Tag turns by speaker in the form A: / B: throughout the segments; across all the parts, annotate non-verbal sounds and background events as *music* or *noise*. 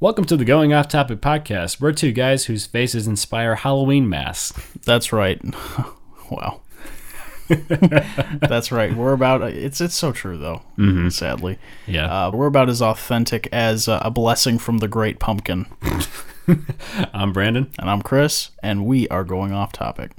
A: Welcome to the Going Off Topic podcast. We're two guys whose faces inspire Halloween masks.
B: That's right. *laughs*
A: *laughs*
B: wow. That's right. We're about it's it's so true though. Sadly,
A: Mm-hmm. Yeah.
B: uh, we're about as authentic as uh, a blessing from the Great Pumpkin.
A: Uh, I'm Brandon.
B: And I'm Chris, and we are going off topic.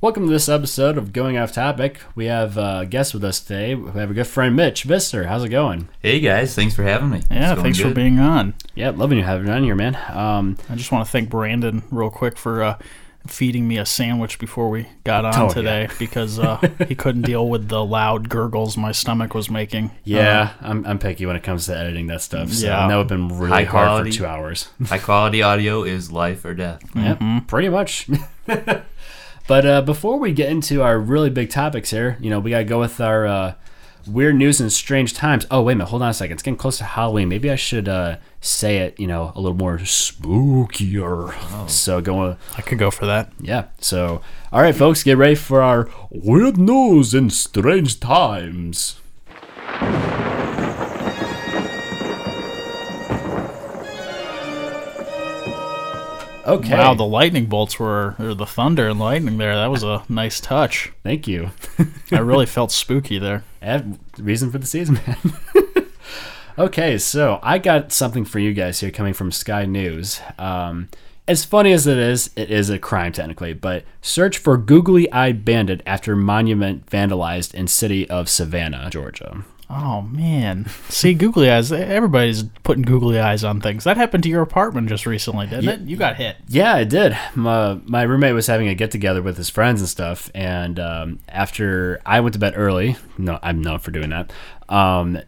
A: Welcome to this episode of Going Off Topic. We have uh, a guest with us today. We have a good friend, Mitch Vister. How's it going?
C: Hey guys, thanks for having me.
B: Yeah,
C: It's going
B: thanks for
C: good.
B: being on.
A: Yeah, loving you having you on here, man. Um,
B: I just want to thank Brandon real quick for uh, feeding me a sandwich before we got on
A: Oh, yeah.
B: today because uh, he
A: *laughs*
B: couldn't deal with the loud gurgles my stomach was making. Uh,
A: yeah, um, I'm, I'm picky when it comes to editing that stuff. So
B: Yeah.
A: yeah. that would have been really
C: High
A: hard
C: quality.
A: for two hours.
C: High quality audio is life or death.
A: Yeah,
B: Mm-hmm.
A: pretty much. *laughs* but uh, before we get into our really big topics here, you know, we got to go with our uh, weird news and strange times. Oh, wait a minute. Hold on a second. It's getting close to Halloween. Maybe I should uh, say it, you know, a little more spookier.
B: Oh.
A: So going,
B: I could go for that.
A: yeah. So, all right, folks, get ready for our weird news and strange times. Okay.
B: Wow, the lightning bolts were or the thunder and lightning there. That was a nice touch.
A: Thank you.
B: I really felt spooky there.
A: And reason for the season, man. *laughs* okay, so I got something for you guys here coming from Sky News. Um, as funny as it is, it is a crime technically, but search for googly eyed bandit after monument vandalized in city of Savannah, Georgia.
B: Oh man. See, googly eyes. Everybody's putting googly eyes on things. That happened to your apartment just recently, didn't it? You got hit.
A: Yeah, it did. My, my roommate was having a get together with his friends and stuff, and um, after I went to bed early, no, I'm known for doing that. Um,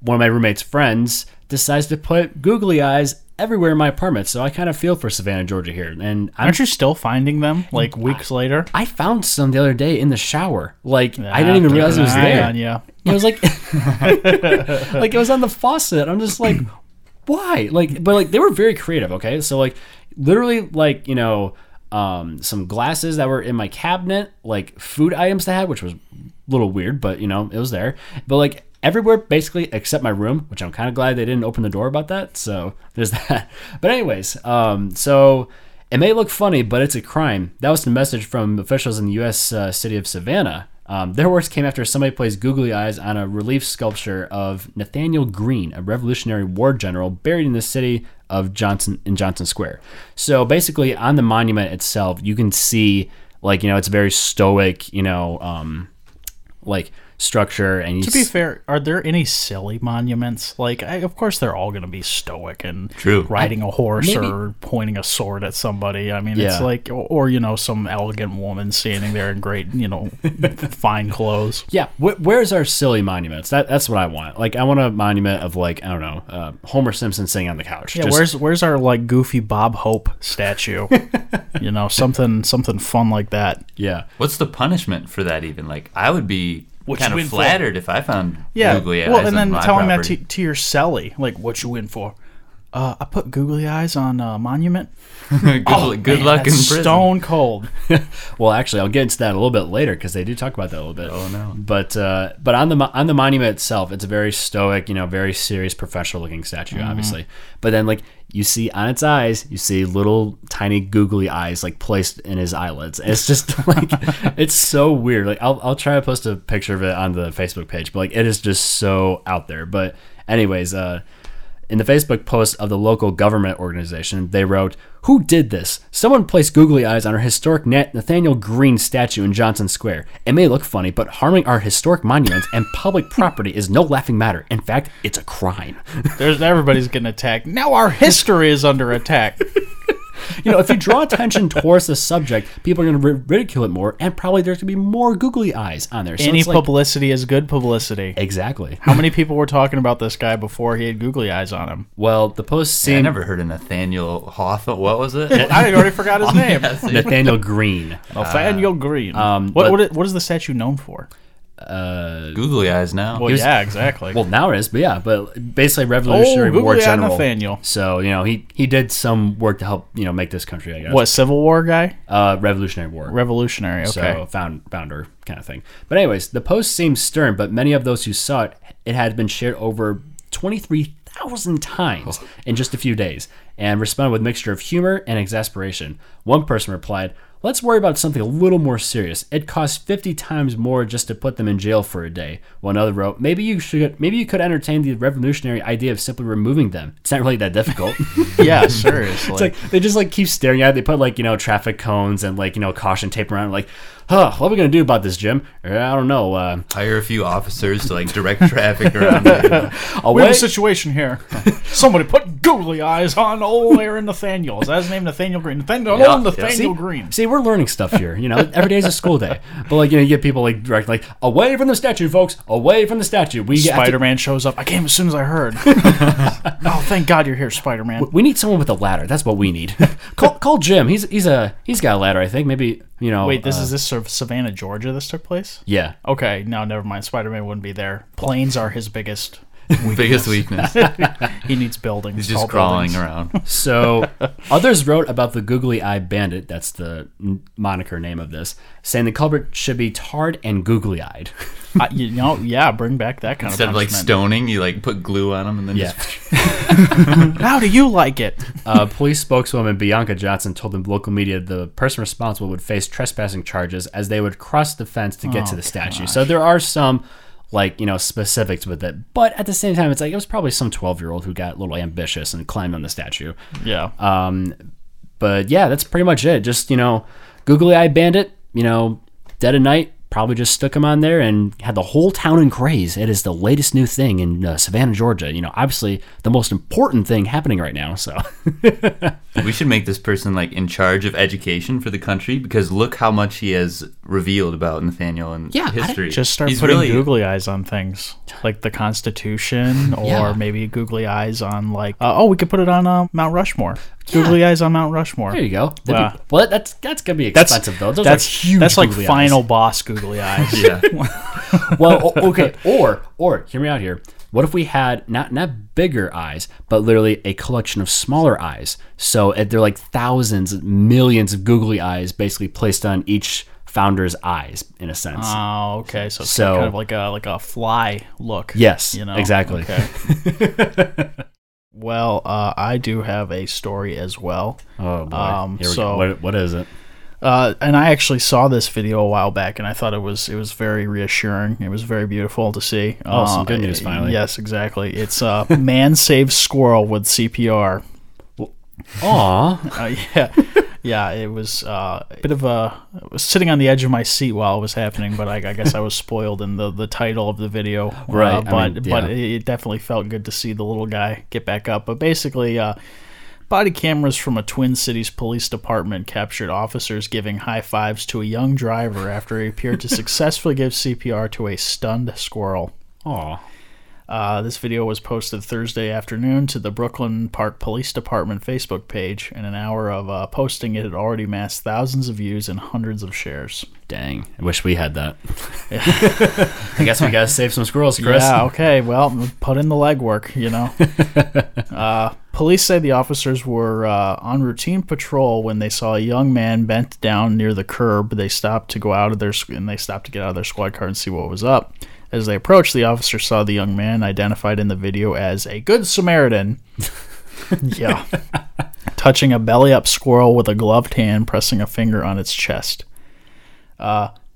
A: one of my roommate's friends decides to put googly eyes everywhere in my apartment, so I kind of feel for Savannah, Georgia here, and I'm.
B: Aren't you still finding them like weeks later?
A: I found some the other day in the shower. Like I
B: Ah,
A: didn't even
B: keep
A: realize it
B: an
A: was
B: eye
A: there.
B: on ya.
A: It was like, *laughs* like it was on the faucet. I'm just like, why? Like, but like they were very creative. Okay, so like, literally, like you know, um, some glasses that were in my cabinet, like food items they had, which was a little weird, but you know, it was there. But like everywhere, basically, except my room, which I'm kind of glad they didn't open the door about that. So there's *laughs* that. But anyways, um, so. It may look funny, but it's a crime. That was the message from officials in the U.S. Uh, city of Savannah. Um, their words came after somebody placed googly eyes on a relief sculpture of Nathaniel Greene, a Revolutionary War general buried in the city of Johnson in Johnson Square. So basically, on the monument itself, you can see like you know it's a very stoic, you know, um, like structure, and you
B: To be
A: s-
B: fair, are there any silly monuments? Like, I, of course, they're all going to be stoic and
C: True.
B: riding a horse
A: maybe-
B: or pointing a sword at somebody. I mean,
A: Yeah.
B: it's like, or, or you know, some elegant woman standing there in great, you
C: *laughs*
B: know, fine clothes.
A: Yeah, wh- where's our silly monuments? That that's what I want. Like I want a monument of like I don't know uh, Homer Simpson sitting on the couch.
B: Yeah, where's where's our like goofy Bob Hope
C: *laughs*
B: statue? you know, something something fun like that.
A: yeah,
C: What's the punishment for that even? Like I would be
B: What
C: kind
B: you
C: of
B: in for?
C: flattered if I found
B: Yeah.
C: googly eyes.
B: well, and then
C: on my
B: telling
C: property.
B: that to, to your celly, like, what you in for? Uh, I put googly eyes on a monument.
C: *laughs* good, good
B: Oh, Man,
C: luck in
B: that's
C: prison.
B: Stone cold.
A: Well, actually, I'll get into that a little bit later because they do talk about that a little bit. Oh no! But uh, but on the mo- on the monument itself, it's a very stoic, you know, very serious, professional looking statue, obviously. But then, like you see on its eyes, you see little tiny googly eyes like placed in his eyelids. And It's just *laughs* like it's so weird. Like I'll I'll try to post a picture of it on the Facebook page, but like it is just so out there. But anyways, uh, in the Facebook post of the local government organization, they wrote, Who did this? Someone placed googly eyes on our historic Nat- Nathaniel Greene statue in Johnson Square. It may look funny, but harming our historic monuments and public property is no laughing matter. In fact, it's a crime. *laughs*
B: *laughs* There's everybody's getting attacked. Now our history is under attack.
A: you know, if you draw attention towards the subject, people are going to ridicule it more, and probably there's going to be more googly eyes on there. So
B: Any
A: it's like,
B: publicity is good publicity.
A: exactly.
B: How many people were talking about this guy before he had googly eyes on him?
A: Well, the post
C: I
A: seemed
C: never heard of Nathaniel Hawthorne. What was it?
B: I already forgot *laughs* his name.
C: Yes,
A: Nathaniel Green.
B: Nathaniel Green.
A: um,
B: what,
A: but-
B: what, i- what is the statue known for?
A: Uh,
C: Googly eyes now.
B: *laughs* Well,
A: was-
B: yeah, exactly.
A: well, now it is, but yeah, but basically
B: oh,
A: Revolutionary
B: googly
A: War
B: Eye
A: general.
B: Nathaniel.
A: So you know he he did some work to help you know make this country. I guess
B: What Civil War guy?
A: uh, Revolutionary War.
B: Revolutionary. Okay. *laughs*
A: So found founder kind of thing. But anyways, the post seems stern, but many of those who saw it, it had been shared over twenty three thousand times
B: Oh.
A: in just a few days, and responded with a mixture of humor and exasperation. One person replied, "Let's worry about something a little more serious. It cost fifty times more just to put them in jail for a day." One other wrote, "Maybe you should, maybe you could entertain the revolutionary idea of simply removing them. It's not really that difficult." *laughs*
B: yeah, seriously.
A: It's like they just like keep staring at it. They put like you know traffic cones and like you know caution tape around. Like, huh, what are we gonna do about this, Jim? "Uh, I don't know. Uh,
C: Hire a few officers to like direct traffic around.
B: *laughs*
C: it.
A: I'll
B: we have a
A: wait.
B: situation *laughs* here. Somebody put googly eyes on old Aaron Nathaniel. Is that his name? Nathaniel Green. Nathaniel,
C: Yeah,
B: old
C: yeah.
B: Nathaniel Green.
A: See, we're learning stuff here. You know, every day's a school day. But like you know, you get people like direct like away from the statue, folks. Away from the statue. We have to-
B: Spider Man shows up. I came as soon as I heard.
C: *laughs*
B: oh, thank God you're here, Spider Man.
A: We need someone with a ladder. That's what we need. *laughs* call, call Jim. He's he's a he's got a ladder. I think maybe you know.
B: Wait, this
A: uh,
B: is this sort of Savannah, Georgia. This took place.
A: yeah.
B: Okay, no, never mind. Spider Man wouldn't be there. Planes are his biggest.
C: Biggest weakness.
B: *laughs* He needs buildings.
C: He's just
B: tall
C: crawling
B: buildings.
C: around.
B: *laughs*
A: So others wrote about the googly eye bandit, that's the n- moniker name of this, saying the culprit should be tarred and googly eyed. *laughs*
B: I, you know, yeah, bring back that kind
C: Instead
B: of
C: of like
B: punishment.
C: stoning, you like put glue on him and
A: *laughs*
C: then
A: Yeah.
C: just
B: How do you like it?
A: uh, police spokeswoman Bianca Johnson told the local media the person responsible would face trespassing charges as they would cross the fence to get to the statue. So there are some like you know specifics with it, but at the same time, it's like it was probably some twelve year old who got a little ambitious and climbed on the statue.
B: Yeah.
A: Um, but yeah, that's pretty much it. Just you know, googly eye bandit. You know, dead of night. Probably just stuck him on there and had the whole town in craze. It is the latest new thing in uh, Savannah, Georgia. You know, obviously the most important thing happening right now. So *laughs*
C: We should make this person like in charge of education for the country because look how much he has revealed about Nathaniel and
A: Yeah, I didn't
C: history.
B: Just start
C: He's
B: putting
C: really-
B: googly eyes on things like the Constitution, or
A: Yeah.
B: maybe googly eyes on like uh, oh, we could put it on uh, Mount Rushmore. Googly eyes on Mount Rushmore.
A: there you go. That'd be-
B: Wow.
A: well, that's that's gonna be expensive though. Those
B: that's
A: are huge.
B: That's like
A: googly eyes.
B: *laughs* final
A: *laughs*
B: boss googly eyes.
C: Yeah.
A: well, o- okay. Or or hear me out here. What if we had not not bigger eyes, but literally a collection of smaller eyes? So eh, they're like thousands, millions of googly eyes, basically placed on each founder's eyes, in a sense.
B: Oh, okay. So, it's
A: So-
B: kind of like a like a fly look.
A: yes, exactly.
B: Okay.
A: *laughs*
B: well, uh, I do have a story as well.
A: Oh boy.
B: Um,
A: here we
B: so-
A: go. What, what is it?
B: Uh, and I actually saw this video a while back, and I thought it was it was very reassuring. It was very beautiful to see. Oh,
A: some good news finally.
B: Yes, exactly. It's uh, *laughs* man saves squirrel with CPR.
A: Aw,
B: *laughs* Uh, yeah, yeah. It was uh, a bit of a I was sitting on the edge of my seat while it was happening, but I, I guess I was spoiled in the, the title of the video.
A: Right,
B: Uh,
A: I
B: but
A: mean,
B: but
A: yeah.
B: it, it definitely felt good to see the little guy get back up. But basically. Uh, Body cameras from a Twin Cities police department captured officers giving high fives to a young driver after he
A: *laughs*
B: appeared to successfully give CPR to a stunned squirrel.
A: aw.
B: Uh, this video was posted Thursday afternoon to the Brooklyn Park Police Department Facebook page. In an hour of uh, posting, it had already amassed thousands of views and hundreds of shares.
A: Dang, I wish we had
B: *laughs*
A: that. *laughs* I guess we gotta save some squirrels, Chris.
B: Yeah, okay. Well, put in the legwork, you know. uh, police say the officers were uh, on routine patrol when they saw a young man bent down near the curb. They stopped to go out of their squ- and they stopped to get out of their squad car and see what was up. As they approached, the officer saw the young man identified in the video as a good Samaritan. yeah. Touching a belly up squirrel with a gloved hand, pressing a finger on its chest.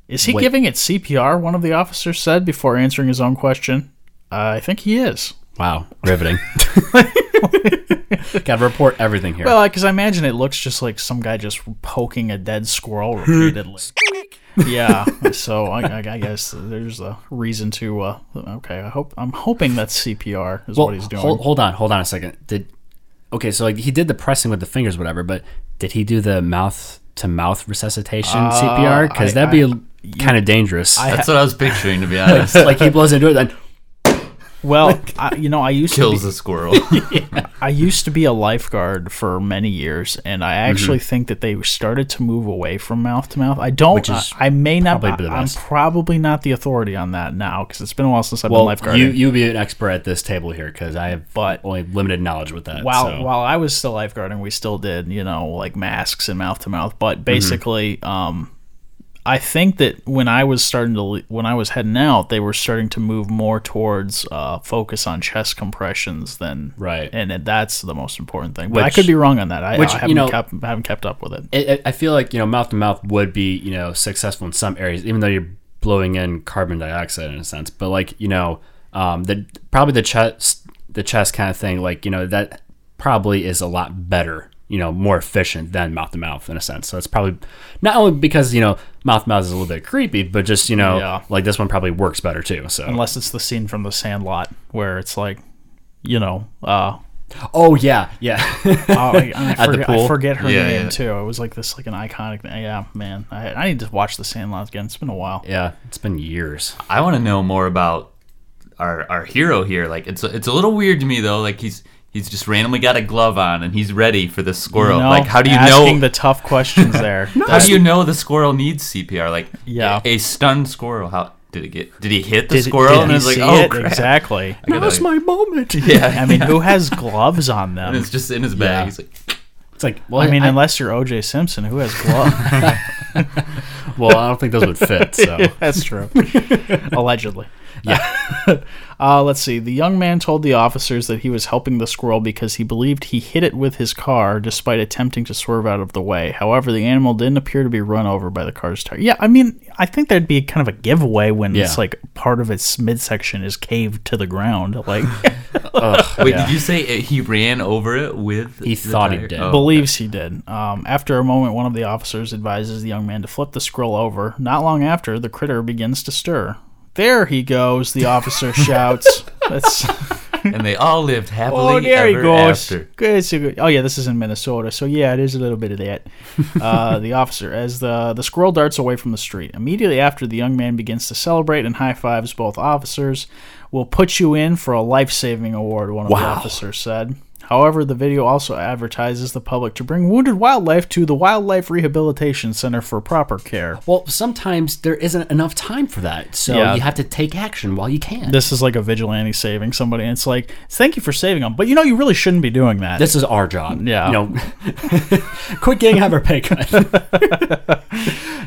B: Is he giving it CPR? One of the officers said before answering his own question. Uh, I think he is.
A: Wow,
B: *laughs*
A: riveting. *laughs* gotta report everything here.
B: Well, because I imagine it looks just like some guy just poking a dead squirrel repeatedly. yeah, so I, I, I guess there's a reason to. Uh, okay, I hope I'm hoping that's CPR is what he's doing.
A: Hold, hold on, hold on a second. Did okay, so like he did the pressing with the fingers, whatever. But Did he do the mouth to mouth resuscitation
B: Uh,
A: CPR? Because
B: I-
A: that'd be kind of dangerous.
B: *laughs*
C: That's what I was picturing, to be
A: *laughs*
C: honest.
A: like he blows into it, then
B: Well, I, you know, I used to be-
C: *laughs* Kills
B: *laughs*
C: a squirrel.
B: I used to be a lifeguard for many years, and I actually
A: Mm-hmm.
B: think that they started to move away from mouth to mouth. I don't.
A: Which is
B: I, I may not.
A: probably the
B: I, am
A: best.
B: probably not the authority on that now because it's been a while since I've
A: well,
B: been lifeguarding.
A: oh, you you be an expert at this table here because I have
B: But-
A: only limited knowledge with that.
B: while
A: so.
B: while I was still lifeguarding, we still did you know like masks and mouth to mouth.
A: Mm-hmm.
B: But basically, um, I think that when I was starting to le- when I was heading out, they were starting to move more towards uh, focus on chest compressions than
A: Right.
B: and it- that's the most important thing. But I
A: Which-
B: could be wrong on that. I,
A: which,
B: I
A: you
B: haven't
A: know-
B: kept haven't kept up with it.
A: it, it- I feel like you know mouth to mouth would be you know successful in some areas, even though you're blowing in carbon dioxide in a sense. But like you know, um, the probably the chest the chest kind of thing, like you know that probably is a lot better, you know, more efficient than mouth to mouth in a sense. So it's probably not only because you know mouth to mouth is a little bit creepy, but just you know
B: Yeah. Mm.
A: like this one probably works better too. So
B: Unless it's the scene from The Sandlot where it's like, you know.
A: *laughs*
B: Uh,
A: oh yeah, yeah. *laughs*
B: oh, I, I
A: the
B: forget, I
A: pool?
B: forget her
C: Yeah,
B: name
C: yeah.
B: too. It was like this, like an iconic. Yeah, man, I, I need to watch The Sandlot again. It's been a while.
A: Yeah, it's been years.
C: I want to know more about our our hero here. Like it's it's a little weird to me though. Like he's he's just randomly got a glove on and he's ready for the squirrel.
B: No,
C: like how do you
B: asking
C: know?
B: the tough
C: *laughs*
B: questions there?
C: how do you know the squirrel needs CPR? Like
B: Yeah.
C: a, a stunned squirrel. How did it get? Did he hit the
B: Did-
C: squirrel?
B: did
C: and
B: he
C: it's like
B: see
C: oh
B: it?
C: crap.
B: exactly.
C: I gotta-
A: my *laughs* moment.
C: *laughs* Yeah,
B: *laughs* I mean, who has gloves
C: *laughs*
B: on
C: and
B: them?
C: it's just in his bag.
A: Yeah.
C: He's like,
A: It's like well,
B: I mean,
A: I,
B: unless you're O.J. Simpson, who has
C: *laughs*
B: gloves?
A: well, I don't think those would fit. So.
B: *laughs* That's true. Allegedly. *laughs* Uh, let's see. The young man told the officers that he was helping the squirrel because he believed he hit it with his car despite attempting to swerve out of the way. However, the animal didn't appear to be run over by the car's tire. Yeah, I mean, I think there'd be kind of a giveaway when
A: Yeah.
B: it's like part of its midsection is caved to the ground. Like,
C: wait, did you say it, he ran over it with?
A: He
C: the
A: thought he
C: tire?
A: did.
C: Oh.
B: believes he did. Um, after a moment, one of the officers advises the young man to flip the squirrel over. Not long after, the critter begins to stir. There he goes, the officer shouts. That's.
C: and they all lived happily
B: Oh, there
C: ever
B: he goes.
C: after. *laughs*
B: Good, it's a good- Oh, yeah, this is in Minnesota, so yeah, it is a little bit of
C: *laughs*
B: that. Uh, the officer, as the the squirrel darts away from the street, immediately after the young man begins to celebrate and high fives both officers. We'll put you in for a life saving award, one of the
A: Wow.
B: officers said. However, the video also advertises the public to bring wounded wildlife to the Wildlife Rehabilitation Center for proper care.
A: Well, sometimes there isn't enough time for that, so
B: Yeah.
A: you have to take action while you can. This,
B: This is like a vigilante saving somebody, and it's like, thank you for saving them, but you know, you really shouldn't be doing that.
A: is our job.
B: Yeah.
A: You know, *laughs* quit getting have our pay
B: *laughs*
A: cut. but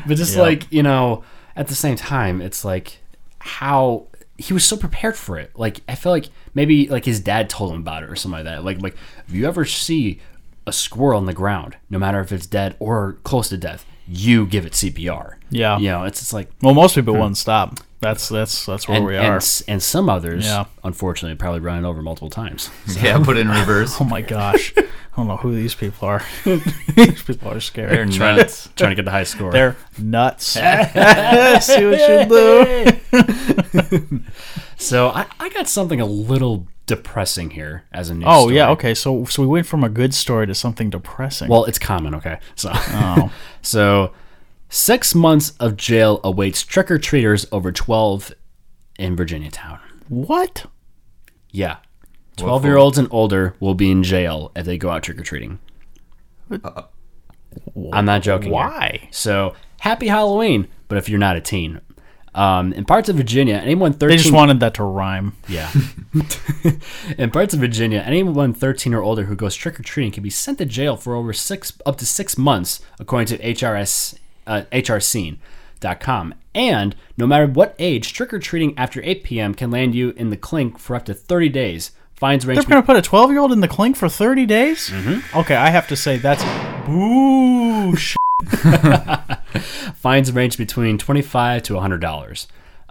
A: just like you know, at the same time, it's like how he was so prepared for it. Like I feel like maybe like his dad told him about it or something like that. Like like if you ever see a squirrel on the ground, no matter if it's dead or close to death, you give it CPR.
B: Yeah.
A: You know, it's it's like
B: Well, most people wouldn't stop. That's that's that's where
A: Hmm. and,
B: we
A: and
B: are.
A: s- and some others,
B: Yeah.
A: unfortunately, probably running over multiple times. *laughs*
C: Yeah, put in reverse.
B: Oh my gosh, I don't know who these
A: *laughs*
B: people are. these people are
C: They're
B: scary.
C: nuts.
A: trying to get the high score.
B: They're nuts. *laughs* See what you
A: *laughs*
B: do.
A: So I, I got something a little depressing here as a news.
B: Oh
A: story.
B: yeah, okay. So so we went from a good story to something depressing.
A: Well, it's common. Okay, so
B: Oh.
A: *laughs* so six months of jail awaits trick or treaters over twelve in Virginia town.
B: what?
A: Yeah, twelve year olds and older will be in jail if they go out trick or treating. I'm not joking. here.
B: Uh, Why?
A: So happy Halloween, but if you're not a teen. Um, in parts of Virginia, anyone 13
B: They just wanted that to rhyme.
A: Yeah. *laughs* in parts of Virginia, anyone 13 or older who goes trick or treating can be sent to jail for over six up to six months, according to HRS uh, HRScene.com. And no matter what age, trick or treating after 8 p.m. can land you in the clink for up to 30 days. Fines range.
B: They're gonna put a twelve-year-old in the clink for thirty days.
A: Mm-hmm.
B: Okay, I have to say that's boo. sh-
A: fines range between 25 to $100.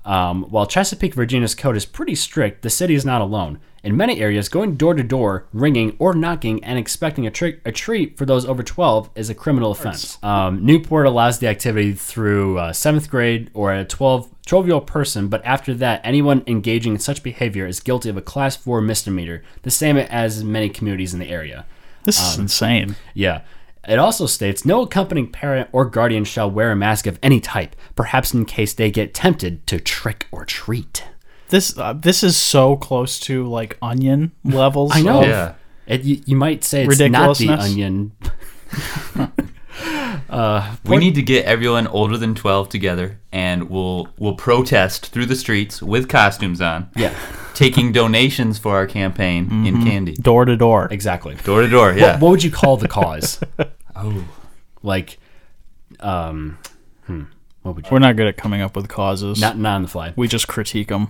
A: Um, while Chesapeake, Virginia's code is pretty strict, the city is not alone. In many areas, going door to door, ringing or knocking, and expecting a, trick, a treat for those over 12 is a criminal offense. Um, Newport allows the activity through uh, seventh grade or a 12 year old person, but after that, anyone engaging in such behavior is guilty of a class 4 misdemeanor, the same as many communities in the area.
B: This is insane.
A: Yeah. It also states no accompanying parent or guardian shall wear a mask of any type, perhaps in case they get tempted to trick or treat.
B: This uh, this is so close to like onion levels.
A: I know.
B: of-
C: Yeah.
A: It, you, you might say it's not the
B: Ridiculousness.
A: onion.
C: We need to get everyone older than 12 together and we'll we'll protest through the streets with costumes on,
A: Yeah,
C: taking donations for our campaign in candy.
B: Door to door.
C: *laughs*
A: exactly.
C: Door to door, yeah.
A: What, what would you call the cause?
C: *laughs* Oh.
A: Like, um, hmm, what would you?
B: We're not good at coming up with causes.
A: Not, not on the fly.
B: we just critique them.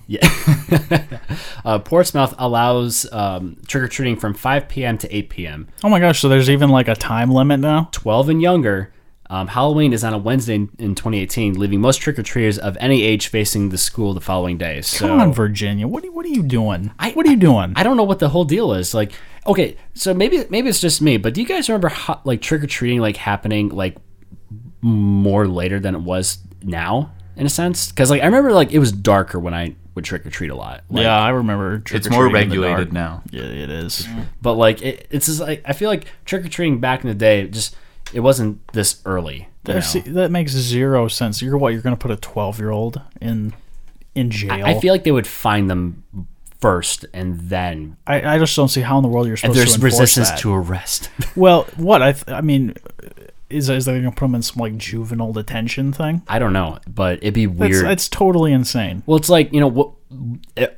A: Uh, Portsmouth allows um, trick or treating from 5 p.m. to 8 p.m.
B: Oh my gosh! So there's even like a time limit now.
A: 12 and younger. Um, Halloween is on a Wednesday in, in 2018, leaving most trick or treaters of any age facing the school the following day. So
B: Come on, Virginia. What are, what are you doing? what are you doing?
A: I don't know what the whole deal is. Like, okay, so maybe maybe it's just me, but do you guys remember ho like trick or treating like happening like more later than it was now in a sense? Because like I remember like it was darker when I would trick or treat a lot. Like,
B: yeah, I remember.
C: It's more
B: trick-or-treating in the dark.
C: regulated now.
B: Yeah, it is.
A: but like it, it's just like I feel like trick or treating back in the day just it wasn't this early. you
B: There-
A: know?
B: see, that makes zero sense. You're what? You're going to put a 12 year old in in jail?
A: I feel like they would find them first and then
B: I, I just don't see how in the world you're supposed
A: there's
B: to enforce
A: resistance
B: that.
A: to arrest. *laughs*
B: Well, what I th- I mean is is they going to put them in some like juvenile detention thing?
A: I don't know, but it'd be
B: That's,
A: weird.
B: that's totally insane.
A: well, it's like you know what.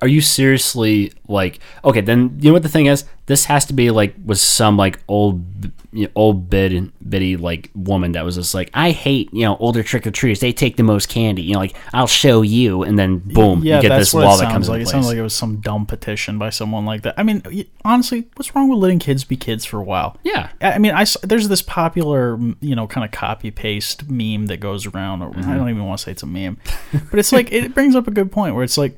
A: Are you seriously like okay? Then you know what the thing is. This has to be like was some like old, b- you know, old bid bitty like woman that was just like I hate you know older trick or treaters. They take the most candy. You know, like I'll show you, and then boom,
B: Yeah,
A: you get
B: that's
A: this
B: what
A: law
B: it
A: that comes
B: sounds like.
A: in
B: It
A: place.
B: sounds like it was some dumb petition by someone like that. I mean, y- honestly, what's wrong with letting kids be kids for a while?
A: yeah,
B: I I mean, I s- there's this popular, mm, you know, kind of copy paste meme that goes around. Or,
A: Mm-hmm.
B: I don't even want to say it's
A: *laughs*
B: a meme, but it's like it brings up a good point where it's like,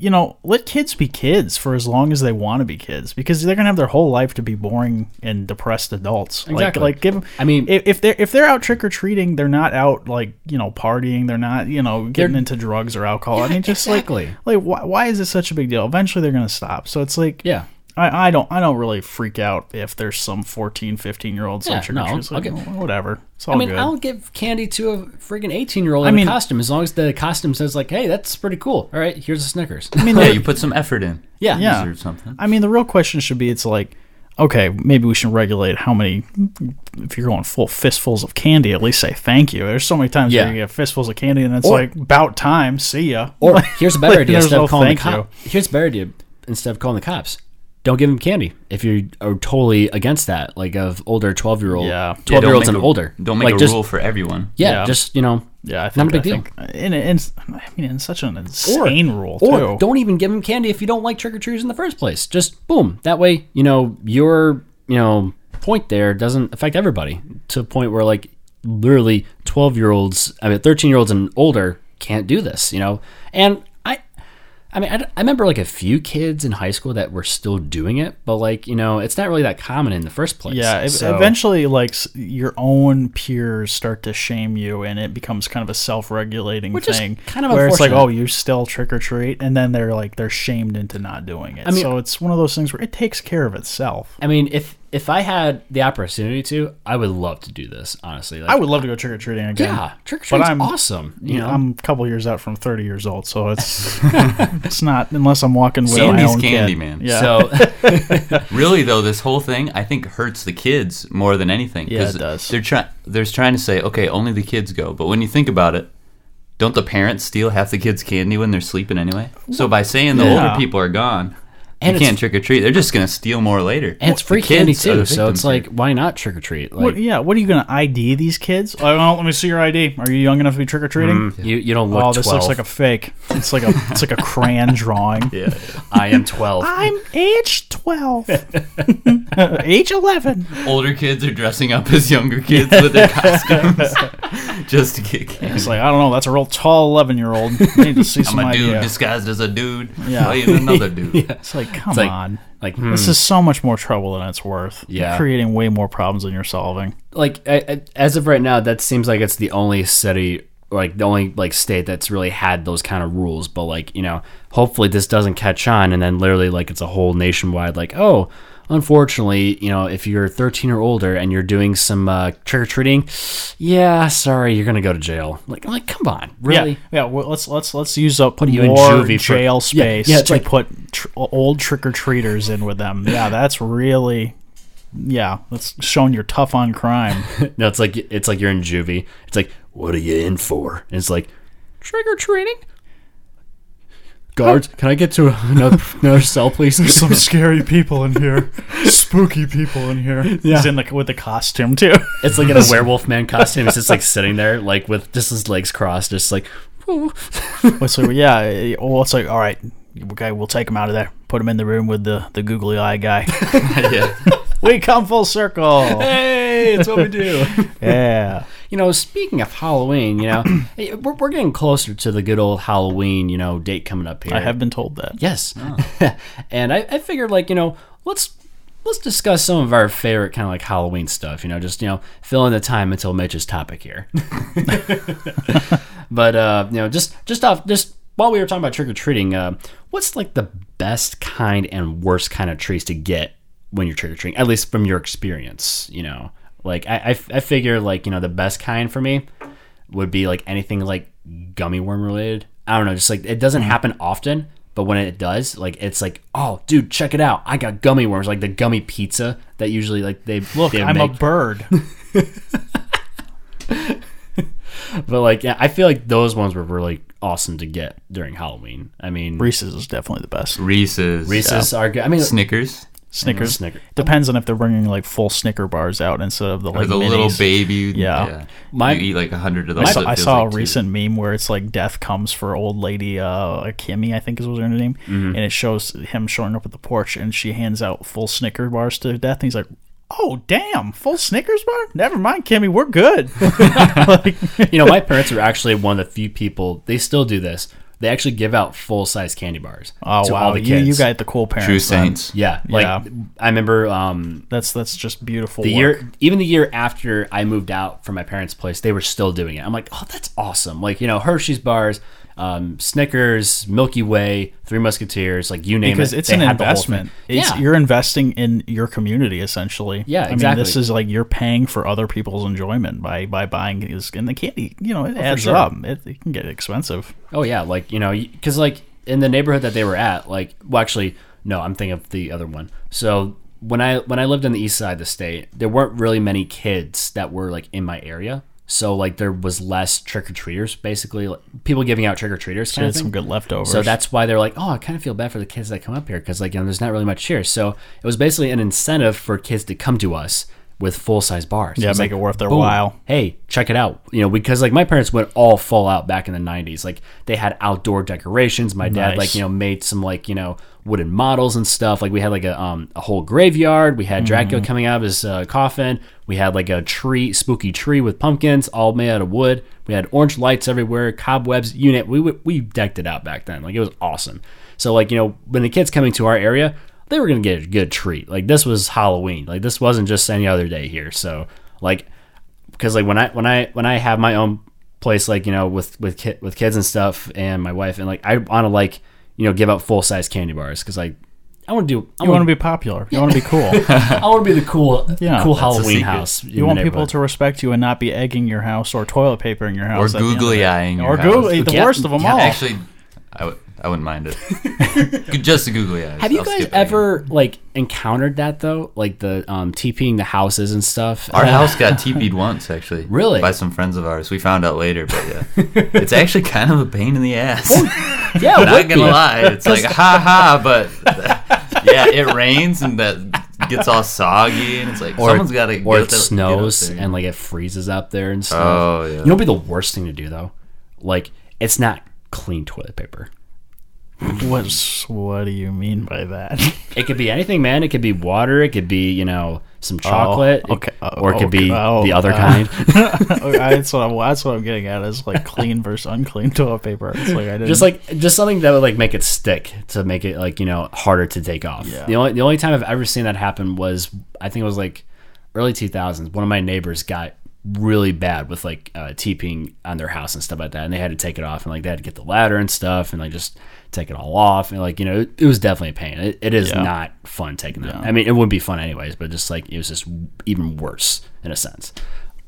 B: you know, let kids be kids for as long as they want to be kids because they're gonna have their whole life to be boring and depressed adults.
A: Exactly.
B: Like, like give 'em-
A: I mean-
B: if, if they're if they're out trick or treating, they're not out like you know partying. They're not you know getting into drugs or alcohol. I mean, just
A: exactly.
B: like like why, why is it such a big deal? Eventually, they're gonna stop. So it's like
A: yeah.
B: I, I don't I don't really freak out if there's some 14, 15 year olds
A: Yeah,
B: yeah,
A: no,
B: no, like,
A: I'll get-
B: "Oh, whatever. It's all
A: I mean,
B: good.
A: I'll give candy to a friggin' 18 year old in
B: mean-
A: a costume as long as the costume says, like, hey, that's pretty cool. All right, here's a
B: *laughs*
A: Snickers.
B: I mean,
C: Yeah,
B: the-
C: you put some effort in.
A: yeah.
B: Yeah.
C: Or something.
B: I mean, the real question should be: It's like, okay, maybe we should regulate how many. If you're going full fistfuls of candy, at least say thank you. There's so many times
A: Yeah.
B: where you get fistfuls of candy, and it's
A: Or-
B: like about time. See ya. *laughs*
A: Or here's a better
B: Like,
A: idea
B: there's
A: instead
B: no
A: of calling the
B: thank
A: cops. Here's a better idea instead of calling the cops. Don't give them candy if you are totally against that, like of older 12 year old,
B: Yeah. Yeah,
A: 12
B: don't
C: Yeah, don't
A: year olds
C: make
A: and
C: a-
A: older.
C: Don't make
A: like
C: a
A: just,
C: rule for everyone.
A: Yeah,
B: Yeah.
A: just, you know,
B: yeah, I think,
A: Not a big
B: I
A: deal.
B: think, in, in, I mean, in such an insane rule
A: or
B: too.
A: don't even give them candy if you don't like trick or treaters in the first place. Just boom. That way, you know your you know point there doesn't affect everybody to a point where like literally twelve year olds, I mean thirteen year olds and older can't do this. You know, and I, I mean I, d- I remember like a few kids in high school that were still doing it, but like you know it's not really that common in the first place.
B: Yeah, ev-
A: So-
B: eventually, like s- your own peers start to shame you, and it becomes kind of a self-regulating
A: Which is
B: thing.
A: kind of
B: where it's like,
A: unfortunate.
B: oh, you still trick or treat, and then they're like they're shamed into not doing it.
A: mean-
B: so it's one of those things where it takes care of itself.
A: I mean if if I had the opportunity to, I would love to do this. Honestly, like,
B: I would love to go trick or treating again.
A: yeah, trick or treat's
B: I'm-
A: awesome. You know,
B: I'm a couple years out from 30 years old,
A: *laughs*
B: so it's *laughs* it's not unless I'm walking with my
C: Sandy's
B: own
C: candy,
B: kid.
C: man.
B: Yeah, *laughs*
A: So
C: Really though, this whole thing I think hurts the kids more than anything.
B: Yeah,
C: 'cause
B: it does.
C: They're trying. They're trying to say, okay, only the kids go. But when you think about it, don't the parents steal half the kids' candy when they're sleeping anyway? So by saying the
B: Yeah.
C: older people are gone,
A: And
C: you
A: it's-
C: can't trick or treat. They're just gonna steal more later.
A: and it's
C: The
A: free candy
C: kids are
A: too,
C: the
A: so it's
C: victims
A: like,
C: here.
A: why not trick or treat? Like
B: What, yeah, what are you gonna ID these kids? Oh, well, let me see your ID. Are you young enough to be trick or treating?
A: you, you don't look.
B: Oh, this
A: 12.
B: looks like a fake. It's like a it's like
A: *laughs*
B: a crayon drawing.
A: I
B: *laughs*
A: am twelve.
B: I'm age *laughs* 12. age 11.
C: older kids are dressing up
A: *laughs*
C: as younger kids with their costumes just to get candy.
B: It's like, I don't know, that's a real tall 11 year old. need
A: *laughs*
B: to see
C: I'm
B: some
C: a dude
B: idea.
C: disguised as a dude
B: Yeah.
C: playing another dude. *laughs*
A: *laughs*
B: It's like, come
A: like- hmm.
B: on.
A: like
B: This is so much more trouble than it's worth. You're
A: Yeah.
B: creating way more problems than you're solving.
A: like I, I- as of right now, that seems like it's the only city, like the only like state that's really had those kind of rules. But like you know, hopefully this doesn't catch on, and then literally like it's a whole nationwide like oh. unfortunately, you know, if you're 13 or older and you're doing some uh, trick or treating, yeah, sorry, you're gonna go to jail. Like, I'm like, come on, really?
B: Yeah, yeah. Well, let's let's let's use up
A: you in
B: more
A: juvie for-
B: jail
A: Yeah,
B: space
A: yeah, it's
B: to
A: like-
B: put tr- old trick or treaters in with them. Yeah, that's really, yeah, that's showing you're tough on crime.
A: No, it's like it's like you're in juvie. It's like, what are you in for? And it's like trick or treating. Guards, can I get to *laughs* another, another cell, please?
B: Some scary people in here, spooky people in here. He's in the with the costume too.
A: It's like in a werewolf man costume. It's just like sitting there, like with just his legs crossed, just like. "Ooh."
B: so yeah, eh, well, it's like all right, okay, we'll take him out of there, put him in the room with the the googly eye guy. *laughs*
C: yeah.
B: we come full circle.
A: Hey, it's what we do.
B: Yeah.
A: *laughs* you know, speaking of Halloween, you know, *clears throat* hey, we're, we're getting closer to the good old Halloween, you know, date coming up here.
B: I have been told that.
A: Yes. *laughs* and I, I figured like, you know, let's let's discuss some of our favorite kind of like Halloween stuff, you know, just, you know, fill in the time until Mitch's topic here. but uh, you know, just just off just while we were talking about trick or treating, uh, what's like the best kind and worst kind of treats to get when you're trick or treating? At least from your experience, you know. Like I, I, I figure like you know the best kind for me would be like anything like gummy worm related. I don't know, just like it
B: Mm-hmm.
A: doesn't happen often, but when it does, like it's like, oh, dude, check it out! I got gummy worms, like the gummy pizza that usually like they
B: Look,
A: they
B: I'm
A: make.
B: a bird.
A: but like yeah, I feel like those ones were really awesome to get during Halloween. I mean,
B: Reese's is definitely the best.
C: Reese's. Uh,
A: Reese's are good. I mean,
C: Snickers.
B: Snickers.
A: Snicker.
B: Depends on if they're bringing like full Snicker bars out instead of the like
C: Or the
B: minis.
C: little baby. Yeah.
A: My-
C: you eat like a hundred of those.
B: I saw,
C: it
B: I
C: feels
B: saw
C: like
B: a
C: two.
B: recent meme where it's like death comes for old lady uh, Kimmy, I think is was her name,
A: Mm-hmm.
B: and it shows him showing up at the porch and she hands out full Snicker bars to death, and he's like, "Oh damn, full Snickers bar? Never mind, Kimmy, we're good." *laughs* Like,
A: you know, my parents are actually one of the few people. They still do this. They actually give out full size candy bars
B: oh
A: *laughs* to
B: wow,
A: all the
B: you
A: kids.
B: you got the cool parents.
C: True
B: then.
C: Saints.
A: yeah, like
B: Yeah.
A: I remember um,
B: That's that's just beautiful.
A: the
B: work.
A: year, even the year after I moved out from my parents' place, they were still doing it. I'm like, oh, that's awesome! Like you know, Hershey's bars, um, Snickers, Milky Way, Three Musketeers, like you name
B: because
A: it.
B: it's
A: they
B: an
A: had the whole
B: investment.
A: thing.
B: It's,
A: yeah,
B: You're investing in your community essentially.
A: Yeah,
B: I mean,
A: exactly.
B: this is like you're paying for other people's enjoyment by by buying these and the candy. You know, it adds
A: Oh, sure.
B: up. It, it can get expensive.
A: Oh yeah, like you know, because like in the neighborhood that they were at, like well, actually, no, I'm thinking of the other one. So when I when I lived on the east side of the state, there weren't really many kids that were like in my area. So like there was less trick or treaters, basically like, people giving out trick or treaters.
B: They had some good leftovers.
A: So that's why they're like, oh, I kind of feel bad for the kids that come up here because like you know, there's not really much here. So it was basically an incentive for kids to come to us with full size bars.
B: yeah,
A: It's
B: make
A: like,
B: it worth their
A: boom,
B: while.
A: Hey, check it out. You know, because like my parents went all full out back in the '90s. Like they had outdoor decorations. My dad
B: Nice.
A: like you know made some like you know wooden models and stuff. Like we had like a um a whole graveyard. We had Dracula coming out of his uh, coffin. We had like a tree, spooky tree with pumpkins, all made out of wood. We had orange lights everywhere, cobwebs. Unit. We we- we decked it out back then. Like it was awesome. So like you know when the kids coming to our area. They were gonna get a good treat. Like this was Halloween. Like this wasn't just any other day here. So like because like when I when I when I have my own place, like you know, with with ki- with kids and stuff, and my wife, and like I want to like you know give out full size candy bars because like I want to do I
B: You want
A: want *laughs*
B: to be popular. You want to be cool.
A: I want to be the cool
B: Yeah,
A: cool
B: that's the
A: Halloween
C: secret.
A: house. in
B: you
A: the
B: want people
A: neighborhood.
B: to respect you and not be egging your house or toilet papering your
C: Or
B: house at the end of
C: googly
B: it.
C: eyeing.
B: or
C: your house.
B: googly. The
A: Yeah,
B: worst of them
A: yeah,
B: all.
C: Actually, I w- I wouldn't mind it.
A: *laughs*
C: Just the googly eyes.
A: Have you
C: I'll
A: guys
C: skip it.
A: ever like encountered that though? Like the um TPing the houses and stuff. *laughs*
C: Our house got teepeed once, actually.
A: Really?
C: By some friends of ours. We found out later, but
A: *laughs*
C: yeah. it's actually kind of a pain in the ass.
A: yeah, it
C: *laughs* Not
A: Oh, would
C: gonna
A: be.
C: lie. It's like, ha ha, but *laughs* yeah, it rains and that gets all soggy, and it's like, someone's got to
A: or it snows and like it freezes up there and stuff.
C: Oh, yeah.
A: You know, what'd be the worst thing to do though. Like it's not clean toilet paper.
B: What what do you mean by that?
A: *laughs*
B: *laughs*
A: It could be anything, man. It could be water. It could be you know some chocolate. It-
B: okay. Oh,
A: or it could be
B: okay. Oh,
A: the other
B: uh,
A: kind.
B: *laughs* I- that's, what I'm, that's what I'm getting at is like clean versus unclean *laughs* toilet paper. It's like I didn't
A: just like just something that would like make it stick to make it like you know harder to take off.
B: Yeah.
A: The only the only time I've ever seen that happen was I think it was like early 2000s. One of my neighbors got really bad with like uh, TPing on their house and stuff like that. And they had to take it off and like they had to get the ladder and stuff and like just take it all off. And like, you know, it, it was definitely a pain. It, it is
B: Yeah.
A: not fun taking that. I mean, it wouldn't be fun anyways, but just like it was just even worse in a sense.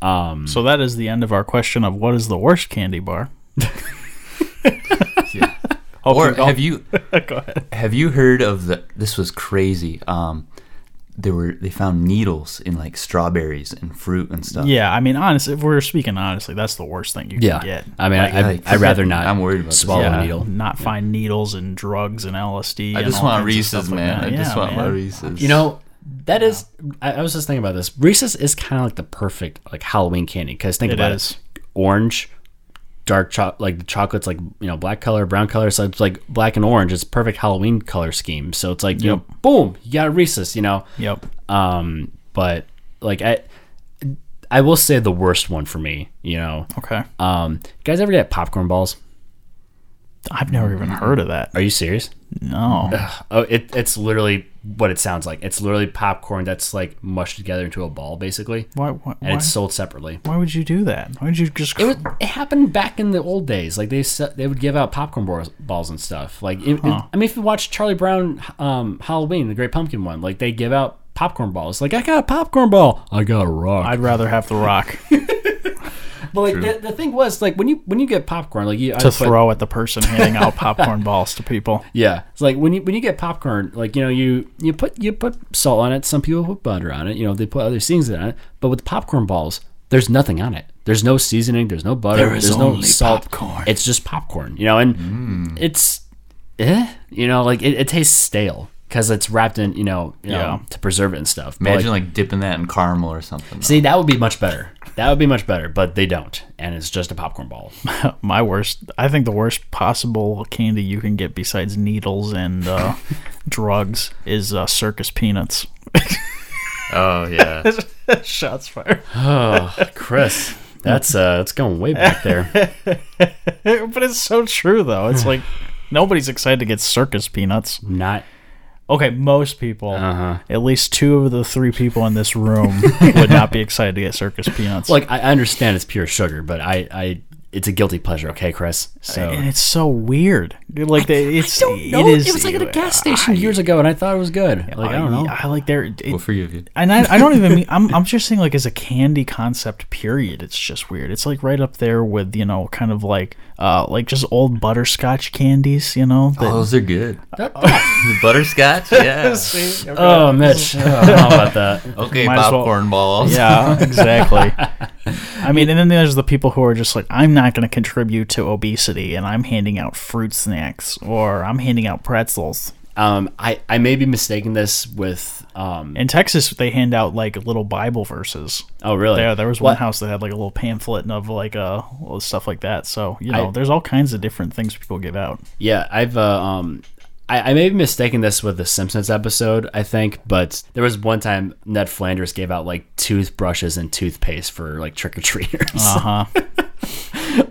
A: Um,
B: So that is the end of our question of what is the worst candy bar.
C: Yeah.
B: Hope
C: or
B: you-
C: have you
B: oh. *laughs* Go ahead.
C: have you heard of the? This was crazy. Um, there were they found needles in like strawberries and fruit and stuff.
B: Yeah, I mean, honestly, if we're speaking honestly, that's the worst thing you
A: yeah.
B: can get.
A: I mean, I, I,
C: yikes.
A: I'd rather not
C: I'm worried about this.
A: swallow
B: Yeah,
A: a needle.
B: Not find needles and drugs and LSD.
C: I
B: and
C: just
B: all
C: want
B: kinds of
C: Reese's,
B: stuff like
C: man.
B: that.
C: I just
B: Yeah,
C: want my
B: man.
C: Reese's.
A: You know, that is. I, I was just thinking about this. Reese's is kind of like the perfect like Halloween candy because think
B: It
A: about
B: is.
A: it: orange, dark chocolate, like the chocolate's like you know black color, brown color. So it's like black and orange. It's perfect Halloween color scheme. So it's like you know, boom, you got Reese's. You know,
B: Yep.
A: um, but like I, I will say the worst one for me. You know,
B: Okay.
A: um, you guys ever get popcorn balls?
B: I've never even heard of that.
A: Are you serious?
B: No.
C: *sighs*
A: Oh, it, it's literally what it sounds like. It's literally popcorn that's like mushed together into a ball, basically.
B: Why? Why?
A: and
B: Why,
A: it's sold separately.
B: why would you do that? Why would you just?
A: It, was, it happened back in the old days. Like they se- they would give out popcorn balls, balls and stuff. Like it, it- I mean, if you watch Charlie Brown um, Halloween, the Great Pumpkin one, like they give out popcorn balls. Like I got a popcorn ball, I got a rock.
B: I'd rather have
A: *laughs*
B: the rock
A: but like the, the thing was, like when you when you get popcorn, like you I
B: to
A: put-
B: throw at the person handing out popcorn balls to people.
A: Yeah, it's like when you when you get popcorn, like you know you you put you put salt on it. Some people put butter on it. You know they put other seasonings on it. But with popcorn balls, there's nothing on it. There's no seasoning. There's no butter.
B: There is
A: there's no
B: only
A: salt.
B: popcorn.
A: It's just popcorn. Mm. You know, and it's eh. You know, like it, it tastes stale because it's wrapped in you know you
B: Yeah.
A: know to preserve it and stuff. But,
C: Imagine
A: like,
C: like dipping that in caramel or something.
A: see that would be much better. That would be much better. But they don't, and it's just a popcorn ball.
B: *laughs* My worst. I think the worst possible candy you can get besides needles and
A: *laughs*
B: uh, drugs is uh, circus peanuts.
C: Oh yeah.
B: *laughs* Shots fired.
A: oh, *laughs* Chris, that's uh, that's going way back there.
B: but it's so true though. It's
A: *sighs*
B: like nobody's excited to get circus
A: *laughs*
B: peanuts.
A: Not
B: Okay, most people,
A: Uh-huh.
B: at least two of the three people in
A: *laughs*
B: this room would not be excited to get circus peanuts.
A: like I understand it's pure sugar, but I, I it's a guilty pleasure. Okay, Chris. So
B: and it's so weird. Dude, Like they, it's
A: no,
B: it is.
A: was like at a gas station years ago, and I thought it was good. Like I don't know.
B: I like their.
C: we'll
B: It,
C: forgive you.
B: and I, I don't even mean I'm I'm just saying like as a candy concept period it's just weird it's like right up there with you know kind of like uh like just old butterscotch candies you know that, *laughs*
C: Oh, those are good. *laughs* Butterscotch. Yeah.
A: Oh, Mitch, *laughs* oh, I don't know about that.
C: Okay,
B: Might as well-
C: popcorn balls.
B: Yeah, exactly. I mean, and then there's the people who are just like, I'm not going to contribute to obesity, and I'm handing out fruit snacks or I'm handing out pretzels.
A: Um, I I may be mistaking this with um.
B: In Texas, they hand out like little Bible verses.
A: Oh, really?
B: There, there was
A: Well,
B: one house that had like a little pamphlet and of like uh stuff like that. So you know,
A: I-
B: there's all kinds of different things people give out.
A: Yeah, I've uh, um, I, I may be mistaking this with the Simpsons episode. I think, but there was one time Ned Flanders gave out like toothbrushes and toothpaste for like trick or treaters.
B: Uh huh.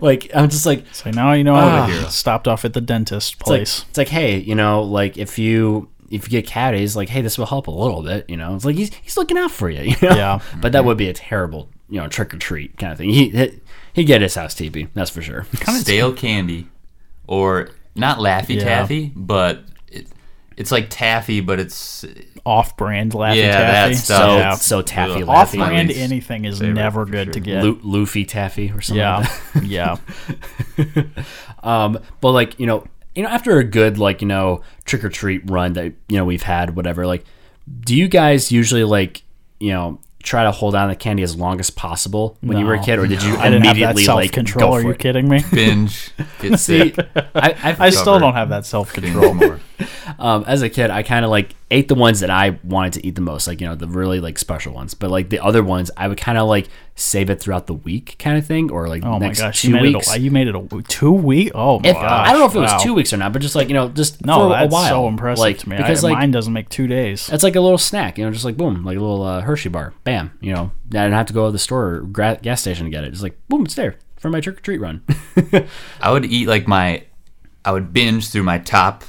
A: *laughs* like I'm just like,
B: so now you know,
A: Ah.
B: I stopped off at the dentist
A: it's
B: place.
A: like, it's like hey you know like if you if you get cavities like hey this will help a little bit you know it's like he's, he's looking out for you, *laughs* you know?
B: Yeah.
A: but that would be a terrible you know trick or treat kind of thing he he he'd get his house TP that's for sure
C: Stale candy, or not Laffy
B: Yeah.
C: Taffy, but it, it's like taffy, but it's
B: Off-brand Laffy
C: Yeah,
B: Taffy.
C: that
A: so
C: Yeah.
A: so taffy
C: Ugh.
A: laffy
B: Off-brand
C: Laffy's
B: anything is
C: favorite,
B: never
C: for
B: good
C: sure.
B: to get.
A: *laughs* Lu- Luffy taffy or something yeah *laughs*
B: Yeah, yeah.
A: um but like you know you know after a good like you know trick or treat run that you know we've had whatever like do you guys usually like you know try to hold on to the candy as long as possible when you were a
B: No.
A: kid or did you
B: I didn't have that
A: immediately
B: self
A: like
B: control.
A: go
B: Are
A: for
B: you
A: it? *laughs*
B: kidding me?
C: binge.
B: *laughs*
C: Get
A: See,
C: sick.
A: I, I've,
B: I still
C: Covered.
B: don't have that self control.
C: Drink more.
A: um, as a kid, I kind of like ate the ones that I wanted to eat the most, like you know the really like special ones. But like the other ones, I would kind of like save it throughout the week, kind of thing, or like
B: Oh my
A: next
B: gosh, you
A: two
B: made,
A: weeks.
B: it a, you made it a two week. Oh my
A: If-
B: gosh,
A: I don't know if it was
B: wow.
A: two weeks or not, but just like you know, just
B: No,
A: for a
B: that's
A: while.
B: so impressive
A: like,
B: to me.
A: because
B: I,
A: like
B: mine doesn't make two days.
A: that's like a little snack, you know, just like boom, like a little uh, Hershey bar, bam, you know. I didn't have to go to the store or gra- gas station to get it. Just like boom, it's there for my trick or treat run. *laughs*
C: I would eat like my, I would binge through my top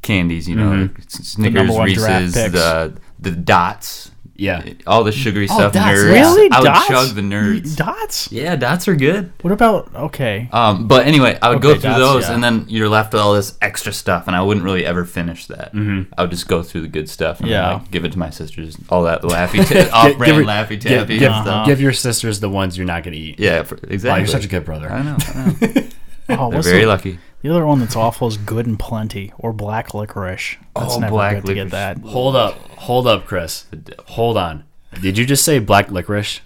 C: candies. You know, like S- Snickers,
B: Mm-hmm. number one draft
C: Reese's,
B: picks.
C: the the dots.
A: Yeah.
C: all the sugary stuff.
A: dots,
C: nerds.
A: yeah.
B: Oh, Really?
C: I would
B: Dots?
C: chug the nerds.
B: Dots?
C: Yeah, dots are good.
B: What about
A: *laughs*
B: okay? Oh,
C: Um, but anyway, I would go
B: Okay,
C: through
B: dots,
C: those,
B: yeah.
C: and then you're left with all this extra stuff, and I wouldn't really ever finish that. Mm-hmm. I would just go through the good stuff and
B: Yeah.
C: like, give it to my sisters.
B: *laughs*
C: All that laffy, ta- off-brand
A: her-
C: laffy
A: give-
C: taffy
A: give-
B: Uh-huh.
C: stuff.
A: give your sisters the ones you're not going to eat.
C: Yeah, for,
A: Wow,
C: exactly.
A: you're such a good brother.
C: I know. I know.
B: Oh,
C: They're
B: *laughs* what's
C: very
B: the,
C: lucky.
B: the other one that's awful is Good and Plenty or Black Licorice. That's
C: Oh,
B: never
C: Black
B: good to get
C: Licorice.
B: that.
A: Hold up. Hold up, Chris.
C: devil.
A: Hold on. Did you just say black licorice?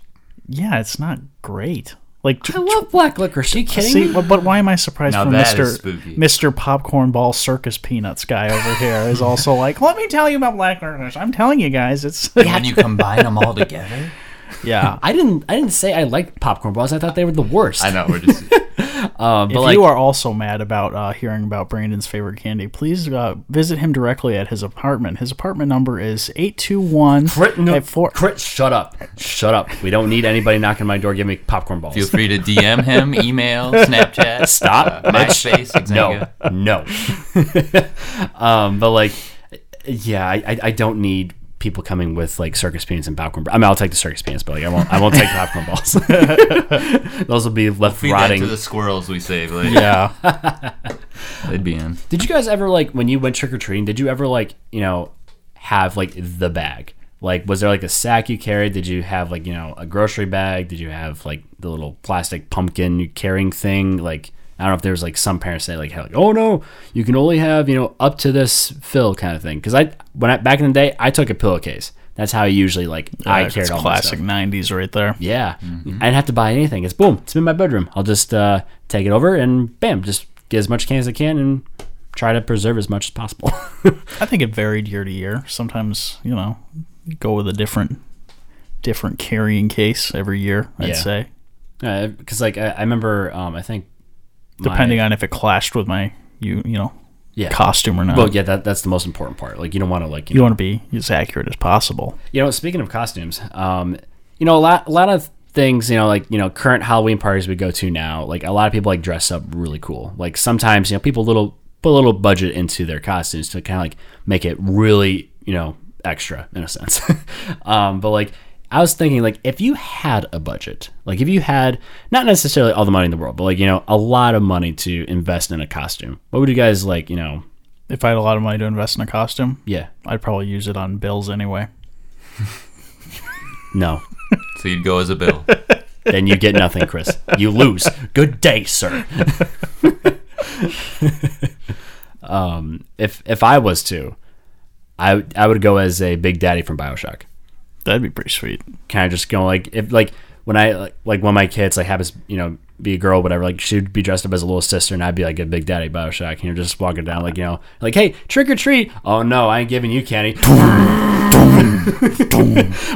B: Yeah, it's not great. Like t-
A: I love black licorice. Are you kidding
B: see,
A: me?
B: but, but why am I surprised
C: Now
B: from
C: that
B: Mister
C: is spooky.
B: Mister Popcorn Ball Circus Peanuts guy over here is also like, let me tell you about Black Licorice. I'm telling you guys, it's
C: When you combine them all together.
B: yeah.
A: I didn't. I didn't say I liked popcorn balls. I thought they were the worst.
C: I know. We're just
A: Um, but
B: if
A: like,
B: you are also mad about uh, hearing about Brandon's favorite candy, please uh, visit him directly at his apartment. His apartment number is eight two one
A: Crit, no,
B: at four.
A: Crit, shut up. Shut up. We don't need anybody knocking my door. Give me popcorn balls.
C: feel free to DM him, email,
A: *laughs*
C: Snapchat,
A: Stop. *laughs*
C: uh, MySpace,
A: no,
C: Xanga.
A: no. *laughs* um, but like, yeah, I, I, I don't need people coming with like circus peanuts and popcorn. I mean, I'll take the circus peanuts, but like, I won't. I won't take popcorn balls. *laughs* Those will be left
C: Feed that to
A: rotting.
C: the squirrels we save later.
B: Yeah,
C: *laughs* They'd be in.
A: did you guys ever like when you went trick or treating? Did you ever like you know have like the bag? Like, was there like a sack you carried? Did you have like you know a grocery bag? Did you have like the little plastic pumpkin carrying thing? Like, I don't know if there was like some parents that like, had, like, oh no, you can only have you know up to this fill kind of thing. Because I when I back in the day, I took a pillowcase. That's how I usually like I
B: it's
A: carried all my stuff.
B: classic '90s right there.
A: Yeah, I didn't have to buy anything. It's boom. It's in my bedroom. I'll just uh, take it over and bam, just get as much can as I can and try to preserve as much as possible. *laughs*
B: I think it varied year to year. Sometimes you know, you go with a different different carrying case every year. I'd
A: Yeah.
B: say
A: Because Uh, like I, I remember, um, I think my-
B: depending on if it clashed with my you you know
A: yeah.
B: costume or not.
A: Well, yeah, that, that's the most important part. Like you don't want to like you,
B: you
A: know,
B: want to be as accurate as possible.
A: you know. Speaking of costumes, um, you know a lot a lot of things you know like you know current Halloween parties we go to now. Like a lot of people like dress up really cool. Like sometimes you know people little put a little budget into their costumes to kind of like make it really you know extra in a sense. *laughs* um, but like I was thinking like if you had a budget, like if you had not necessarily all the money in the world, but like you know a lot of money to invest in a costume, what would you guys like? You know,
B: If I had a lot of money to invest in a costume,
A: yeah,
B: I'd probably use it on bills anyway.
A: no.
C: So you'd go as
A: *laughs*
C: a bill.
A: then you get nothing, Chris. You lose. Good day, sir. *laughs* um, if if I was to, I I would go as a Big Daddy from Bioshock.
B: That'd be pretty sweet.
A: Kind of just go like if like when I like, like when my kids like happens you know be a girl whatever like she'd be dressed up as a little sister and I'd be like a Big Daddy Bioshock you know just walking down like you know like hey trick or treat oh no I ain't giving you candy. *laughs*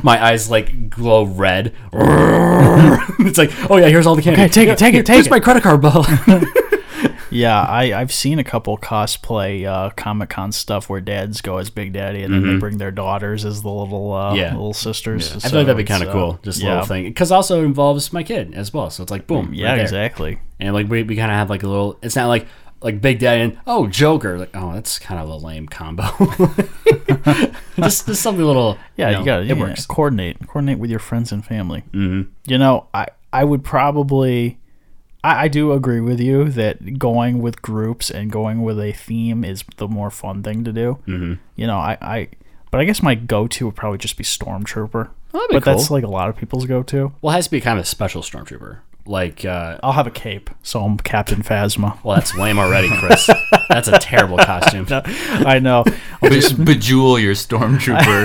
A: My eyes like glow red. *laughs* it's like, oh yeah, here's all the candy.
B: Okay, take it, take it, take
A: Here's
B: it.
A: my credit card bill. *laughs*
B: Yeah, I, I've seen a couple cosplay uh, Comic Con stuff where dads go as Big Daddy and then they bring their daughters as the little uh,
A: Mm-hmm. Yeah.
B: little sisters.
A: I feel like that'd be
B: So
A: kind of
B: it's, uh,
A: cool, just a
B: yeah. Mm,
A: little thing, because also involves my kid as well. So it's like, boom,
B: Yeah,
A: right there.
B: exactly.
A: And like we, we kind of have like a little. It's not like like Big Daddy and oh Joker. Like oh, that's kind of a lame combo. *laughs* just, just something a little.
B: Yeah, you,
A: know,
B: gotta
A: It
B: yeah,
A: works.
B: Coordinate, coordinate with your friends and family. Mm-hmm. You know, I I would probably. I I do agree with you that going with groups and going with a theme is the more fun thing to do. Mm-hmm. You know, I, I, but I guess my go-to would probably just be Stormtrooper.
A: Oh, that'd be
B: But that's
A: cool.
B: like a lot of people's go-to.
A: Well, it has to be kind of a special stormtrooper. Like, uh,
B: I'll have a cape, so I'm Captain Phasma. *laughs*
A: well, that's lame already, Chris. that's a terrible costume.
B: I know.
C: Be- bejewel your stormtrooper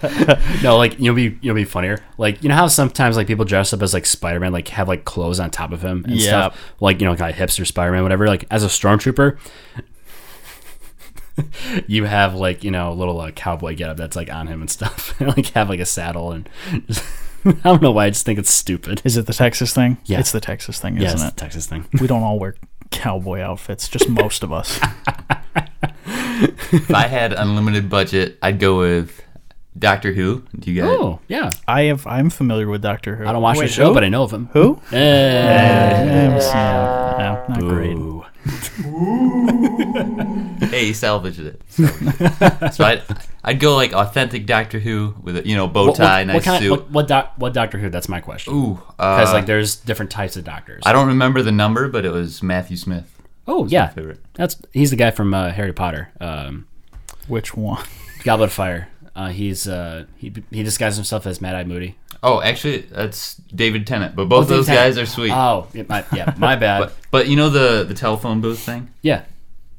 A: *laughs*
C: something.
A: No, like you'll be you'll be funnier. Like you know how sometimes like people dress up as like Spider Man, like have like clothes on top of him and
B: Yeah.
A: stuff. Like you know, kind of hipster Spider Man, whatever. Like as a stormtrooper, *laughs* you have like you know a little uh, cowboy getup that's like on him and stuff. *laughs* and, like have like a saddle and *laughs* just, I don't know why I just think it's stupid.
B: Is it the Texas thing?
A: Yeah.
B: It's the Texas thing,
A: Yeah, it's
B: isn't
A: the
B: it?
A: Texas thing.
B: We don't all wear cowboy outfits, just most
A: *laughs*
B: of us.
C: if I had unlimited budget, I'd go with Doctor Who. Do you guys?
A: Oh, yeah.
B: I have. I'm familiar with Doctor Who.
A: I don't watch
B: Wait,
A: the show,
B: who?
A: but I know of him.
B: who?
A: Eh.
B: I haven't seen it. No, not great.
A: Ooh.
C: Hey, he
A: *laughs*
C: salvaged it. so I'd, I'd go like authentic Doctor Who with a you know bow
A: What,
C: tie,
A: what,
C: nice
A: what, kind
C: suit.
A: of, what, what, doc, what Doctor Who? That's my question.
C: Ooh,
A: Because
C: uh,
A: like, there's different types of doctors.
C: I don't remember the number, but it was Matthew Smith.
A: oh yeah,
C: favorite.
A: that's he's the guy from uh, Harry Potter, um,
B: Which one?
A: Goblet of Fire. Uh, he's uh, he he disguises himself as Mad Eye Moody.
C: Oh, actually, that's David Tennant. But both
A: David
C: those
A: Tennant.
C: guys are sweet.
A: Oh, yeah, my, yeah, my bad.
C: but, but you know the the telephone booth thing.
A: *laughs* yeah.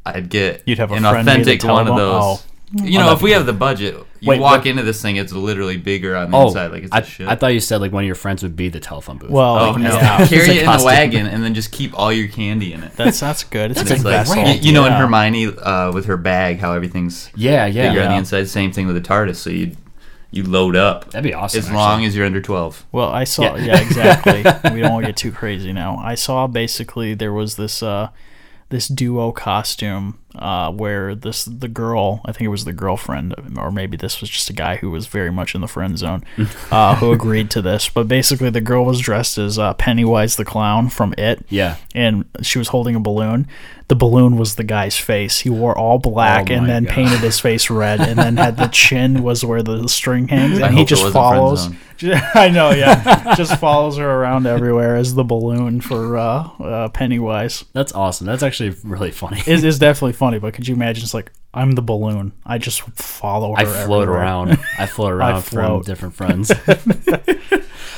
C: I'd get
B: You'd have a
C: an
B: friend need a
C: authentic one of
B: telephone-
C: those.
B: oh.
C: You know, if we have the budget, you
A: Wait,
C: walk
A: what-
C: into this thing, it's literally bigger on the
A: Oh,
C: inside. Like it's a
A: I,
C: shit.
A: I thought you said like one of your friends would be the telephone booth.
B: *laughs* Well,
C: oh
B: like,
C: no!
B: yeah.
A: It's a
C: Carry it in the
A: costume.
C: wagon and then just keep all your candy in it.
B: that's that's good. It's
A: That's
B: an
A: a
C: It's like
B: investment.
A: great
C: you, you know, in
B: Yeah.
C: Hermione uh, with her bag, how everything's
A: yeah, yeah,
C: bigger on
A: yeah.
C: the inside. Same thing with the TARDIS. So you you load up
A: That'd be awesome.
C: as
A: actually.
C: long as you're under twelve.
B: Well, I saw. Yeah, *laughs* exactly. we don't want to get too crazy now. I saw basically there was this uh, this duo costume uh, where this the girl, I think it was the girlfriend, or maybe this was just a guy who was very much in the
A: *laughs*
B: friend zone, uh, who agreed to this. But basically, the girl was dressed as uh, Pennywise the clown from It.
A: Yeah.
B: And she was holding a balloon. The balloon was the guy's face. He wore all black
A: Oh my
B: and then
A: God.
B: painted his face red, and
A: *laughs*
B: then had the chin was where the string hangs, and he
C: hope it
B: just
C: wasn't friend
B: follows.
C: zone.
B: *laughs* I know, yeah. Just follows her around everywhere as the balloon for uh, uh, Pennywise.
A: That's awesome. That's actually really funny.
B: It is definitely funny, but could you imagine? It's like I'm the balloon. I just follow her.
A: I float
B: everywhere.
A: around. I
C: *laughs*
A: float around
B: float.
A: from different friends.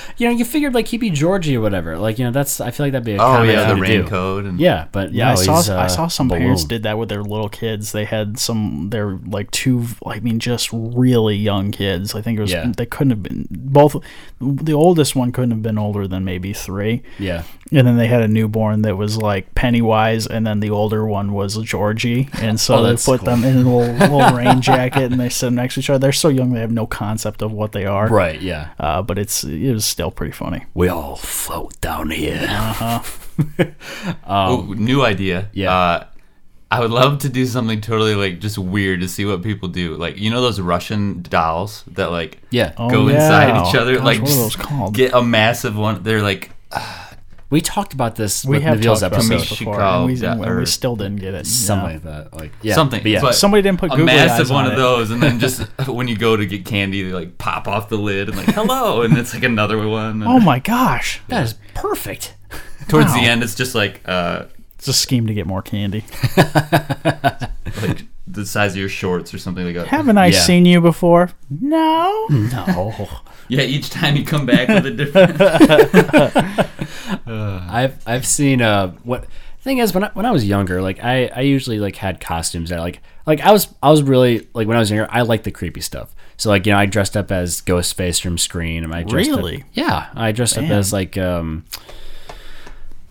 A: *laughs* you know, you figured like he'd be Georgie or whatever. Like you know, that's I feel like that'd be a
C: Oh
A: common
C: yeah,
A: thing
C: the
A: to do.
C: raincoat and
A: Yeah, but
B: Yeah,
A: no,
B: I saw.
A: he's,
B: I
A: uh,
B: saw some
A: balloon.
B: parents did that with their little kids. They had some. They're like two. I mean, just really young kids. I think it was.
A: Yeah.
B: They couldn't have been both. The oldest one couldn't have been older than maybe three.
A: Yeah,
B: and then they had a newborn that was like Pennywise, and then the older one was Georgie, and
A: *laughs*
B: so
A: Oh,
B: they
A: that's
B: put
A: cool.
B: them in
A: *laughs*
B: a little, little rain jacket, and they sit next to each other. They're so young; they have no concept of what they are.
A: right. Yeah,
B: Uh, but it's it was still pretty funny.
A: we all float down here.
C: Ooh, new idea.
A: Oh. Yeah.
C: Uh, I would love to do something totally like just weird to see what people do. Like you know those Russian dolls that like
A: Yeah,
B: Oh,
C: go
B: yeah.
C: inside each other.
B: Gosh,
C: like
B: what are those
C: just
B: called?
C: Get a massive one. They're like
A: we talked about this
B: we
A: with
B: have
A: Navil's
B: talked about
A: episode.
B: this
C: Kamishiko,
B: before, and we,
C: yeah,
B: and we
C: or-
B: still didn't get it.
A: Something
B: Yeah.
A: like that. Like yeah,
C: something.
A: but yeah,
C: but
B: Somebody didn't put
C: a
B: googly
C: massive
B: eyes
C: one
B: on
C: of
B: it.
C: those, and
B: *laughs*
C: then just *laughs* when you go to get candy, they like pop off the
B: *laughs*
C: lid and like hello, and it's like another one. and
B: Oh my gosh,
A: that is perfect.
C: Towards
B: wow.
C: the end, it's just like uh,
B: it's a scheme to get more candy.
C: like the size of your shorts or something like that.
B: Haven't I
A: Yeah.
B: seen you before? No.
A: Hmm. No. *laughs*
C: yeah, each time you come back with a
B: *laughs*
C: different.
A: I've I've seen uh what thing is when I, when I was younger like I, I usually like had costumes that like like I was I was really like when I was younger I liked the creepy stuff so like you know I dressed up as Ghostface from Scream and I dressed up-
B: Really?
A: yeah I dressed up
B: Man.
A: as like um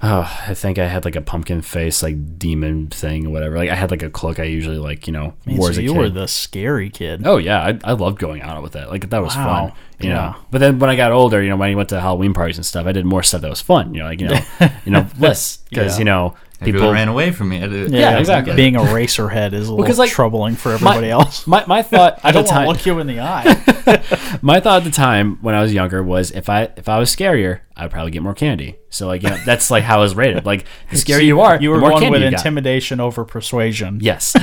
A: oh I think I had like a pumpkin face like demon thing or whatever like I had like a cloak I usually like you know
B: Man,
A: wore
B: so
A: as a
B: you
A: kid
B: were the scary kid.
A: Oh yeah, I, I loved going out with that. Like that was
B: Wow.
A: fun, you
B: Yeah.
A: know. But then when I got older, you know, when I went to Halloween parties and stuff, I did more stuff that was fun. You know, like you
B: *laughs*
A: know, you know, less because
B: Yeah.
A: you know
C: People
A: people.
C: ran away from me. I did-
A: Yeah, exactly.
B: Being a racer head is a little
A: 'cause, like,
B: troubling for
A: my,
B: everybody
A: *laughs*
B: else.
A: My my thought at
B: *laughs* I don't
A: the
B: want to
A: time,
B: look you in the
A: *laughs*
B: eye.
A: my thought at the time when I was younger was if I if I was scarier, I'd probably get more candy. So like you know, that's like how I was rated. Like
B: *laughs*
A: the scarier you are,
B: you were
A: the more
B: one
A: candy
B: with
A: you got.
B: intimidation over persuasion. *laughs*
A: Yes.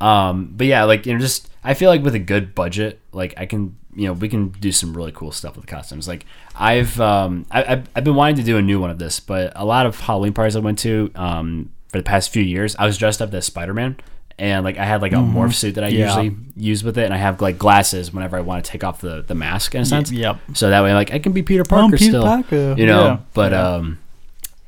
A: um, but yeah, like you know, just I feel like with a good budget, like I can, you know, we can do some really cool stuff with the costumes. Like I've, um, I, I've, I've been wanting to do a new one of this, but a lot of Halloween parties I went to, um, for the past few years, I was dressed up as Spider Man. And like I had like a morph suit that I
B: Mm-hmm. Yeah.
A: usually use with it, and I have like glasses whenever I want to take off the, the mask in a sense.
B: yep.
A: So that way, like I can be Peter Parker
B: Um, Peter
A: still,
B: Parker.
A: you know.
B: Yeah.
A: But um,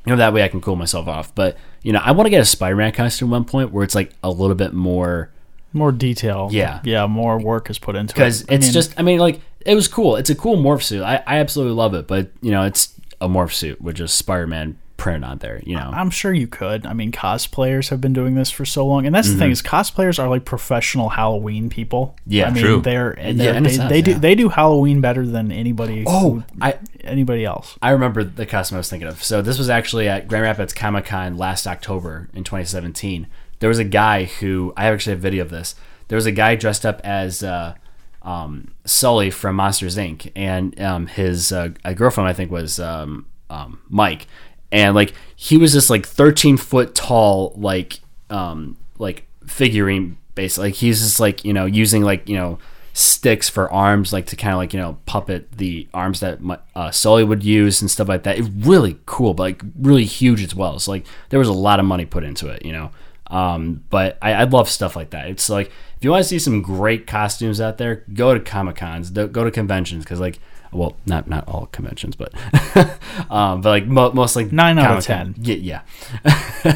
A: you know that way I can cool myself off. But you know, I want to get a Spider-Man costume at one point where it's like a little bit more
B: More detail.
A: Yeah.
B: Yeah, more work is put into it.
A: because
B: I
A: it's
B: mean,
A: just. I mean, like it was cool. It's a cool morph suit. I, I absolutely love it. But you know, it's a morph suit with just Spider-Man print on there. You know,
B: I'm sure you could. I mean, cosplayers have been doing this for so long, and that's the thing is, cosplayers are like professional Halloween people.
A: Mm-hmm. Yeah,
B: I mean,
C: True.
B: They're, and
A: Yeah,
B: they're
A: in a
B: they,
A: sense,
B: they do
A: yeah.
B: they do Halloween better than anybody.
A: Oh, I
B: anybody else?
A: I remember the costume I was thinking of. So this was actually at Grand Rapids Comic Con last October in 2017. There was a guy who I actually have video of this. there was a guy dressed up as uh, um, Sully from Monsters Inc. and um, his uh, a girlfriend I think was um, um, Mike, and like he was this like thirteen foot tall like um, like figurine basically. Like he's just like you know using like you know sticks for arms like to kind of like you know puppet the arms that my- uh, Sully would use and stuff like that. It really cool, but like really huge as well. So like there was a lot of money put into it, you know. Um, but I, I love stuff like that. It's like if you want to see some great costumes out there, go to comic cons, go to conventions because like well not not all conventions, but *laughs* um, but like mo- most like
B: Nine out of
A: Comic-Con. Yeah,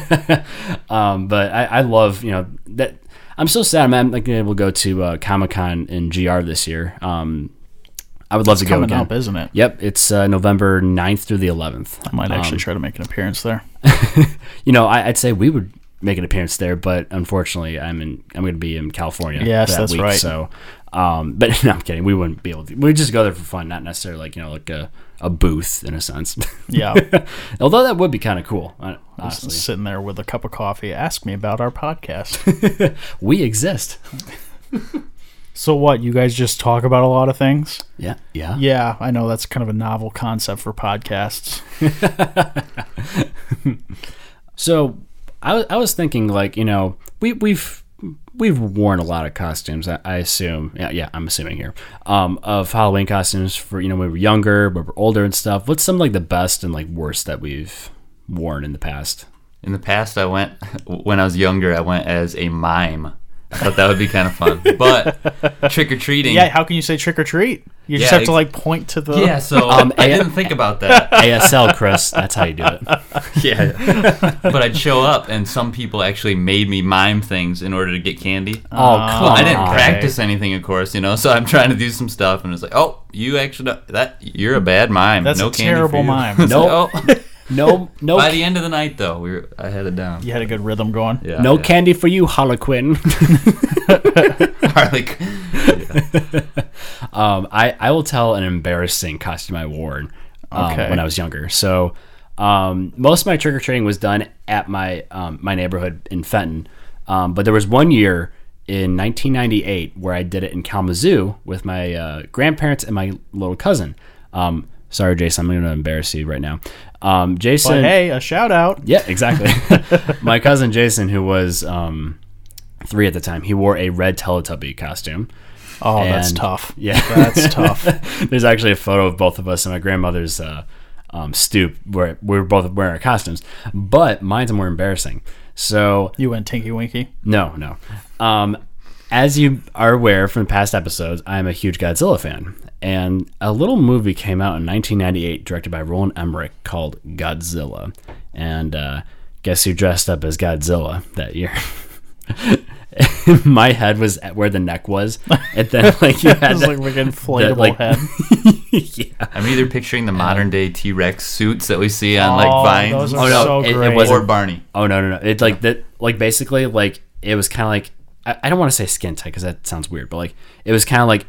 A: yeah. *laughs* um, but I, I love you know that. I'm so sad I'm not gonna be able to go to uh, Comic Con in GR this year. Um, I would love to go
B: coming
A: again.
B: up, isn't it?
A: Yep, it's uh, November 9th through the 11th.
B: I might actually try to make an
A: *laughs*
B: appearance there.
A: You know, I, I'd say we would make an appearance there, but unfortunately, I'm in. I'm going to be in California.
B: Yes, that's right.
A: So, um, *laughs* but no, I'm kidding. We wouldn't be able to. We'd just go there for fun, not necessarily like you know, like a, a booth in a sense. *laughs*
B: Yeah,
A: Although that would be kind of cool, hon- honestly.
B: sitting there with a cup of coffee, ask me about our podcast. *laughs*
A: We exist.
B: so what? You guys just talk about a lot of things.
A: Yeah, yeah.
B: Yeah, I know that's kind of a novel concept for podcasts.
A: So I, was- I was thinking like you know we we've we've worn a lot of costumes I, I assume yeah yeah I'm assuming here um, of Halloween costumes for you know when we were younger when we were older and stuff what's some like the best and like worst that we've worn in the *laughs* past
C: In the past, I went *laughs* when I was younger. I went as a mime. I thought that would be kind of fun, but trick or treating.
B: Yeah, how can you say trick or treat? You just
C: Yeah,
B: have to like point to the.
C: yeah. So I didn't think about
A: *laughs*
C: that.
A: ASL Chris that's how you do it
C: Yeah, *laughs* but I'd show up, and some people actually made me mime things in order to get candy.
A: oh come
C: I didn't
A: on.
C: practice anything, of course, you know. So I'm trying to do some stuff, and it's like, oh, you actually that you're a bad mime.
B: That's
C: no
B: a
C: candy
B: terrible
C: for you.
B: mime.
C: *laughs* It's like,
A: Nope.
C: "Oh."
A: no no
C: By the end of the night, though, we were, I had it down.
B: You had a good rhythm going.
C: Yeah,
A: no
C: yeah.
A: candy for you Harlequin
C: *laughs* Harley Quinn.
A: Um, I, I will tell an embarrassing costume I wore um,
B: Okay.
A: when I was younger. So um, most of my trick or treating was done at my um, my neighborhood in Fenton, um, but there was one year in 1998 where I did it in Kalamazoo with my uh, grandparents and my little cousin. Um, sorry, Jason, I'm going to embarrass you right now. Um, Jason,
B: But hey, a shout out.
A: yeah, exactly. *laughs* My cousin Jason, who was um, three at the time, he wore a red Teletubby costume.
B: Oh, that's
A: And-
B: tough.
A: Yeah.
B: *laughs* That's tough.
A: *laughs* There's actually a photo of both of us in my grandmother's uh, um, stoop where we were both wearing our costumes, but mine's more embarrassing. So
B: You went
A: *laughs*
B: Tinky Winky.
A: no, no. Um, as you are aware from past episodes, I am a huge Godzilla fan, and a little movie came out in 1998 directed by Roland Emmerich called Godzilla, and uh, guess who dressed up as Godzilla that year? *laughs* My head was at where the neck was, and then like you
B: *laughs*
A: had
B: It's like an inflatable
A: like-
B: head.
A: yeah.
C: I'm either picturing the modern day T Rex suits that we see on
B: Oh,
C: like Vine.
B: those are
C: oh no,
B: so
C: it, it
B: great.
C: or Barney.
A: Oh no, no, no! It like that, like basically, like it was kind of like I, I don't want to say skin tight because that sounds weird, but like it was kind of like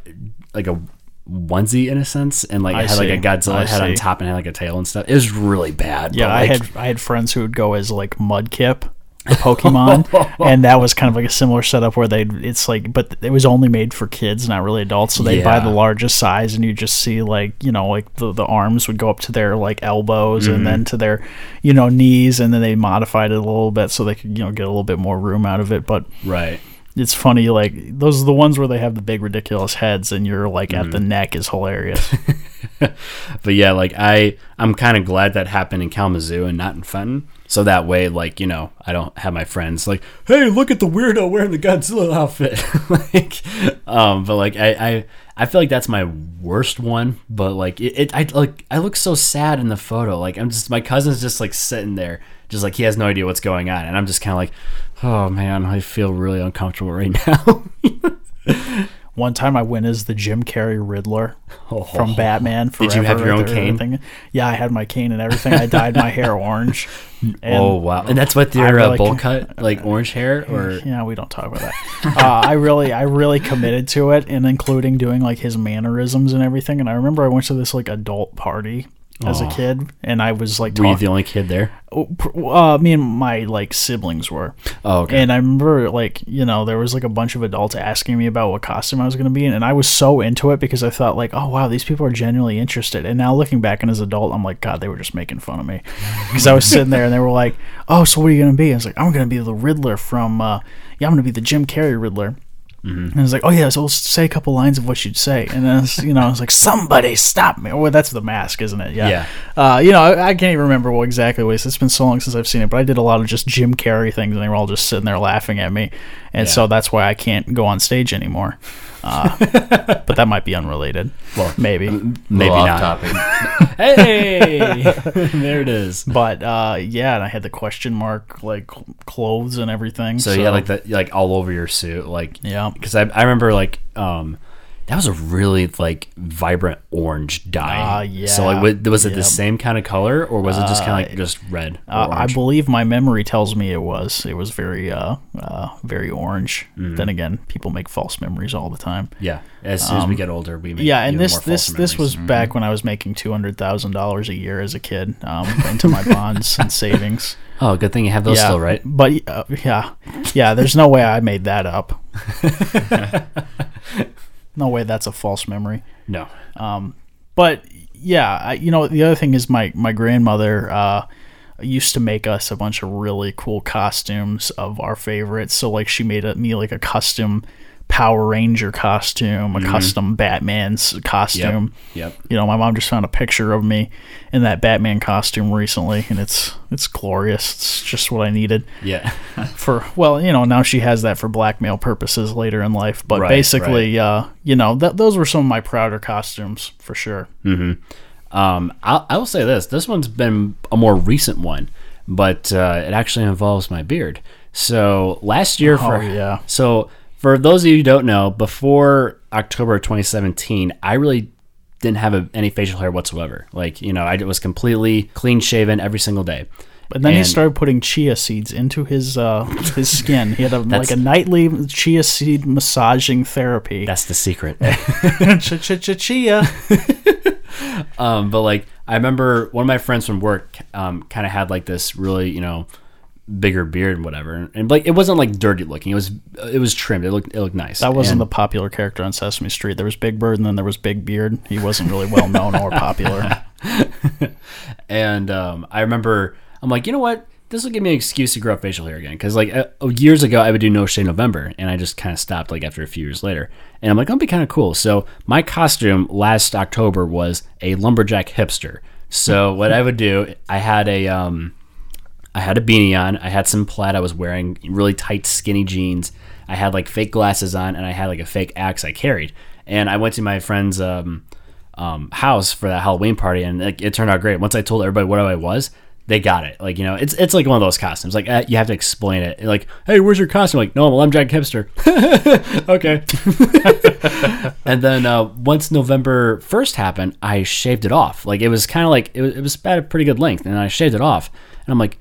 A: like a onesie in a sense, and like
B: I
A: it had
B: see.
A: like a Godzilla
B: I
A: head on
B: see.
A: top and had like a tail and stuff. It was really bad.
B: Yeah,
A: but,
B: I
A: like,
B: had I had friends who would go as like Mudkip,
A: *laughs*
B: the Pokemon, and that was kind of like a similar setup where they would it's like, but it was only made for kids, not really adults. So they would buy
A: Yeah.
B: the largest size, and you just see like you know like the, the arms would go up to their like elbows and
A: Mm-hmm.
B: then to their you know knees, and then they modified it a little bit so they could you know get a little bit more room out of it. But
A: right.
B: it's funny like those are the ones where they have the big ridiculous heads, and you're like at the
A: Mm-hmm.
B: neck is
A: *laughs*
B: hilarious.
A: but yeah, like I, I'm kind of glad that happened in Kalamazoo and not in Fenton. So that way, like you know, I don't have my friends like, hey, look at the weirdo wearing the Godzilla outfit. *laughs* like, um, but like I, I, I feel like that's my worst one. But like it, it, I like I look so sad in the photo. Like I'm just my cousin's just like sitting there, just like he has no idea what's going on, and I'm just kind of like, oh man, I feel really uncomfortable right *laughs* now.
B: One time I went as the Jim Carrey Riddler from Batman. Forever,
A: Oh. Did you have your own
B: and
A: cane?
B: everything. Yeah, I had my cane and everything. I dyed my
A: *laughs*
B: hair orange. And,
A: oh wow, and that's what their uh,
B: really
A: bowl
B: c-
A: cut, like orange hair, *laughs* or
B: Yeah, we don't talk about that. Uh, I really, I really committed to it, and including doing like his mannerisms and everything. And I remember I went to this like adult party, as a kid, and I was like
A: Were you
B: talking.
A: the only kid there?
B: oh, pr- Uh, me and my like siblings were,
A: Oh, okay.
B: and I remember like you know there was like a bunch of adults asking me about what costume I was going to be in, and I was so into it because I thought like, oh wow, these people are genuinely interested. And now looking back, and as an adult, I'm like, God, they were just making fun of me *laughs* because I was sitting there and they were like, oh, so what are you going to be? I was like, I'm going to be the Riddler from, uh, yeah, I'm going to be the Jim Carrey Riddler. And I was like, oh yeah, so we'll say a couple lines of what you'd say, and then *laughs* I was, you know, I was like, somebody stop me. Well, that's the mask, isn't it?
A: Yeah.
B: Uh, you know, I, I can't even remember what exactly it was. It's been so long since I've seen it, but I did a lot of just Jim Carrey things, and they were all just sitting there laughing at me, and so that's why I can't go on stage anymore.
A: *laughs*
B: Uh, but that might be unrelated. Well, maybe.
A: uh, Maybe
C: Little
A: not.
C: off Topic. *laughs*
A: Hey, *laughs* there it is.
B: But uh, yeah, and I had the question mark like cl- clothes and everything.
A: So, yeah, like that, like all over your suit, like
B: yeah,
A: because I, I remember like um that was a really like vibrant orange dye.
B: Ah, yeah.
A: So like wa- was it the
B: Yep.
A: same kind of color or was it just kind of like just red? or
B: Uh, I
A: orange?
B: believe my memory tells me it was. It was very, uh, uh, very orange.
A: Mm-hmm.
B: Then again, people make false memories all the time.
A: yeah. As soon as we get older, we make
B: um, Yeah, and
A: even
B: this
A: more
B: this
A: false
B: this
A: memories.
B: was
A: Mm-hmm.
B: back when I was making two hundred thousand dollars a year as a kid um, into my bonds
A: *laughs*
B: and savings.
A: oh good thing you have those
B: yeah,
A: still right.
B: But uh, yeah, yeah. There's no way I made that
A: *laughs*
B: up. no way. That's a false memory.
A: No,
B: but yeah, I, you know the other thing is my my grandmother uh, used to make us a bunch of really cool costumes of our favorites. So like she made a, me like a custom Power Ranger costume, a
A: Mm-hmm.
B: custom Batman's
A: yep,
B: costume.
A: yep.
B: You know, my mom just found a picture of me in that Batman costume recently, and it's it's glorious. It's just what I needed
A: Yeah.
B: for well, you know, now she has that for blackmail purposes later in life. But
A: Right,
B: basically, uh, you know, th- those were some of my prouder costumes for sure.
A: Um, I, I will say this. This one's been a more recent one, but uh, it actually involves my beard. So last year for
B: Oh, yeah.
A: So for those of you who don't know, before October 2017, I really didn't have a, any facial hair whatsoever. Like you know, I was completely clean shaven every single day.
B: But then he
A: And-
B: started putting chia seeds into his uh, his skin. He had a,
A: *laughs*
B: like a nightly chia seed massaging therapy.
A: That's the secret.
B: Chia.
A: *laughs* Um, but like I remember one of my friends from work um, kind of had like this really you know bigger beard and whatever, and like it wasn't like dirty looking. It was it was trimmed. It looked it looked nice.
B: That wasn't
A: And-
B: the popular character on Sesame Street. There was Big Bird, and then there was Big Beard. He wasn't really well known
A: *laughs*
B: or popular.
A: And um, I remember, I'm like, you know what? This will give me an excuse to grow out facial hair again. Because like uh, oh, years ago, I would do No Shave November, and I just kind of stopped like after a few years later. And I'm like, that'll be kind of cool. So my costume last October was a lumberjack hipster. So what I would do, I had a um, I had a beanie on. I had some plaid I was wearing, really tight, skinny jeans. I had like fake glasses on, and I had like a fake axe I carried. And I went to my friend's um, um, house for that Halloween party, and like, it turned out great. Once I told everybody what I was, they got it. Like you know, it's it's like one of those costumes. Like uh, you have to explain it. Like, hey, where's your costume? Like, no, I'm a lumberjack hipster. *laughs* okay. *laughs* And then uh, once November 1st happened, I shaved it off. Like it was kind of like it was, it was at a pretty good length, and I shaved it off. And I'm like,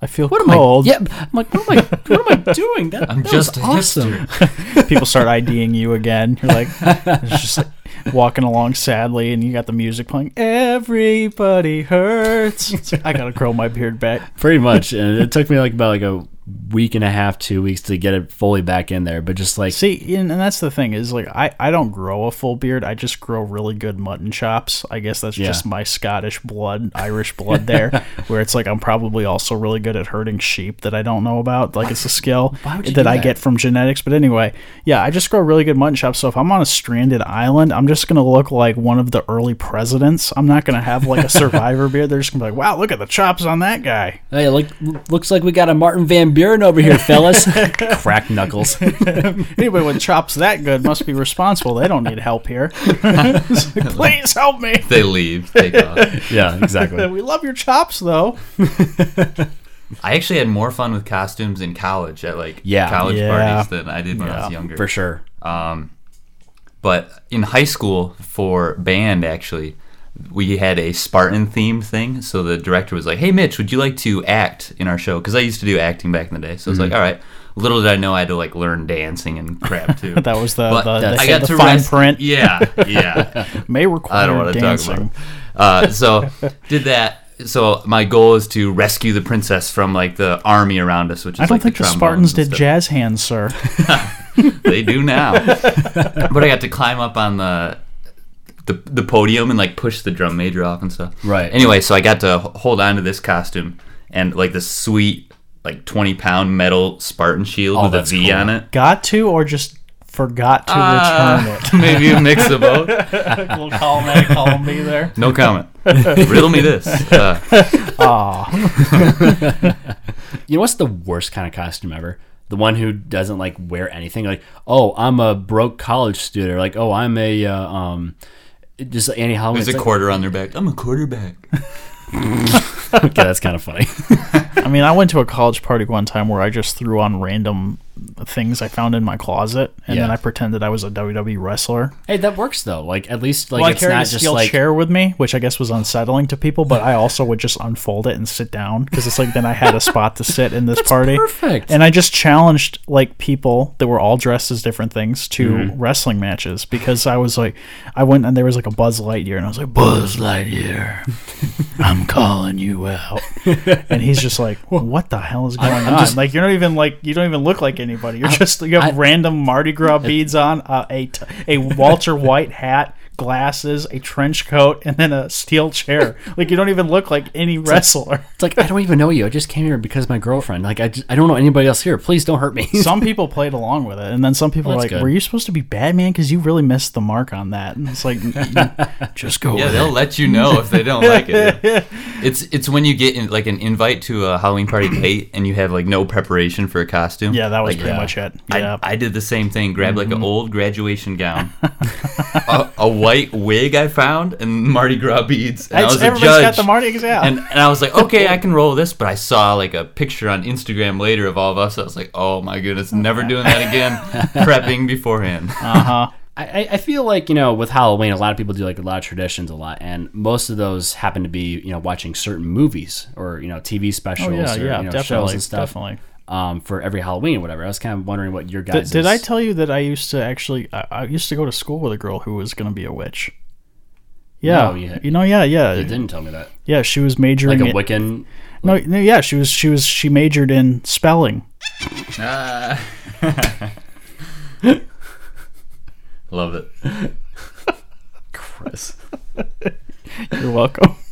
B: I feel
A: what am
B: cold.
A: I? Yeah, I'm like, what am I? What am I doing? That, I'm
C: just a
A: awesome.
B: *laughs* People start IDing you again. You're like, it's
A: *laughs*
B: just like walking along sadly, and you got the music playing. Everybody hurts. It's like, I gotta grow my beard back.
A: Pretty much, and it took me like about like a week and a half, two weeks to get it fully back in there. But just like,
B: See, and, and that's the thing is like I, I don't grow a full beard. I just grow really good mutton chops. I guess that's
A: Yeah.
B: just my Scottish blood, Irish
A: *laughs*
B: blood there, where it's like I'm probably also really good at herding sheep that I don't know about. Like it's a skill
A: *laughs* Why would you
B: that
A: do
B: I
A: that?
B: get from genetics. But anyway, yeah, I just grow really good mutton chops. So if I'm on a stranded island, I'm just gonna look like one of the early presidents. I'm not gonna have like
A: *laughs*
B: a survivor beard. They're just gonna be like, wow, look at the chops on that guy.
A: hey, look, looks like we got a Martin Van Buren over here, fellas. Crack knuckles.
B: Anybody with chops that good must be responsible. They don't need help here. *laughs* It's
A: *laughs*
B: like, Please help me.
C: They leave. Take off.
A: *laughs* yeah, exactly.
B: *laughs* We love your chops, though.
C: I actually had more fun with costumes in college at like
A: Yeah.
C: college
B: Yeah.
C: parties than I did when I
B: Yeah.
C: was younger.
A: For sure.
C: But in high school for band, actually, we had a Spartan themed thing. So
B: Mm-hmm.
C: the director was like, "Hey, Mitch, would you like to act in our show?" Because I used to do acting back in the day. So I was like, "All right, Little did I know I had to like learn dancing
B: *laughs*
C: and crap too.
B: That was the,
C: But
B: the, they
C: I
B: said
C: got
B: the
C: to
B: fine
C: rest-
B: print.
C: *laughs* Yeah, yeah.
B: May
C: I don't
B: require
C: want to talk about.
B: dancing.
C: It. Uh, so did that. So my goal is to rescue the princess from like the army around us, which is
B: I don't
C: like
B: think the,
C: trombones
B: Spartans
C: and
B: did
C: stuff.
B: jazz hands, sir.
C: they do now. but I got to climb up on the, the the podium and like push the drum major off and stuff.
A: Right.
C: Anyway, so I got to h- hold on to this costume and like this sweet like twenty pound metal Spartan shield with a
A: that's
C: V
A: cool.
C: on it. *laughs*
B: Got to or just forgot to return it.
C: Maybe a mix of both.
B: Uh, *laughs* We'll call me, call me there.
C: No comment. Riddle me *laughs* this. Uh,
B: Aw.
A: You know what's the worst kind of costume ever? The one who doesn't like wear anything. Like, oh, I'm a broke college student. Or like, oh, I'm a uh, um, just Annie Halloween.
C: there's a
A: It's like,
C: quarter on their back. I'm a quarterback.
A: *laughs* okay, that's kind of funny.
B: I mean, I went to a college party one time where I just threw on random things I found in my closet, and then
A: Yeah.
B: I pretended I was a WWE wrestler.
A: hey, that works though. Like, at least like
B: well, I
A: it's
B: carried a
A: not just
B: steel
A: like
B: chair with me, which I guess was unsettling to people, but I also would just unfold it and sit down because it's like then I had a spot to sit in this party.
A: perfect.
B: And I just challenged like people that were all dressed as different things to
A: Mm-hmm.
B: wrestling matches because I was like, I went and there was like a Buzz Lightyear and I was like, Buzz Lightyear, I'm calling
A: *laughs*
B: you out. and he's just like, what the hell is going on? like you're not even like you don't even look like anybody. You're just you have
A: I-
B: random Mardi Gras beads on, uh, a t- a Walter White hat. Glasses, a trench coat, and then a steel chair. Like you don't even look like any wrestler.
A: *laughs* it's like I don't even know you. I just came here because my girlfriend. Like, I, just, I don't know anybody else here. Please don't hurt me. *laughs*
B: some people played along with it, and then some people were
A: Well,
B: like,
A: that's good.
B: "Were you supposed to be Batman? Because you really missed the mark on that." And it's like,
A: *laughs*
B: just go.
C: Yeah,
B: with
C: they'll
B: it.
C: let you know if they don't like it. *laughs* It's it's when you get in, like an invite to a Halloween party late and you have like no preparation for a costume.
B: yeah, that was
C: Like,
B: pretty
A: yeah.
B: much it.
C: I,
B: Yeah, Mm-hmm.
C: I did the same thing. Grabbed like an old
B: *laughs*
C: graduation gown, a, a white wig I found, and Mardi Gras beads. And I
B: It's-
C: was a
B: everybody's
C: judge.
B: got the Mardi Gras. Yeah.
C: And, and I was like, okay, I can roll this. But I saw like a picture on Instagram later of all of us. I was like, oh my goodness, never doing
B: *laughs*
C: that again. Prepping beforehand.
B: Oh.
A: I, I- I feel like you know with Halloween, a lot of people do like a lot of traditions a lot, and most of those happen to be you know watching certain movies or you know TV specials
B: Oh, yeah,
A: or
B: yeah,
A: you know, shows
B: definitely,
A: and stuff
B: definitely.
A: um, for every Halloween or whatever. I was kind of wondering what your
B: Did,
A: guys
B: did I tell you that I used to actually? I, I used to go to school with a girl who was going to be a witch. Yeah,
A: No, you-
B: you know, yeah, yeah,
A: didn't tell me that
B: yeah. She was majoring
A: like a
B: in-
A: Wiccan.
B: No, no, yeah, she was, she was, she majored in spelling.
C: Ah. Love it.
B: Oh,
A: Chris.
B: You're welcome. *laughs*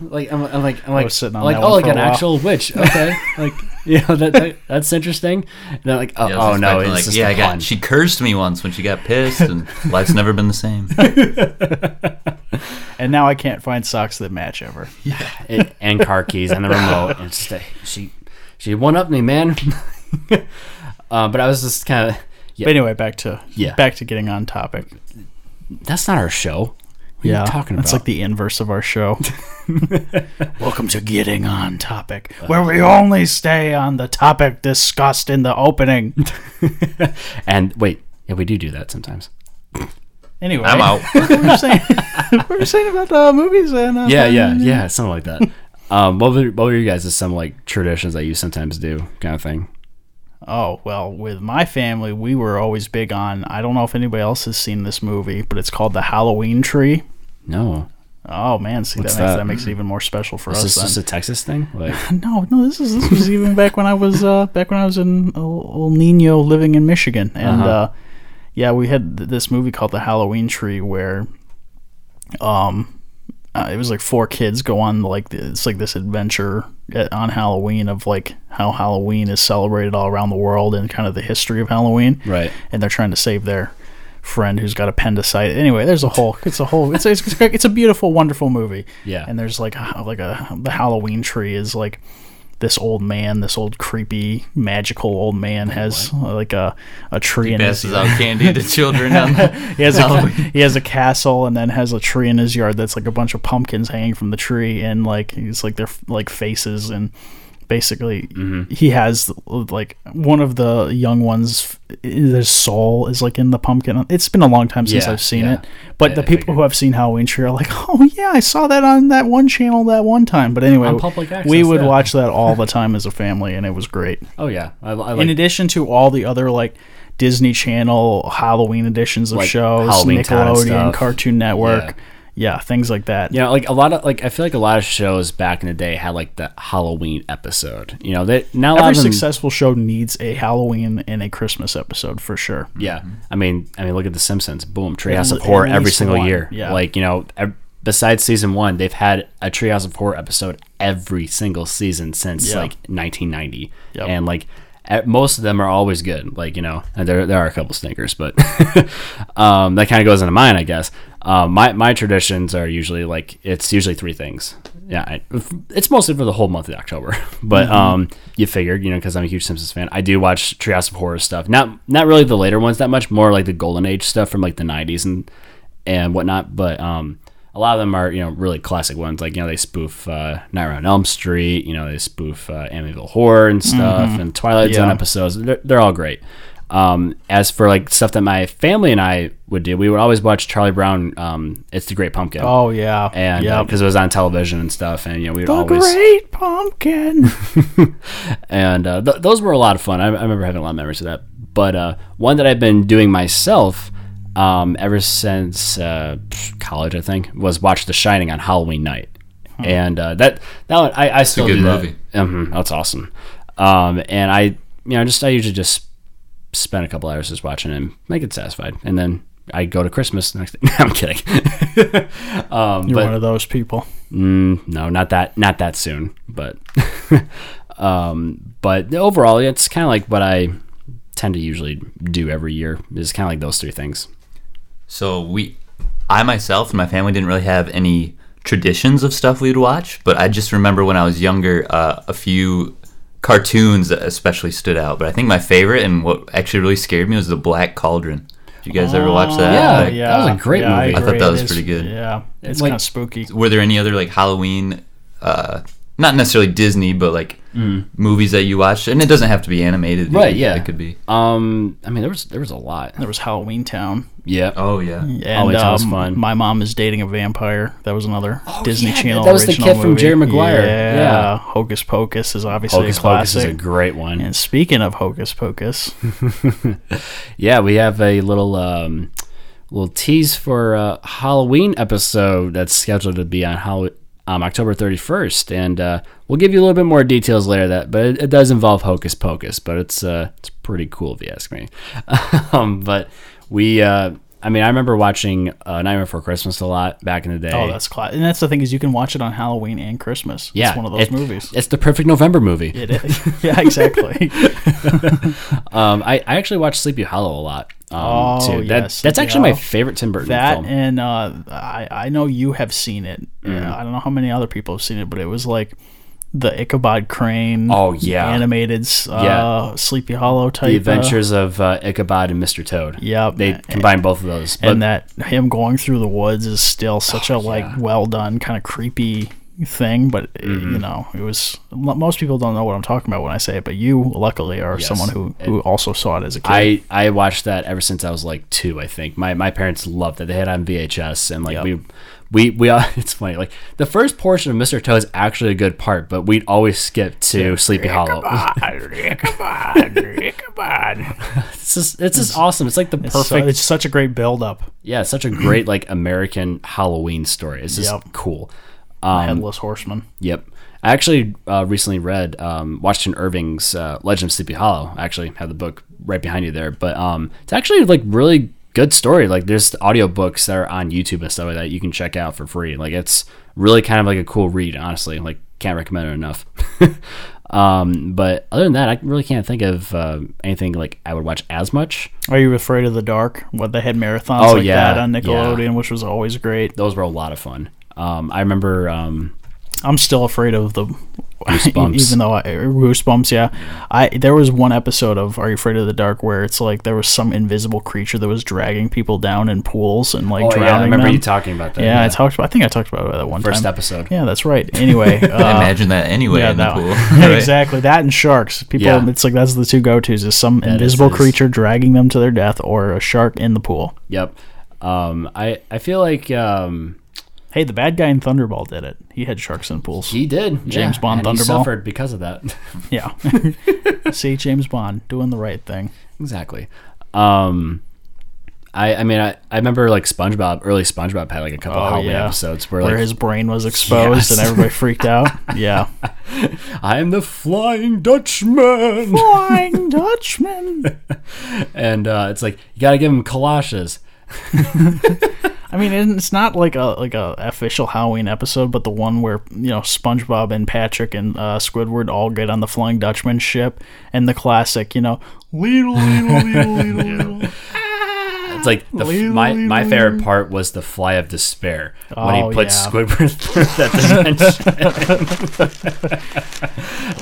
A: Like I'm, I'm like I'm like
B: was sitting on
A: like
B: that
A: oh like
B: one for a
A: an
B: while.
A: actual
B: *laughs*
A: witch okay like yeah that, that that's interesting. And then like oh,
C: Yeah, I
A: oh
C: was
A: no
C: expecting,
A: it's
C: like,
A: just
C: yeah,
A: a
C: I got.
A: pun.
C: She cursed me once when she got pissed, and life's never been the same.
B: And now I can't find socks that match ever.
A: and, and car keys and the remote. And just, uh, she she one up me, man. *laughs* uh, but I was just kind of
B: But
A: yeah.
B: anyway, back to
A: Yeah.
B: back to getting on topic.
A: That's not our show. What are you talking about?
B: That's like the inverse of
A: *laughs*
B: our show. Welcome to Getting On Topic,
A: Uh,
B: where we only stay on the topic discussed in the
A: *laughs*
B: opening.
A: and wait, yeah, we do do that sometimes.
B: Anyway, *laughs*
C: I'm out.
B: what were we saying? what were we saying about the movies and uh,
A: Yeah, yeah, yeah, something like that. *laughs* Um, what were, what were you guys' some like traditions that you sometimes do kind of thing?
B: Oh well, with my family, we were always big on. I don't know if anybody else has seen this movie, but it's called The Halloween Tree.
A: No,
B: Oh man, see that makes, that?
A: that?
B: makes it even more special for
A: is
B: us.
A: this
B: then.
A: just a Texas thing? *laughs* Like,
B: *laughs* No, no, this is this was even back when I was uh, back when I was in El El Nino living in Michigan, and
A: Uh-huh.
B: uh yeah, we had th- this movie called The Halloween Tree where, um, uh, it was like four kids go on like th- it's like this adventure at, on Halloween of like how Halloween is celebrated all around the world and kind of the history of Halloween,
A: Right.
B: And they're trying to save their friend who's got appendicitis. Anyway, there's a whole it's a whole it's it's, it's, it's a beautiful, wonderful movie.
A: Yeah.
B: and there's like a, like a the Halloween tree is like this old man, this old creepy magical old man has uh, like a a tree in his
C: Passes out candy to children. On the,
B: he has a he has a castle and then has a tree in his yard that's like a bunch of pumpkins hanging from the tree and like he's like their like faces and basically
A: Mm-hmm.
B: he has like one of the young ones his soul is like in the pumpkin it's been a long time since
A: Yeah,
B: i've seen
A: yeah.
B: it but
A: I-
B: the
A: I
B: people who have seen halloween tree are like *laughs* oh yeah i saw that on that one channel that one time but anyway
A: On public
B: we
A: access,
B: would
A: yeah.
B: watch that all the time as a family and it was great
A: Oh yeah, I, I like
B: in addition to all the other like Disney Channel Halloween editions of
A: Like
B: shows,
A: Halloween Town and
B: Nickelodeon,
A: stuff.
B: Cartoon Network, yeah. things like that.
A: you know like a lot of like I feel like a lot of shows back in the day had like the Halloween episode. You know they now a lot
B: Every
A: of them-
B: successful show needs a Halloween and a Christmas episode for sure.
A: Yeah, I mean, I mean, look at The Simpsons. Boom, Treehouse
B: le-
A: of Horror
B: at
A: every
B: Mm-hmm. least
A: single
B: one,
A: year.
B: yeah.
A: like you know, ev- besides season one, they've had a Treehouse of Horror episode every single season since
B: Yeah.
A: like 1990,
B: Yep.
A: and like at, most of them are always good. Like you know, and there there are a couple stinkers, but *laughs* um, that kind of goes into mine, I guess. Um, my my traditions are usually like it's usually three things. Yeah, I, it's mostly for the whole month of October. *laughs* But
B: Mm-hmm.
A: um, you figured, you know, because I'm a huge Simpsons fan, I do watch Treehouse of Horror stuff. Not not really the later ones that much, more like the Golden Age stuff from like the '90s and and whatnot. But um, a lot of them are you know really classic ones. Like you know they spoof uh, Nightmare on Elm Street. You know they spoof uh, Amityville Horror and stuff, and Twilight Zone
B: Mm-hmm. Yeah.
A: episodes. They're, they're all great. Um, as for like stuff that my family and I would do, we would always watch Charlie Brown. Um, it's the Great Pumpkin,
B: Oh yeah,
A: and
B: yeah,
A: because it was on television and stuff, and you know we would
B: the
A: always
B: Great Pumpkin.
A: and uh, th- those were a lot of fun. I, I remember having a lot of memories of that. But uh, one that I've been doing myself um, ever since uh, pff, college, I think, was watch The Shining on Halloween night, and uh, that that one I, I still
C: good
A: do that.
C: movie.
A: Mhm, that's awesome. Um, and I, you know, just I usually just spend a couple hours just watching him, make it satisfied, and then I go to Christmas the next *laughs* day. I'm kidding. Um,
B: You're one of those people.
A: Mm, no, not that, not that soon. But, *laughs* um, but overall, it's kind of like what I tend to usually do every year. Is kind of like those three things.
C: So we, I myself and my family didn't really have any traditions of stuff we'd watch, but I just remember when I was younger, uh, a few cartoons that especially stood out. But I think my favorite and what actually really scared me was the Black Cauldron. Did you guys ever watch that?
A: yeah,
C: Like,
A: that was a great
B: yeah,
A: movie. I
C: thought
B: agree.
C: that
B: It
C: was
B: is-
C: pretty good.
B: Yeah, it's
A: Like-
B: kind of spooky.
C: Were there any other like Halloween, uh, not necessarily Disney, but like movies that you watched? And it doesn't have to be animated.
A: Right,
C: It-
A: yeah.
C: It could be.
A: Um, I mean, there was there was a lot.
B: There was Halloween Town.
A: Yeah.
C: Oh yeah.
B: And
A: Halloween Town's
B: um,
A: fun.
B: My mom is dating a vampire. That was another
A: Oh,
B: Disney
A: yeah,
B: Channel.
A: that was the
B: original
A: kid from
B: movie.
A: Jerry Maguire.
B: Yeah.
A: Yeah.
B: Hocus Pocus is obviously
A: Hocus
B: a
A: Pocus
B: classic.
A: is a great one.
B: and speaking of Hocus
A: *laughs*
B: Pocus,
A: Yeah, we have a little um, little tease for a Halloween episode that's scheduled to be on Hall- um, October 31st, and uh, we'll give you a little bit more details later. That, but it, it does involve Hocus Pocus, but it's uh, it's pretty cool if you ask me. *laughs* um, but we, uh, I mean, I remember watching uh, Nightmare Before Christmas a lot back in the day.
B: oh, that's class. And that's the thing is you can watch it on Halloween and Christmas.
A: yeah,
B: it's one of those
A: it- *laughs*
B: movies.
A: It's the perfect November movie.
B: It is. yeah,
A: *laughs*
B: exactly.
A: Um, I, I actually watched Sleepy Hollow a lot. Um,
B: Oh,
A: too. That-
B: yes,
A: that's actually
B: yeah.
A: my favorite Tim Burton
B: that
A: film.
B: and uh, I I know you have seen it.
A: Mm-hmm.
B: Yeah, I don't know how many other people have seen it, but it was like the Ichabod Crane.
A: Oh, yeah.
B: animated. Uh,
A: Yeah.
B: Sleepy Hollow type.
A: The
B: uh,
A: Adventures of uh, Ichabod and Mr. Toad.
B: Yep.
A: they combine both of those. But
B: and that him going through the woods is still such a like well done kind of creepy thing but uh,
A: Mm-hmm.
B: you know it was mo- most people don't know what i'm talking about when i say it but you luckily are someone who who also saw it as a kid
A: I I watched that ever since I was like two. I think my my parents loved it. They had it on VHS, and like
B: Yep.
A: we. We, we all, *laughs* it's funny like the first portion of Mr. Toad's actually a good part, but we'd always skip to Sleepy Hollow. *laughs* It's just it's just awesome. It's like the perfect
B: So it's such a great build up
A: yeah, it's such a great like American Halloween story. It's just
B: Yep.
A: cool. Um,
B: headless horseman
A: Yep. I actually uh, recently read um, Washington Irving's uh, Legend of Sleepy Hollow. I actually have the book right behind you there, but um, it's actually like really good story. Like there's audiobooks that are on YouTube and stuff like that you can check out for free. Like it's really kind of like a cool read, honestly. Like can't recommend it enough. *laughs* um, but other than that, I really can't think of uh, anything like I would watch as much.
B: are you afraid of the dark what they had marathons
A: Oh,
B: like
A: yeah,
B: that on
A: yeah.
B: nickelodeon which was always great
A: Those were a lot of fun. Um, I remember um,
B: I'm still afraid of the
A: Goosebumps.
B: *laughs* even though I, goosebumps. Yeah, I there was one episode of Are You Afraid of the Dark where it's like there was some invisible creature that was dragging people down in pools and like
A: Oh
B: drowning
A: yeah, I remember
B: them.
A: you talking about that.
B: yeah, I talked about. I think I talked about that one
A: first
B: time.
A: episode.
B: Yeah, that's right.
A: *laughs*
B: Anyway,
C: I
B: uh,
C: imagine that anyway
B: yeah,
C: in the
B: that- *laughs*
C: pool.
B: yeah,
C: right?
B: exactly that and sharks. People,
A: Yeah.
B: it's like that's the two go tos: is some invisible
A: is-
B: creature dragging them to their death, or a shark in the pool.
A: Yep. Um, I I feel like um,
B: Hey, the bad guy in Thunderball did it. He had sharks in pools.
A: he did
B: James
A: yeah,
B: Bond
A: and he
B: Thunderball.
A: suffered because of that. *laughs*
B: Yeah. *laughs* See, James Bond doing the right thing.
A: exactly. Um, I I mean I, I remember like SpongeBob early SpongeBob had like a couple
B: Oh,
A: Halloween
B: yeah.
A: episodes where,
B: Where
A: like
B: his
A: *laughs*
B: brain was exposed
A: Yes.
B: and everybody
A: *laughs*
B: freaked out. Yeah.
A: I'm the Flying Dutchman, *laughs*
B: Flying Dutchman.
A: and uh, it's like you gotta give him galoshes.
B: I mean, and it's not like a like a official Halloween episode, but the one where you know SpongeBob and Patrick and uh, Squidward all get on the Flying Dutchman ship, and the classic, you know, little little little
A: *laughs*
B: little.
A: It's like the, f- my my favorite part was the Fly of Despair when
B: Oh,
A: he puts
B: yeah.
A: Squidward *laughs* through that *laughs* dimension.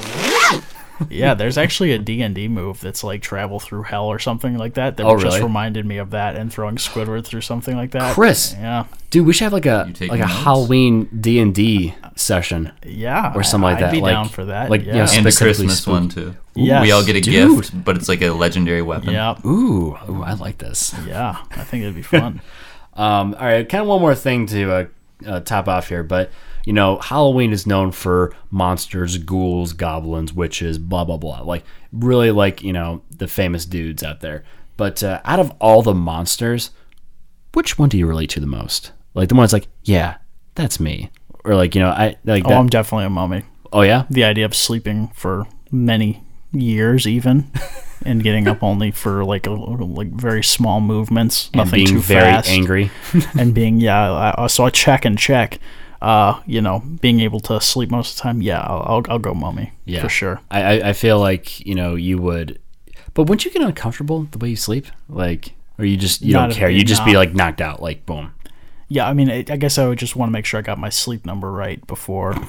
B: Yeah, there's actually a D&D move that's like travel through hell or something like that that
A: Oh,
B: just
A: really?
B: reminded me of that and throwing Squidward through something like that.
A: Chris.
B: Yeah.
A: Dude, we should have like a
C: taking
A: like a
C: notes?
A: Halloween D and D session
B: Yeah.
A: or something like
B: I'd
A: that.
B: be
A: like,
B: down for that.
A: Like you
B: yeah.
A: know,
C: And the
A: specifically
C: Christmas
A: spook-
C: one too.
B: Yes,
C: we all get a
A: dude.
C: gift, but it's like a legendary weapon.
B: yeah.
A: Ooh, ooh, I like this.
B: Yeah. I think it'd
A: *laughs*
B: be fun.
A: Um, all right, kind of one more thing to uh, uh, top off here, but you know, Halloween is known for monsters, ghouls, goblins, witches, blah blah blah. Like really, like you know, the famous dudes out there. But uh, out of all the monsters, which one do you relate to the most? Like the one that's like, yeah, that's me, or like you know, I like
B: oh,
A: that.
B: I'm definitely a mummy.
A: oh yeah,
B: The idea of sleeping for many
A: *laughs*
B: years even and getting up only for like a, like very small movements,
A: and
B: nothing
A: being
B: too
A: very
B: fast.
A: angry.
B: and being yeah I, I- so i check and check uh you know being able to sleep most of the time yeah i'll, I'll, I'll go mummy
A: Yeah.
B: for sure
A: I, I, I feel like you know you would, but wouldn't you get uncomfortable the way you sleep? Like, or you just you
B: Not
A: don't
B: if
A: care.
B: you're
A: You just be
B: not.
A: like knocked out, like boom.
B: yeah i mean i, I guess i would just want to make sure i got my sleep number right before I,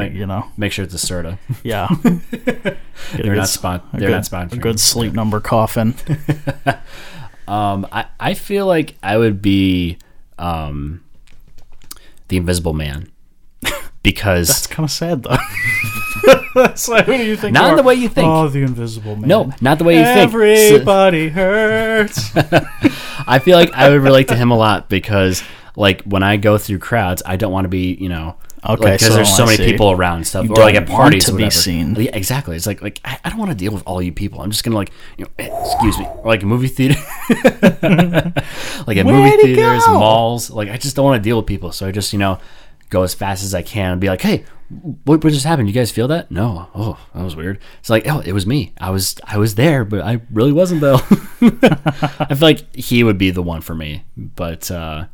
A: Right.
B: you know
A: Make sure it's a Serta.
B: yeah Get a
A: They're
B: good
A: not
B: s-
A: spon-
B: a
A: They're
B: good-
A: not
B: a
A: sponsored.
B: good sleep number coffin
A: Um, *laughs* I I feel like I would be, um, the Invisible Man, *laughs*
B: it's
A: because
B: kind of sad though *laughs* so who do you think
A: Not
B: you
A: in
B: are?
A: the way you think.
B: oh the invisible man
A: no, not the way you think. So- Oh, *laughs*
B: everybody hurts
A: I feel like I would relate to him a lot because like when I go through crowds, I don't want to be you know.
B: Okay,
A: like,
B: so
A: there's so
B: I
A: many
B: see.
A: people around and stuff,
B: You
A: or like
B: don't
A: at
B: want
A: parties
B: to
A: or
B: be
A: whatever.
B: seen.
A: Yeah, exactly. It's like like I, I don't want to deal with all you people. I'm just gonna like *sniffs* you know, eh, excuse me, or, like a movie theater, like at movie
B: to
A: theaters,
B: go?
A: malls. Like I just don't want to deal with people, so I just you know go as fast as I can and be like, hey, what, what just happened? You guys feel that? No. Oh, that was weird. It's like oh, it was me. I was I was there, but I really wasn't though. *laughs* I feel like he would be the one for me, but uh,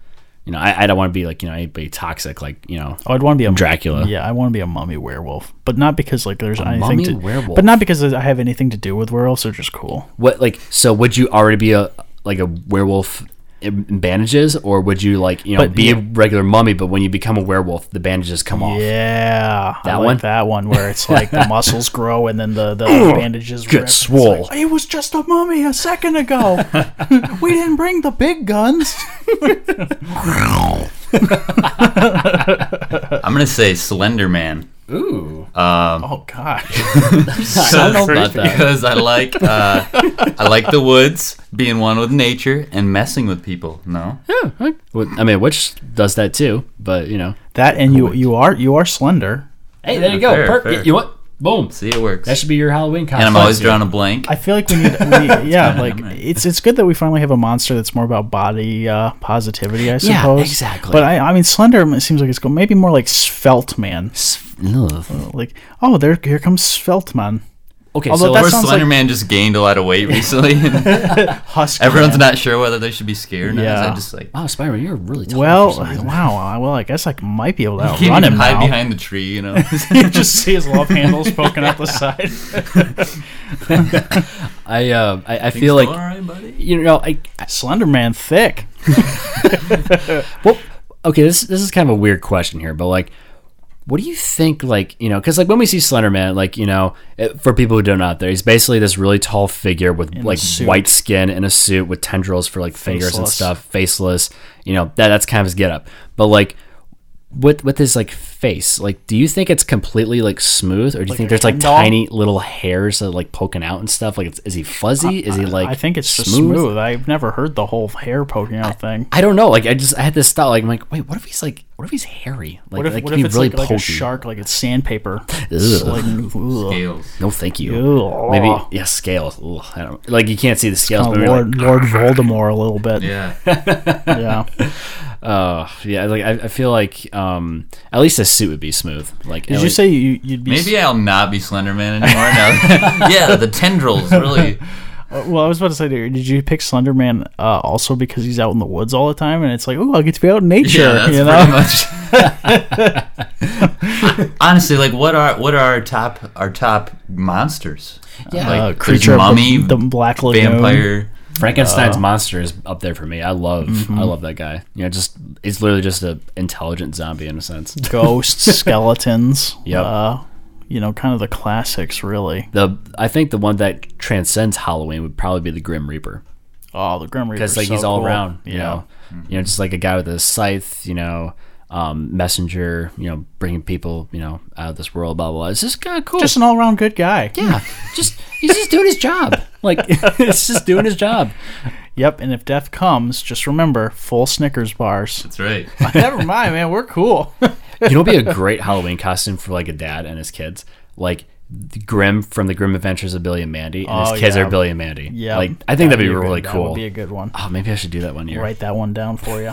A: you know I, I don't want to be like you know anybody toxic like you know
B: Oh, I'd want to be a
A: Dracula.
B: Yeah, I want to be a mummy werewolf, but not because like there's anything
A: mummy
B: to
A: werewolf.
B: but not because I have anything to do with werewolves. They're just cool.
A: What like so? Would you already be a like a werewolf in in bandages, or would you like you know
B: But,
A: be
B: yeah.
A: a regular mummy, but when you become a werewolf, the bandages come off?
B: Yeah, I
A: Oh. That
B: like
A: one?
B: that one where it's
A: *laughs*
B: like the muscles grow and then the the bandages rip. It's
A: swole.
B: like, it was just a mummy a second ago.
A: *laughs*
B: *laughs* we didn't bring the big guns.
C: I'm gonna say Slender Man.
A: Ooh,
B: Oh god,
A: I don't know about
C: Because-
A: that.
C: Because I like uh, I like the woods, being one with nature, and messing with people. No,
A: Well, I mean, which does that too, but you know.
B: that and you you are you are slender.
A: Hey, there you
C: go.
A: go.
C: Fair, Perk- fair.
A: You
C: you
A: what? Boom.
C: see it works.
A: That should be your Halloween costume.
C: and I'm always drawing a blank.
B: I feel like *laughs* we need, we, yeah, like it's it's good that we finally have a monster that's more about body uh, positivity, I
A: Yeah,
B: suppose.
A: exactly.
B: But I, I mean, Slender Man seems like it's go maybe more like Svelte Man, like oh, there here comes Svelte Man,
A: Okay, so
B: Although that
C: Or
B: sounds
C: Slender
B: like-
C: Man just gained a lot of weight recently.
B: Husky.
C: Everyone's
B: Man.
C: not sure whether they should be scared or not.
B: Yeah.
C: I just like
A: wow, oh, Spider-Man, you're really tall.
B: Well,
A: for some reason.
B: wow. I- Well, I guess I might be able to
C: can't
B: outrun
C: even
B: him
C: hide
B: now.
C: behind the tree. You know,
B: *laughs* you just see his love handles poking out the side.
A: I uh, I, I feel like
C: all right, buddy.
A: you know I
B: *laughs* Slender Man, thick.
A: Well, okay, this this is kind of a weird question here, but like, what do you think like you know because like when we see slender man like you know it- for people who don't know out there he's basically this really tall figure with like
B: suit.
A: white skin and a suit with tendrils for like fingers and
B: Faceless.
A: stuff faceless you know that that's kind of his getup but like with with his like face like do you think it's completely like smooth or do you think
B: a
A: there's like
B: Ken doll?
A: tiny little hairs that are, like poking out and stuff like it's, is he fuzzy is he like
B: I think it's just smooth. I've never heard the whole hair poking out thing.
A: I don't know. Like I just I had this thought. Like I'm like, wait, what if he's like, what if he's hairy? Like,
B: What if,
A: like
B: what
A: he
B: if it's
A: really
B: like, like a
A: pokey?
B: shark, like it's sandpaper?
A: *laughs*
B: It's
A: Ugh.
B: like, ugh.
C: Scales.
A: No, thank you.
B: Ew.
A: Maybe yeah, scales. Ugh, I don't like you can't see the scales,
B: Oh,
A: but Lord.
B: Lord, Lord Voldemort a little bit.
C: Yeah.
B: Yeah.
A: uh, yeah, like I, I feel like um, at least a suit would be smooth. Like
B: Did you say you, you'd be?
C: Maybe I'll not be Slenderman anymore. Now. *laughs* yeah, the tendrils really.
B: uh, Well, I was about to say, did you pick Slenderman uh, also because he's out in the woods all the time, and it's like, oh, I get to be out in nature,
C: Yeah, that's
B: you
C: pretty
B: know?
C: much. *laughs* Honestly, like what are what are our top our top monsters?
A: Yeah.
C: like
B: Uh,
C: there's
B: creature,
C: mummy,
B: of the, the black lagoon. Uh.
C: vampire.
A: Frankenstein's monster is up there for me. I love
B: Mm-hmm.
A: I love that guy. You know, just he's literally just a intelligent zombie in a
B: *laughs*
A: sense.
B: ghosts, skeletons.
A: Yep.
B: Uh, you know, kind of the classics, really.
A: The I think the one that transcends Halloween would probably be the Grim Reaper.
B: Oh, the Grim Reaper.
A: because like
B: so
A: he's all
B: cool.
A: around you
B: yeah. Mm-hmm.
A: know you know just like a guy with a scythe you know um, messenger you know bringing people you know out of this world blah blah, blah. it's just kind of cool
B: Just an all around good guy.
A: yeah *laughs* just he's just doing his job like *laughs* it's just doing his job
B: Yep. And if death comes, just remember full Snickers bars.
C: That's right.
B: Never mind, man. We're cool.
A: you know what'd be a great halloween costume for like a dad and his kids like grim from the grim adventures of billy and mandy and
B: Oh,
A: his kids
B: yeah.
A: are billy and mandy
B: yeah.
A: like i think that'd, be
B: a good-
A: really
B: That
A: cool
B: would be a good one.
A: oh maybe i should do that one year
B: Write that one down for you.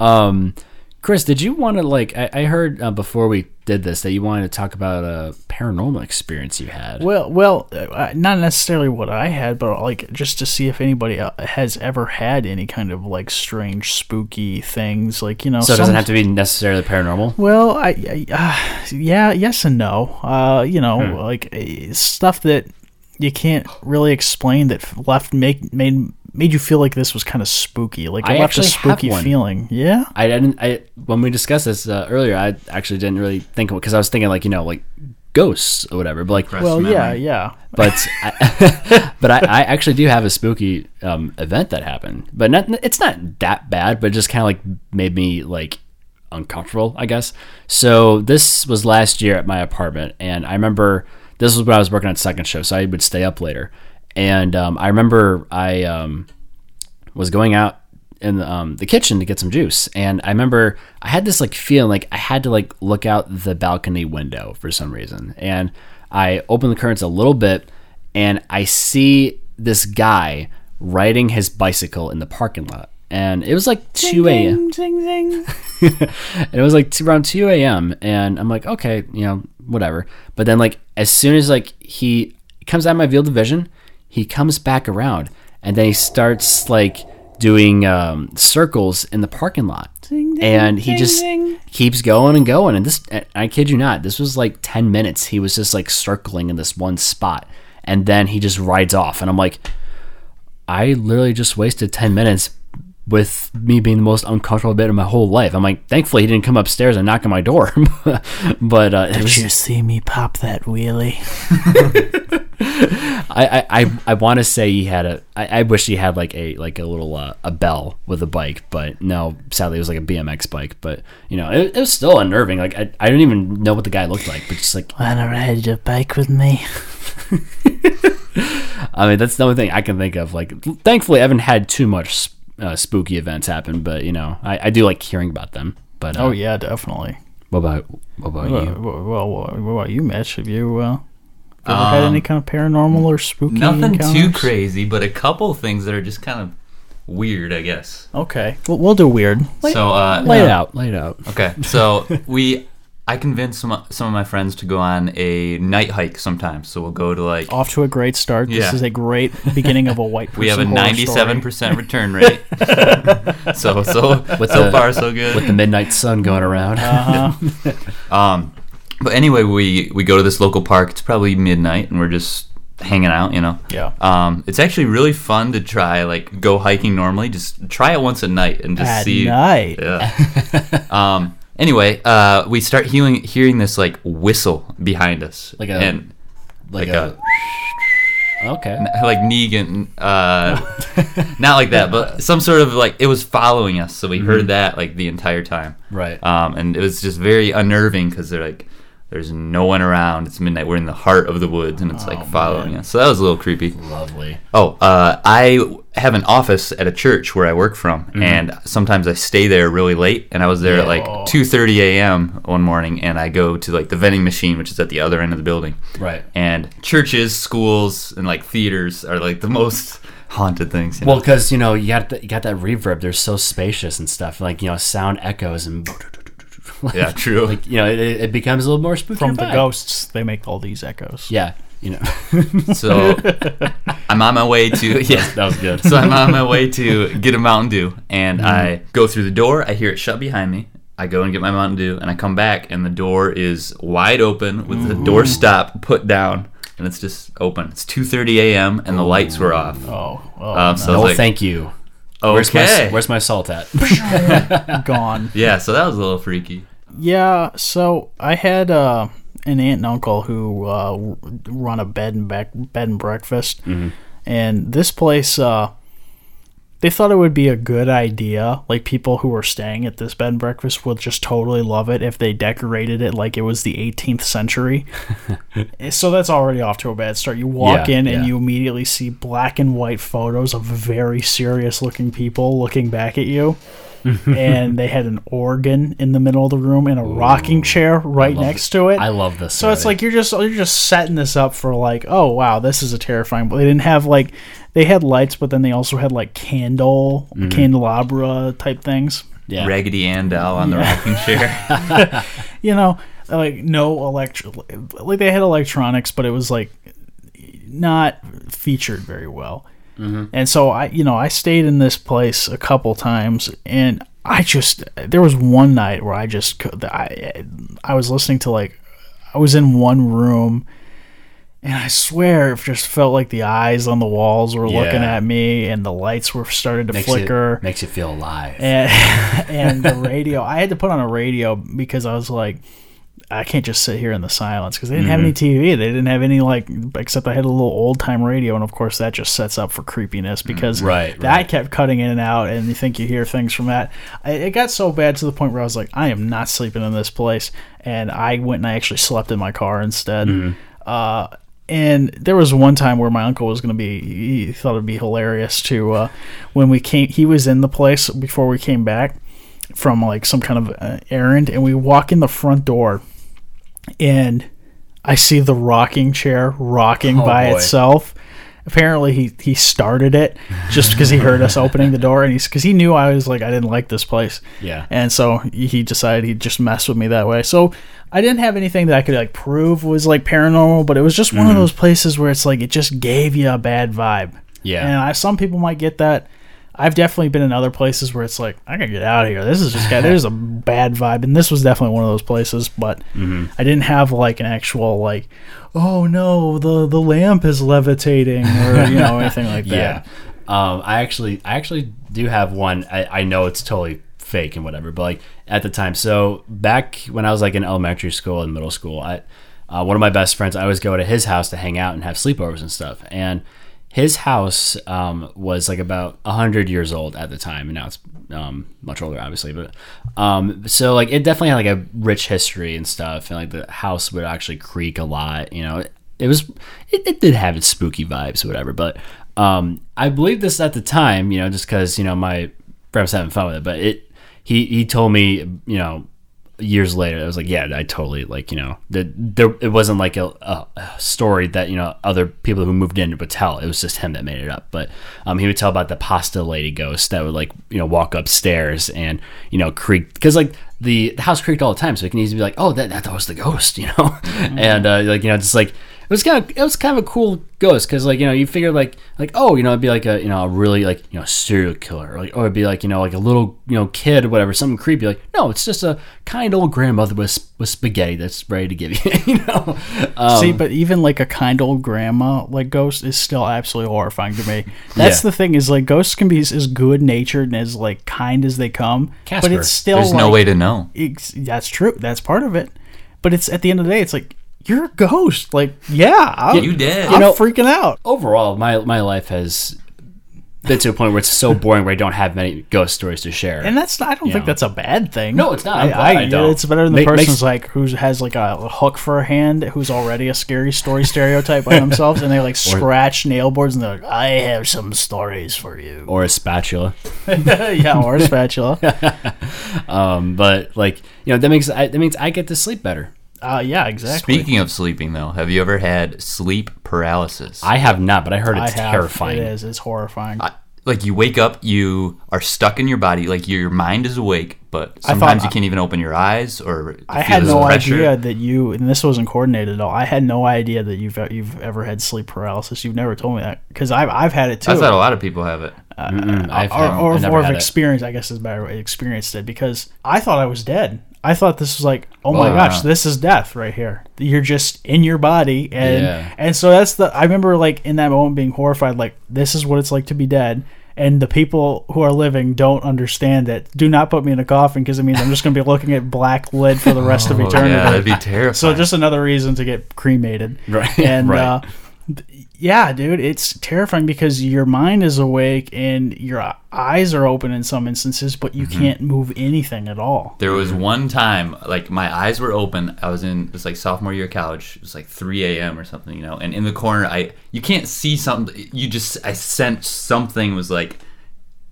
A: Um, Chris, did you want to like? I, I heard uh, before we did this that you wanted to talk about a paranormal experience you had.
B: Well, well, uh, not necessarily what I had, but like just to see if anybody uh, has ever had any kind of like strange, spooky things, like you know.
A: so it doesn't
B: some-
A: have to be necessarily paranormal.
B: Well, I, I uh, yeah, yes and no. Uh, you know, like uh, stuff that you can't really explain that f- left make made made you feel like this was kind of spooky. Like it
A: I
B: left a
A: actually have
B: spooky
A: one.
B: feeling. Yeah.
A: I didn't. I when we discussed this uh, earlier, I actually didn't really think because I was thinking like you know like ghosts or whatever. But like,
B: Well, yeah,
C: memory.
B: yeah.
A: but I, *laughs* but I, I actually do have a spooky um, event that happened. But not it's not that bad. But it just kind of like made me like uncomfortable, I guess. So this was last year at my apartment, and I remember this was when I was working on second shift, so I would stay up later. And um, I remember I um, was going out in um, the kitchen to get some juice, and I remember I had this like feeling like I had to like look out the balcony window for some reason, and I open the curtains a little bit, and I see this guy riding his bicycle in the parking lot, and it was like two a.m
B: Zing, zing, zing.
A: and it was like t- around 2 a.m and i'm like okay you know whatever but then like as soon as like he comes out of my field of vision he comes back around and then he starts like doing um, circles in the parking lot and he just keeps going and going and this I- i kid you not this was like 10 minutes he was just like circling in this one spot and then he just rides off and i'm like I literally just wasted 10 minutes with me being the most uncomfortable bit of my whole life. I'm like, thankfully, he didn't come upstairs and knock on my door. *laughs* but uh, it was,
B: Did you see me pop that wheelie?
A: I, I, I, I want to say he had a. I, I wish he had like a like a little uh, a bell with a bike, but no, sadly, it was like a BMX bike. But you know, it, it was still unnerving. Like I, I didn't even know what the guy looked like, but just like
B: Wanna ride your bike with me?
A: I mean, that's the only thing I can think of. Like, thankfully, I haven't had too much uh, spooky events happen, but you know, I, I do like hearing about them. But uh,
B: Oh yeah, definitely.
A: what about what about
B: Well,
A: you?
B: well, well, well, what about you, Mitch? Have you uh, ever had any kind of paranormal or spooky?
C: Um, Nothing too
B: encounters?
C: crazy, but a couple things that are just kind of weird, I guess.
B: Okay, well, we'll do weird.
C: so uh,
A: Lay it out. Lay it out.
C: Okay,
A: *laughs*
C: so we, I convinced some some of my friends to go on a night hike sometimes. So we'll go to like
B: Off to a great start. This
C: Yeah.
B: is a great beginning of a white.
C: *laughs* we have a
B: person horror
C: ninety-seven
B: story.
A: *laughs*
C: percent return rate. so so
A: With
C: so
A: the-
C: far so good.
A: With the midnight sun going around.
B: Uh-huh.
C: Um, but anyway, we we go to this local park. It's probably midnight, and we're just hanging out. You know.
B: Yeah.
C: Um, it's actually really fun to try like go hiking normally. Just try it once at night and just
B: At
C: see.
B: night.
C: Yeah. um, Anyway, uh, we start hearing hearing this like whistle behind us,
A: Like a-
C: and
A: *laughs* Like,
C: like a,
A: okay.
C: like Negan, uh, *laughs* not like that, but some sort of like it was following us. So we heard that like the entire time,
A: Right.
C: Um, and it was just very unnerving because they're like, there's no one around. It's midnight. We're in the heart of the woods, and it's
A: Oh,
C: like following us. So that was a little creepy.
A: Lovely.
C: Oh, uh, I have an office at a church where I work from,
A: Mm-hmm.
C: and sometimes I stay there really late. And I was there at
B: Yeah.
C: like two thirty a.m. one morning, and I go to like the vending machine, which is at the other end of the building.
A: Right.
C: And churches, schools, and like theaters are like the most *laughs* haunted things. you know?
A: Well, because you know you got that, you got that reverb. They're so spacious and stuff. Like you know, sound echoes and like,
C: yeah, true.
A: you know it, it becomes a little more spooky.
B: From the
A: vibe.
B: ghosts, they make all these echoes.
A: Yeah, you know *laughs*
C: so I'm on my way to yeah.
A: that was good.
C: *laughs* so I'm on my way to get a Mountain Dew, and I go through the door. I hear it shut behind me. I go and get my Mountain Dew, and I come back, and the door is wide open with the door stop put down, and it's just open. It's 2:30 a.m. and the lights were off.
B: Oh, oh
C: *laughs* Um, so I
A: no,
C: was like,
A: thank you. Where's
C: okay,
A: my where's my salt at?
B: gone.
C: yeah. So that was a little freaky.
B: Yeah, so I had uh, an aunt and uncle who uh, w- run a bed and back bed and breakfast,
A: Mm-hmm.
B: and this place uh, they thought it would be a good idea. Like people who were staying at this bed and breakfast would just totally love it if they decorated it like it was the
A: *laughs*
B: 18th century. so that's already off to a bad start. You walk
A: Yeah,
B: in and
A: yeah.
B: you immediately see black and white photos of very serious looking people looking back at you and they had an organ in the middle of the room and a rocking chair right
A: love
B: next to it.
A: I love this.
B: so it's
A: already.
B: like you're just you're just setting this up for like, oh wow, this is a terrifying. But they didn't have like they had lights, but then they also had like candle
A: Mm-hmm.
B: candelabra type things.
A: yeah.
C: Raggedy Ann doll on the rocking chair.
B: You know, like no electric, like they had electronics, but it was like not featured very well.
A: Mm-hmm.
B: And so I, you know, I stayed in this place a couple times, and I just there was one night where I just could- I I was listening to like I was in one room, and I swear it just felt like the eyes on the walls were looking
A: Yeah.
B: at me, and the lights were started to
A: makes
B: flicker
A: you, makes you feel alive.
B: and, *laughs* and the radio i had to put on a radio because i was like i can't just sit here in the silence because they didn't have any
A: Mm-hmm.
B: tv they didn't have any like except i had a little old time radio and of course that just sets up for creepiness because
A: Mm, right,
B: that kept cutting in and out and you think you hear things from that I, it got so bad to the point where i was like i am not sleeping in this place and i went and i actually slept in my car instead
A: Mm-hmm.
B: uh, and there was one time where my uncle was going to be, he thought it'd be hilarious to, uh, when we came, he was in the place before we came back from like some kind of uh, errand, and we walk in the front door, and I see the rocking chair rocking
A: Oh,
B: by
A: boy.
B: itself. Apparently he, he started it just because he heard us opening the door and he's because he knew I was like I didn't like this place
A: Yeah.
B: and so he decided he'd just mess with me that way. So I didn't have anything that I could like prove was like paranormal, but it was just one
A: Mm-hmm.
B: of those places where it's like it just gave you a bad vibe.
A: Yeah.
B: And I, some people might get that. I've definitely been in other places where it's like I gotta get out of here. This
A: *laughs*
B: is just got there's a bad vibe, and this was definitely one of those places. But
A: Mm-hmm.
B: I didn't have like an actual like, oh no, the the lamp is levitating or you
A: *laughs*
B: know anything like
A: Yeah.
B: that.
A: Um, I actually, I actually do have one. I, I know it's totally fake and whatever, but like at the time, so back when I was like in elementary school and middle school, I, uh, one of my best friends, I always go to his house to hang out and have sleepovers and stuff. And his house um, was like about hundred years old at the time, and now it's um, much older, obviously. But um, so like it definitely had like a rich history and stuff, and like the house would actually creak a lot. You know, it was it, it did have its spooky vibes or whatever but um i believed this at the time you know just because you know my friend was having fun with it but it he he told me you know years later i was like yeah i totally like you know that there it wasn't like a, a a story that you know other people who moved in would tell it was just him that made it up but um he would tell about the pasta lady ghost that would like you know walk upstairs and you know creak because like *laughs* the, the house creaked all the time so it can easily be like oh that, that was the ghost you know and uh, like you know just like It was kind of it was kind of a cool ghost because like you know you figure like like oh you know it'd be like a you know a really like you know serial killer or like or it'd be like you know like a little you know kid or whatever something creepy like no it's just a kind old grandmother with with spaghetti that's ready to give *laughs* you you know um,
B: See, but even like a kind old grandma like ghost is still absolutely horrifying
A: *laughs*
B: to me. That's
A: Yeah.
B: the thing is like ghosts can be as, as good natured and as like kind as they come,
A: Casper.
B: but it's still
C: There's no
B: like-
C: way to know.
B: Ex- that's true. That's part of it. But it's at the end of the day, it's like you're a ghost. Like yeah, I'm,
C: You did.
B: I'm
A: know-
B: freaking out.
A: overall my my life has been to a point where it's so *laughs* boring where I don't have many ghost stories to share.
B: And that's not, I don't think
A: know.
B: that's a bad thing.
A: No, it's not. I'm
B: I,
A: glad
B: I-
A: I don't.
B: It's better than the
A: Make-
B: person's
A: makes-
B: like who has like a hook for a hand, who's already a scary story stereotype by themselves, and
A: *laughs*
B: they like scratch nail boards and they're like, "I have some stories for
A: *laughs*
B: you."
A: or a spatula.
B: yeah, or a spatula.
A: Um, but like you know that makes I, that means I get to sleep better.
B: Uh, yeah, exactly.
C: Speaking of sleeping, though, have you ever had sleep paralysis?
A: I have not, but I heard
B: I
A: it's
B: have,
A: terrifying.
B: It is. It's horrifying.
C: I- like you wake up, you are stuck in your body, like your mind is awake, but
B: thought-
C: sometimes you can't even open your eyes or
B: I
C: feel
B: had
C: this
B: no
C: pressure.
B: idea that you, and this wasn't coordinated at all. I had no idea that you've you've ever had sleep paralysis. You've never told me that because I've I've had it too,
C: I thought a lot of people have it.
A: Mm, I've
B: or
A: had-
B: or,
A: I've never
B: or
A: had
B: have
A: it.
B: experienced. I guess is a better way, experienced it because I thought I was dead. I thought this was like, oh my
C: Wow.
B: gosh, this is death right here. You're just in your body, and
A: Yeah.
B: and so that's the. I remember like in that moment being horrified, like this is what it's like to be dead. And the people who are living don't understand it. Do not put me in a coffin because it means I'm just going to be looking at black lid for the rest of
C: Oh,
B: eternity.
C: yeah, that'd be terrifying.
B: So just another reason to get cremated.
A: *laughs* Right,
B: *laughs* And
A: right.
B: Uh, th- yeah, dude, it's terrifying because your mind is awake and your e- eyes are open in some instances, but you
A: Mm-hmm.
B: can't move anything at all.
C: There was one time, like my eyes were open. I was in it's like sophomore year of college. It was like 3 a.m. or something, you know. And in the corner, I you can't see something. You just I sensed something was like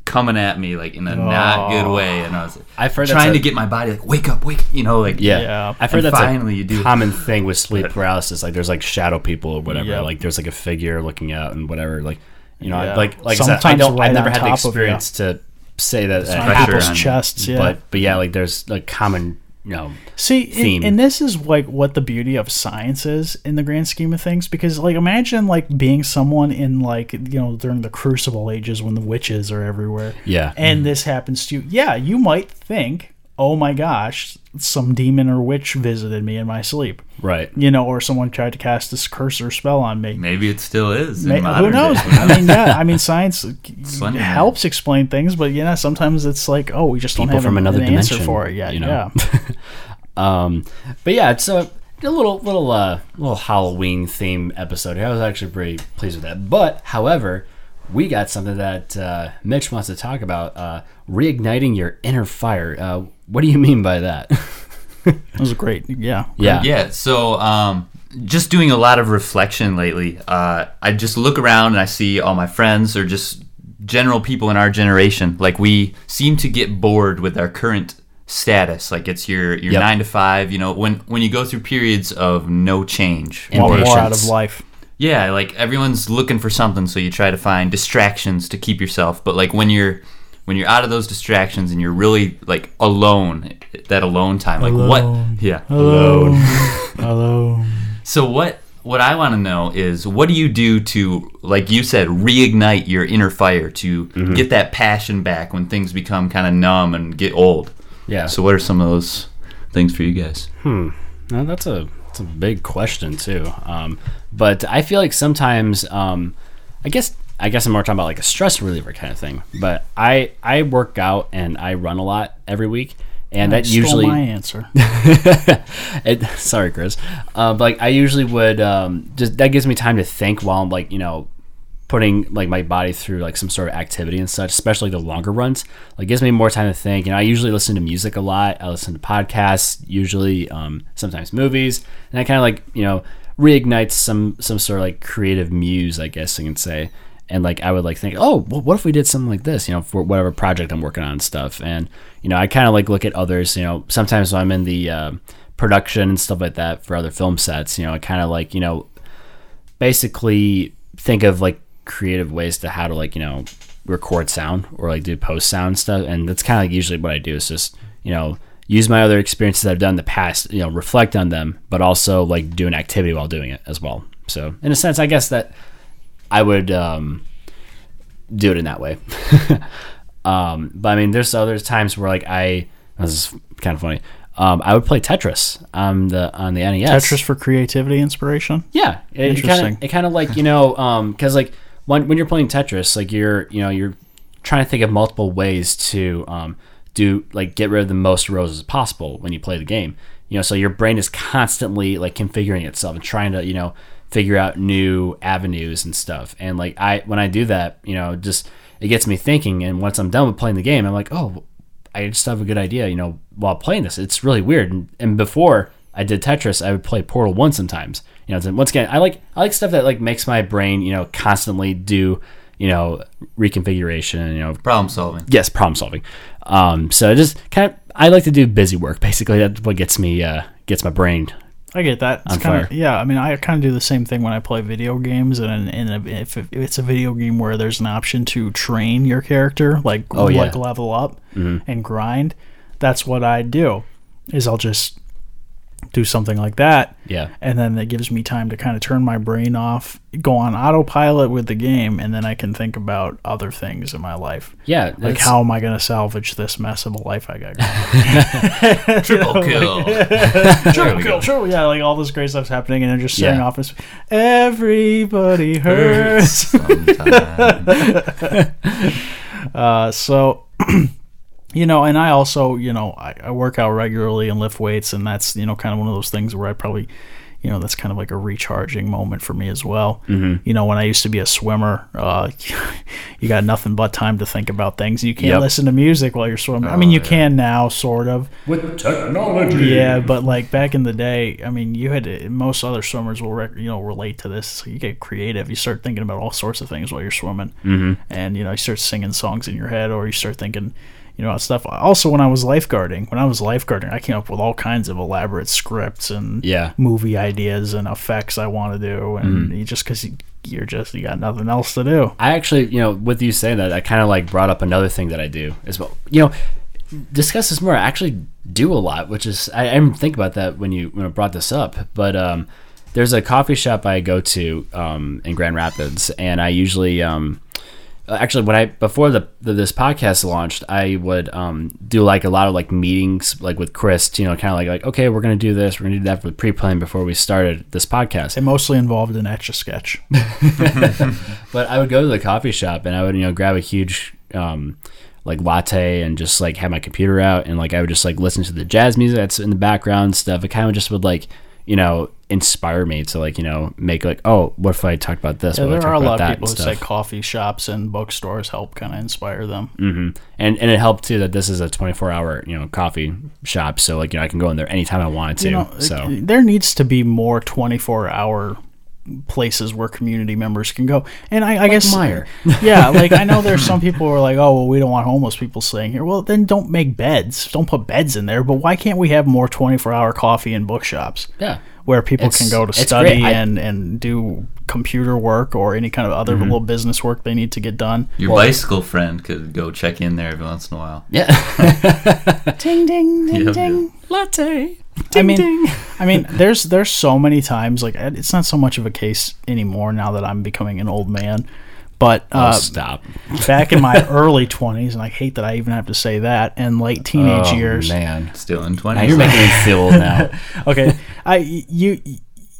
C: coming at me, like in a not good way. And I was
A: I've heard that's
C: trying to
A: a-
C: get my body like wake up, wake, you know, like
A: Yeah.
B: Yeah.
A: I've heard
C: And
A: that's
C: finally
A: a
C: you do.
A: common thing with
C: *laughs*
A: sleep paralysis. Like there's like shadow people or whatever.
B: Yep.
A: Like there's like a figure looking out and whatever. Like you know, I-
B: Yeah.
A: like like I said, I
B: Sometimes
A: don't.
B: right
A: I never
B: on
A: had the
B: top of you.
A: experience to say that. that
B: On
C: pressure
B: people's
C: on-
B: chests, yeah.
A: But but yeah, like there's like common you know.
B: See,
A: theme.
B: and, and this is like what the beauty of science is in the grand scheme of things. Because like, imagine like being someone in like you know during the Crucible ages when the witches are everywhere.
A: Yeah. Mm-hmm.
B: and this happens to you. Yeah, you might think, oh my gosh, some demon or witch visited me in my sleep.
A: Right.
B: You know, or someone tried to cast this curse or spell on me.
C: maybe it still is.
B: Ma-
C: in
B: who
C: modern
B: knows?
C: day.
B: I mean,
C: *laughs*
B: yeah. I mean, science
C: Slender Man.
B: helps explain things, but yeah, sometimes it's like, oh, we just don't
A: People
B: have
A: from
B: an,
A: another
B: an answer
A: dimension,
B: for it yet.
A: you know?
B: Yeah.
A: *laughs* Um, but yeah, it's a, a little little uh, little Halloween theme episode. here. I was actually pretty pleased with that. But however, we got something that uh, Mitch wants to talk about: uh, reigniting your inner fire. Uh, what do you mean by *laughs* that?
B: It was great. Yeah.
A: yeah,
C: yeah so um, just doing a lot of reflection lately uh, i just look around and i see all my friends or just general people in our generation like we seem to get bored with our current status like it's your your
A: Yep.
C: nine to five you know when when you go through periods of no change
A: And
B: Want more out
A: patience.
B: of life.
C: yeah, like everyone's looking for something, so you try to find distractions to keep yourself. But like when you're when you're out of those distractions and you're really like alone, that alone time, like
B: Alone.
C: what? Yeah,
B: Alone. Alone.
C: so what what I want to know is what do you do to like you said reignite your inner fire to get that passion back when things become kind of numb and get old.
A: yeah.
C: So what are some of those things for you guys?
A: No, that's a that's a big question too. Um, but I feel like sometimes, um, I guess I guess I'm more talking about like a stress reliever kind of thing. But I I work out and I run a lot every week, and that
B: Stole
A: usually *laughs*
B: my answer.
A: it, *laughs* sorry, Chris. Uh, but like I usually would um, just that gives me time to think while I'm like you know putting like my body through like some sort of activity and such, especially the longer runs. Like gives me more time to think. And I usually listen to music a lot. I listen to podcasts, usually um, sometimes movies, and I kind of like you know reignites some some sort of like creative muse, I guess I can say and like I would like think, oh, well, what if we did something like this, you know, for whatever project I'm working on and stuff. And you know, I kind of like look at others, you know, sometimes when I'm in the uh, production and stuff like that for other film sets, you know, I kind of like you know, basically think of like creative ways to how to like you know record sound or like do post sound stuff, and that's kind of like usually what I do is just you know use my other experiences I've done in the past, you know, reflect on them, but also like do an activity while doing it as well. So in a sense, I guess that I would um, do it in that way. *laughs* um, but I mean, there's other times where like I this is kind of funny. Um, I would play Tetris on the on the E NES.
B: Tetris for creativity inspiration.
A: Yeah, it,
B: Interesting.
A: Kind of, it kind of like you know, because like when when you're playing Tetris, like you're you know you're trying to think of multiple ways to um, do like get rid of the most rows as possible when you play the game. You know, so your brain is constantly like configuring itself and trying to you know figure out new avenues and stuff. And like I when I do that, you know, just it gets me thinking. And once I'm done with playing the game, I'm like, oh, I just have a good idea, you know, while playing this. It's really weird. And, and before I did Tetris, I would play Portal One sometimes. You know, it's- once again, I like I like stuff that like makes my brain, you know, constantly do, you know, reconfiguration. You know,
C: Problem
A: *laughs*
C: solving.
A: yes, problem solving. Um, so it just kind of I like to do busy work. Basically, that's what gets me uh, gets my brain.
B: I get that. It's
A: On
B: kind
A: fire.
B: of yeah. I mean, I kind of do the same thing when I play video games, and, and if if it's a video game where there's an option to train your character, like
A: Oh, yeah. Mm-hmm.
B: like level up and grind, that's what I do. Is I'll just do something like that,
A: Yeah,
B: and then that gives me time to kind of turn my brain off, go on autopilot with the game, and then I can think about other things in my life,
A: yeah.
B: like
A: that's-
B: how am I going to salvage this mess of a life I got. going?
C: Triple kill. *laughs* There we go.
B: Cool, sure, yeah, like all this great stuff's happening, and they're just sitting
A: Yeah.
B: off. And, Everybody hurts.
C: Sometime.
B: *laughs* uh, so, *clears throat* you know, and I also, you know, I, I work out regularly and lift weights, and that's you know kind of one of those things where I probably, you know, that's kind of like a recharging moment for me as well. You know, when I used to be a swimmer, uh, *laughs* you got nothing but time to think about things. You can't
A: Yep.
B: listen to music while you're swimming. I mean, you can now, sort of.
A: with technology.
B: Yeah, but like back in the day, I mean, you had to, most other swimmers will rec- you know relate to this. You get creative, you start thinking about all sorts of things while you're swimming, mm-hmm. and you know you start singing songs in your head, or you start thinking, you know, about stuff. Also, when I was lifeguarding, when I was lifeguarding, I came up with all kinds of elaborate scripts and
A: Yeah. Mm-hmm.
B: movie ideas and effects I want to do, and you just because you, you're just you got nothing else to do.
A: I actually, you know, with you saying that, I kind of like brought up another thing that I do as well. You know, discuss this more. I actually do a lot, which is I, I didn't think about that when you when I brought this up. But um, there's a coffee shop I go to um, in Grand Rapids, and I usually um, actually when I before the, the this podcast launched, I would um, do like a lot of like meetings like with Chris, you know, kind of like like okay, we're gonna do this, we're gonna do that for pre planning before we started this podcast.
B: It mostly involved an etch a sketch.
A: But I would go to the coffee shop and I would, you know, grab a huge um, like latte and just like have my computer out and like I would just like listen to the jazz music that's in the background and stuff. It kind of just would like, you know, inspire me to like, you know, make like, oh, what if I talk about this?
B: Yeah,
A: what if
B: there
A: I
B: are a
A: talk
B: lot
A: about
B: of
A: that
B: people who
A: and
B: say
A: stuff?
B: coffee shops and bookstores help kind of inspire them.
A: And and it helped too that this is a 24 hour, you know, coffee shop. So like, you know, I can go in there anytime I wanted to.
B: You know,
A: so
B: it- there needs to be more 24 hour places where community members can go. And I, I guess
A: Meijer.
B: *laughs* yeah, like I know there's some people who are like, oh, well, we don't want homeless people staying here. Well, then don't make beds, don't put beds in there. But why can't we have more 24 hour coffee and bookshops?
A: yeah.
B: Where people can
A: It's-
B: go to
A: it's
B: study
A: great. I-
B: and, and do computer work or any kind of other little business work they need to get done.
C: Your bicycle friend could go check in there every once in a while.
B: *laughs*
A: Yeah.
B: Ding ding ding
C: Yeah.
B: ding.
A: latte.
B: I mean, I mean, there's there's so many times like I- it's not so much of a case anymore now that I'm becoming an old man, but uh,
A: Stop.
B: back in my early 20s, and I hate that I even have to say that, and late teenage years.
A: man.
C: Still in 20s.
A: Now you're
C: *laughs*
A: making me feel old now.
B: Okay, I you.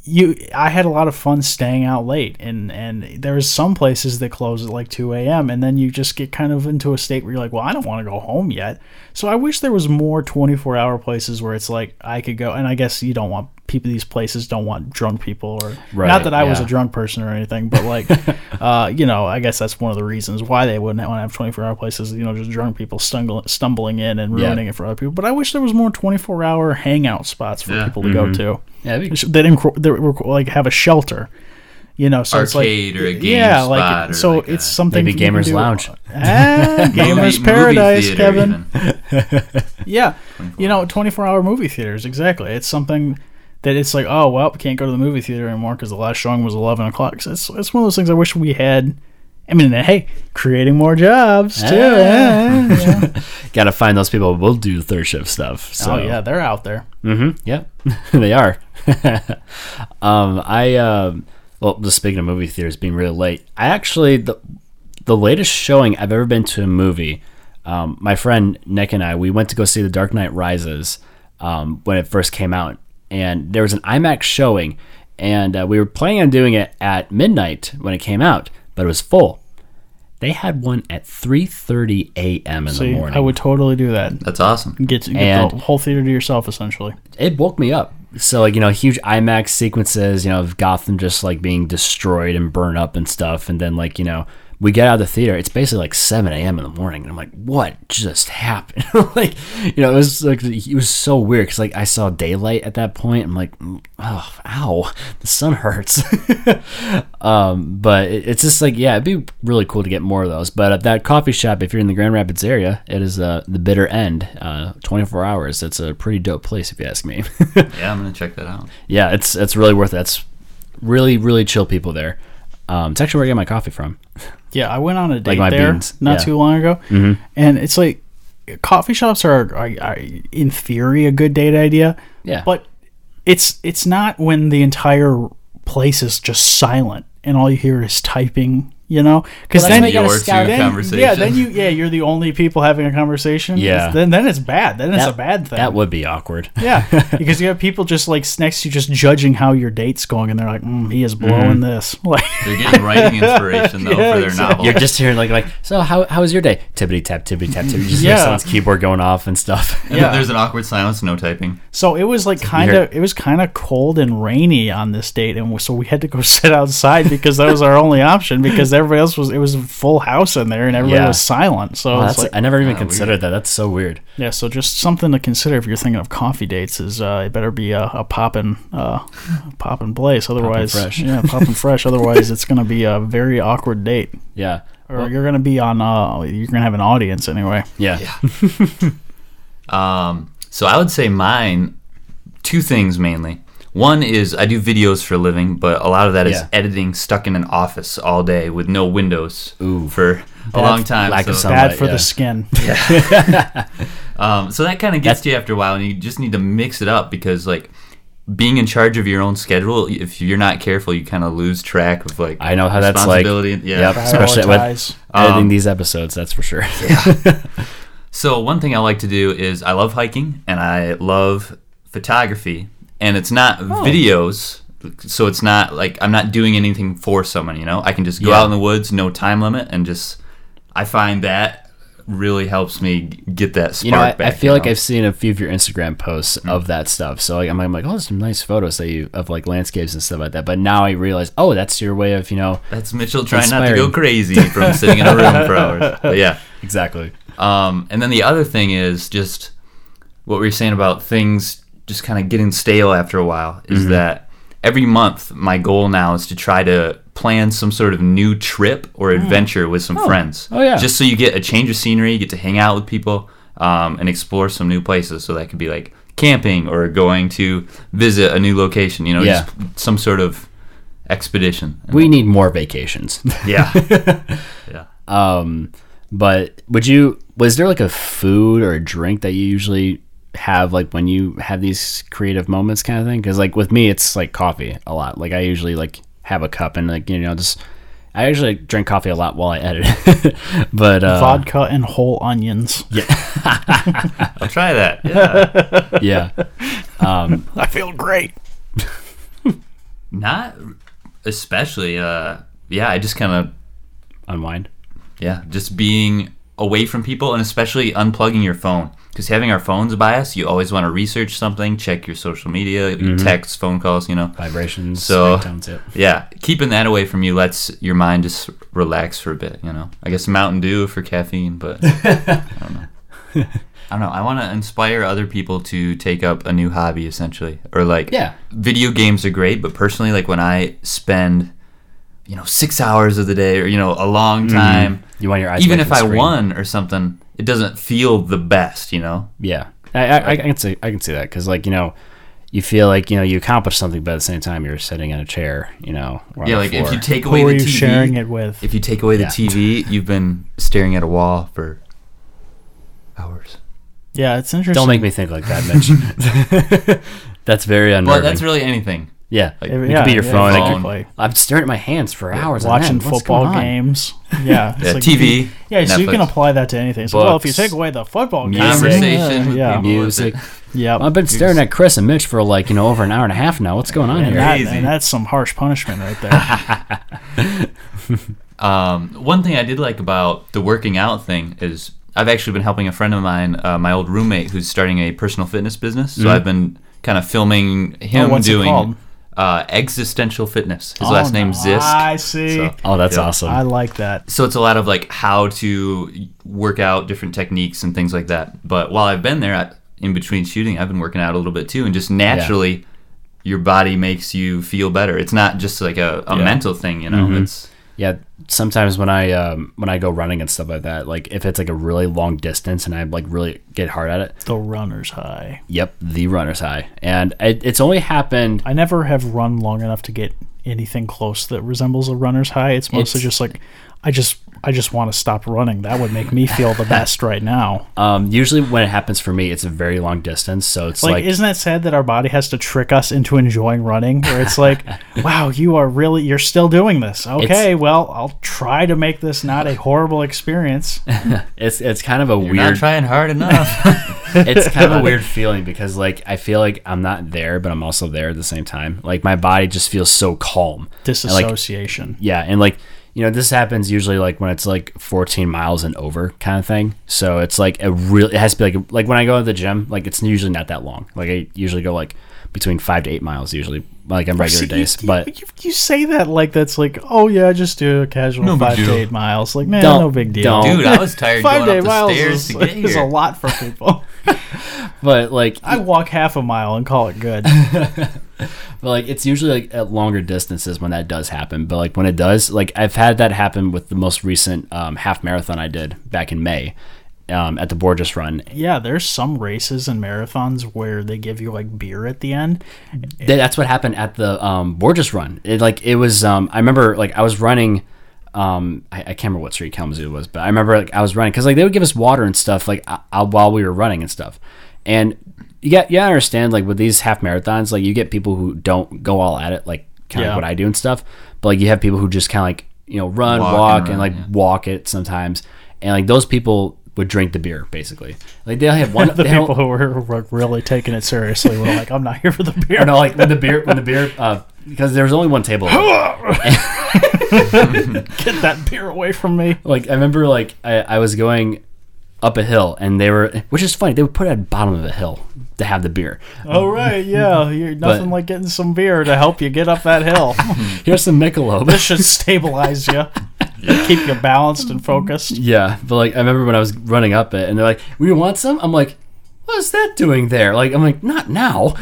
B: You, I had a lot of fun staying out late, and and there was some places that close at like two a.m. and then you just get kind of into a state where you're like, well, I don't want to go home yet. So I wish there was more twenty-four hour places where it's like I could go. And I guess you don't want people; these places don't want drunk people, or
A: Right,
B: not that I was a
A: yeah.
B: drunk person or anything, but like,
A: *laughs*
B: uh, you know, I guess that's one of the reasons why they wouldn't want to have 24 hour places, you know, just drunk people stumble, stumbling in and
A: Yeah.
B: ruining it for other people. But I wish there was more 24 hour hangout spots for
C: Yeah. Mm-hmm.
B: people to go to
A: Yeah, that'd be-
B: that, inc- that requ- like have a shelter, you know, so
C: Arcade
B: it's like,
C: or a game
B: yeah,
C: spot or
B: like, so
C: like a-
B: it's something
A: Maybe
B: you can
A: Gamers
B: do.
A: Lounge.
B: *laughs* Ah, Gamers
C: *laughs* Movie-
B: Paradise,
C: movie theater
B: Kevin.
C: even.
B: Yeah. You know, 24 hour movie theaters. Exactly. It's something that it's like, oh, well, we can't go to the movie theater anymore because the last showing was 11 o'clock. So it's, it's one of those things I wish we had. I mean, and hey, creating more jobs too.
A: *laughs* Ah.
B: eh, yeah.
A: got to find those people who will do third shift stuff. So.
B: Oh, yeah,
A: *laughs*
B: they're out there.
A: hmm Yeah, they are. um, I um, well, just speaking of movie theaters being really late, I actually the the latest showing I've ever been to a movie. Um, my friend Nick and I we went to go see The Dark Knight Rises um, when it first came out, and there was an IMAX showing, and uh, we were planning on doing it at midnight when it came out, but it was full. They had one at 3:30 a.m. in
B: See,
A: the morning.
B: I would totally do that.
C: That's awesome.
B: Get, get
A: And-
B: the whole theater to yourself, essentially.
A: it woke me up. So like you know, huge IMAX sequences, you know, of Gotham just like being destroyed and burned up and stuff, and then like you know, we get out of the theater. It's basically like seven a.m. in the morning, and I'm like, what just *laughs* happened? like, you know, it was like it was so weird because like I saw daylight at that point. I'm like, mm, oh, ow, *laughs* the sun hurts. *laughs* um, but it, it's just like yeah, it'd be really cool to get more of those. But at that coffee shop, if you're in the Grand Rapids area, it is uh, the Bitter End, uh, 24 hours. It's a pretty dope place if you ask me. *laughs*
C: Yeah, I'm gonna check that out.
A: yeah, it's it's really worth it. It's really really chill people there. Um, it's actually where I get my coffee from.
B: Yeah, I went on a date
A: my
B: there
A: beans.
B: not
A: Yeah. Mm-hmm.
B: too long ago, and it's like coffee shops are, are, are, in theory, a good date idea.
A: Yeah.
B: but it's it's not when the entire place is just silent and all you hear is typing. You know, because
A: Well, that's
B: then
A: why you
C: Your two
A: scout in.
C: conversation.
B: yeah, then you yeah you're the only people having a conversation.
A: Yeah.
B: It's- then then it's bad. Then it's a bad thing.
A: That would be awkward.
B: yeah, because you have people just like next to you just judging how your date's going, and they're like, mm, he is
A: Mm-hmm.
B: blowing this. *laughs* Like,
C: They're getting writing inspiration though
B: Yeah,
C: for their
B: exactly.
C: novel.
A: *laughs* You're just hearing like like so how how was your day? Tippity tap tippity tap tippity. Just
B: Yeah.
A: yeah. someone's keyboard going off and stuff. *laughs*
C: And then
B: Yeah.
C: there's an awkward silence, no typing.
B: so it was like kind
A: weird.
B: of it was kind of cold and rainy on this date, and so we had to go *laughs* sit outside because that was our only option because everybody else was it was a full house in there and everybody
A: Yeah.
B: was silent. So
A: Oh,
B: it's
A: that's,
B: like
A: I never even
C: Ah,
A: considered that. That's so weird.
B: yeah, so just something to consider if you're thinking of coffee dates is uh, it better be a, a poppin' uh, poppin' place, otherwise
A: fresh.
B: yeah, poppin' fresh. Otherwise, it's gonna be a very awkward date.
A: Yeah.
B: or you're gonna be on uh you're gonna have an audience anyway
A: Yeah.
C: Um, so I would say mine, two things mainly. One is I do videos for a living, but a lot of that is
A: Yeah.
C: editing stuck in an office all day with no windows
A: Ooh.
C: for a long time.
A: lack of
C: so,
A: sun.
B: bad
A: Right,
B: for
A: yeah.
B: the skin
C: um, so that kind of gets to you after a while, and you just need to mix it up because like being in charge of your own schedule, if you're not careful, you kind of lose track of like
A: I know how that's like.
C: responsibility. Yeah.
A: Yep. Especially with
B: Prioritize.
A: editing these episodes, that's for sure.
C: So one thing I like to do is I love hiking and I love photography and it's
A: Oh.
C: not videos so it's not like I'm not doing anything for someone, you know? I can just go
A: Yeah.
C: out in the woods, no time limit and just I find that really helps me get that spark
A: you know, I,
C: back.
A: I feel
C: you
A: like
C: know?
A: I've seen a few of your Instagram posts of that stuff. So like, I'm, I'm like, oh, there's some nice photos that you of like landscapes and stuff like that. But now I realize, oh, that's your way of you know
C: that's Mitchell trying not to go
A: inspiring.
C: crazy from sitting in a room for hours. But
A: *laughs*
C: yeah.
A: exactly.
C: Um, and then the other thing is just what we were saying about things just kind of getting stale after a while is
A: Mm-hmm.
C: that every month my goal now is to try to plan some sort of new trip or adventure with some friends.
A: Oh, yeah.
C: Just so you get a change of scenery, you get to hang out with people um, and explore some new places. So that could be like camping or going to visit a new location, you know,
A: Yeah.
C: just some sort of expedition.
A: We need more vacations. *laughs*
C: yeah. yeah.
A: um, but would you? Was there like a food or a drink that you usually have like when you have these creative moments kind of thing? Because like with me, it's like coffee a lot. Like I usually like have a cup and like you know just. I actually drink coffee a lot while I edit, *laughs* but uh,
B: vodka and whole onions
C: I'll try that. Yeah.
A: yeah,
B: i feel great
C: Not especially. Uh, yeah, I just kind of
A: unwind.
C: yeah, just being away from people and especially unplugging your phone because having our phones by us, you always want to research something, check your social media, your texts, phone calls, you know.
A: vibrations,
C: So-
A: ringtones, yep.
C: Yeah, keeping that away from you lets your mind just relax for a bit, you know. I guess Mountain Dew for caffeine, but I don't know. I don't know. I want to inspire other people to take up a new hobby, essentially, or like
A: Yeah.
C: video games are great, but personally, like when I spend, you know, six hours of the day or you know a long time,
A: Mm. You want your eyes
C: even
A: away
C: if
A: from the
C: I
A: screen.
C: won or something, it doesn't feel the best, you know.
A: Yeah, I, I, I can see I can see that because like you know, you feel like you know you accomplished something, but at the same time you're sitting in a chair, you know. or on
C: Yeah,
A: the
C: like if
A: floor.
C: you take
B: who
C: away
B: are
C: the
B: you
C: TV,
B: sharing it with
C: if you take away the
A: Yeah.
C: TV, you've been staring at a wall for hours.
B: yeah it's interesting
A: don't make me think like that, Mitch. *laughs* that's very unnerving.
C: But that's really anything.
A: Yeah.
C: Like,
B: It
C: yeah,
A: could be your phone,
C: it could-
B: exactly.
A: I'm staring at my hands for hours. on
B: Watching
A: end. What's
B: football
A: going on?
B: games. Yeah. it's like-
C: TV.
B: Yeah, so you
C: Netflix.
B: can apply that to anything. So, well, if you
C: Books.
B: take away the football game,
C: Conversation with
B: yeah,
C: people.
A: Music.
B: yeah,
A: I've been staring at Chris and Mitch for like you know over an hour and a half now. What's going on
B: and,
A: here?
B: that,
C: Crazy.
B: and that's some harsh punishment right there.
C: Um, one thing I did like about the working out thing is I've actually been helping a friend of mine, uh, my old roommate, who's starting a personal fitness business. So I've been kind of filming
B: Mm-hmm. Oh,
C: him
B: what's it called?
C: doing uh, existential fitness. His
B: Oh,
C: last name's Zisk.
B: I see.
C: So,
A: oh, that's
C: yeah.
A: awesome.
B: I like that.
C: So it's a lot of like how to work out different techniques and things like that. But while I've been there, I, in between shooting, I've been working out a little bit too, and just naturally, your body makes you feel better. It's not just like a, a mental thing, you know.
B: Mm-hmm.
C: It's
A: yeah, sometimes when I um, when I go running and stuff like that, like if it's like a really long distance and I like really get hard at it,
B: The runner's high.
A: yep, the runner's high. And it, it's only happened.
B: I never have run long enough to get anything close that resembles a runner's high. It's mostly
A: It's-
B: just like I just I just want to stop running. That would make
A: *laughs*
B: me feel the best right now.
A: Um, usually when it happens for me, it's a very long distance, so it's
B: Like,
A: like,
B: isn't that sad that our body has to trick us into enjoying running? Where
A: *laughs*
B: it's like, wow, you are really you're still doing this. Okay, well, I'll try to make this not a horrible
A: *laughs*
B: experience.
A: it's it's kind of a
C: you're not
A: weird.
C: trying hard enough.
B: *laughs*
A: it's kind
C: *laughs*
A: of a weird feeling because like I feel like I'm not there, but I'm also there at the same time. Like my body just feels so calm. And, like,
B: Disassociation.
A: yeah and like you know this happens usually like when it's like 14 miles and over kind of thing so it's like a real it has to be like like when i go to the gym like it's usually not that long like i usually go like between five to eight miles usually like on regular
B: See, you-
A: days
B: you,
A: but
B: you, you say that like that's like oh yeah, just do a casual
C: No big
B: five to
C: deal.
B: eight miles. Like man,
A: Don't-
B: no big deal.
A: don't.
B: *laughs*
C: Dude, I was tired
B: Five
C: going
B: day
C: up the
B: miles
C: stairs
B: is,
C: to
B: *laughs*
C: get
B: is a
C: here.
B: lot for
C: *laughs*
B: people.
A: but like
B: I walk half a mile and call
A: *laughs*
B: it good.
A: But like it's usually like at longer distances when that does happen. But like when it does, like I've had that happen with the most recent um, half marathon I did back in May um, at the Borges Run.
B: yeah, there's some races and marathons where they give you like beer at the end.
A: Th- That's what happened at the um, Borges Run. It like it was. Um, I remember like I was running. Um, I, I can't remember what street Kalamazoo was, but I remember like I was running because like they would give us water and stuff like uh, uh, while we were running and stuff. And you got you gotta understand like with these half marathons, like you get people who don't go all at it like kind of
B: Yeah.
A: what I do and stuff. But like you have people who just kind of like you know run, walk,
C: and
A: and,
C: run,
A: like
C: yeah.
A: walk it sometimes. And like those people would drink the beer basically. Like they only have one.
B: The
A: they don't-
B: people who were, were really taking it seriously were like, I'm not here for the beer.
A: or *laughs* no, like when the beer, when the beer, uh, because there was only one table.
B: Get that beer away from me.
A: like I remember, like I, I was going up a hill, and they were, which is funny. They would put it at the bottom of a hill to have the beer.
B: All right, yeah, you're nothing
A: But-
B: like getting some beer to help you get up that *laughs* hill.
A: Here's some Michelob.
B: this should stabilize you, keep you balanced and
A: *laughs*
B: focused.
A: yeah, but like I remember when I was running up it, and they're like, "We want some." I'm like. What is that doing there? Like, I'm like, not now. *laughs*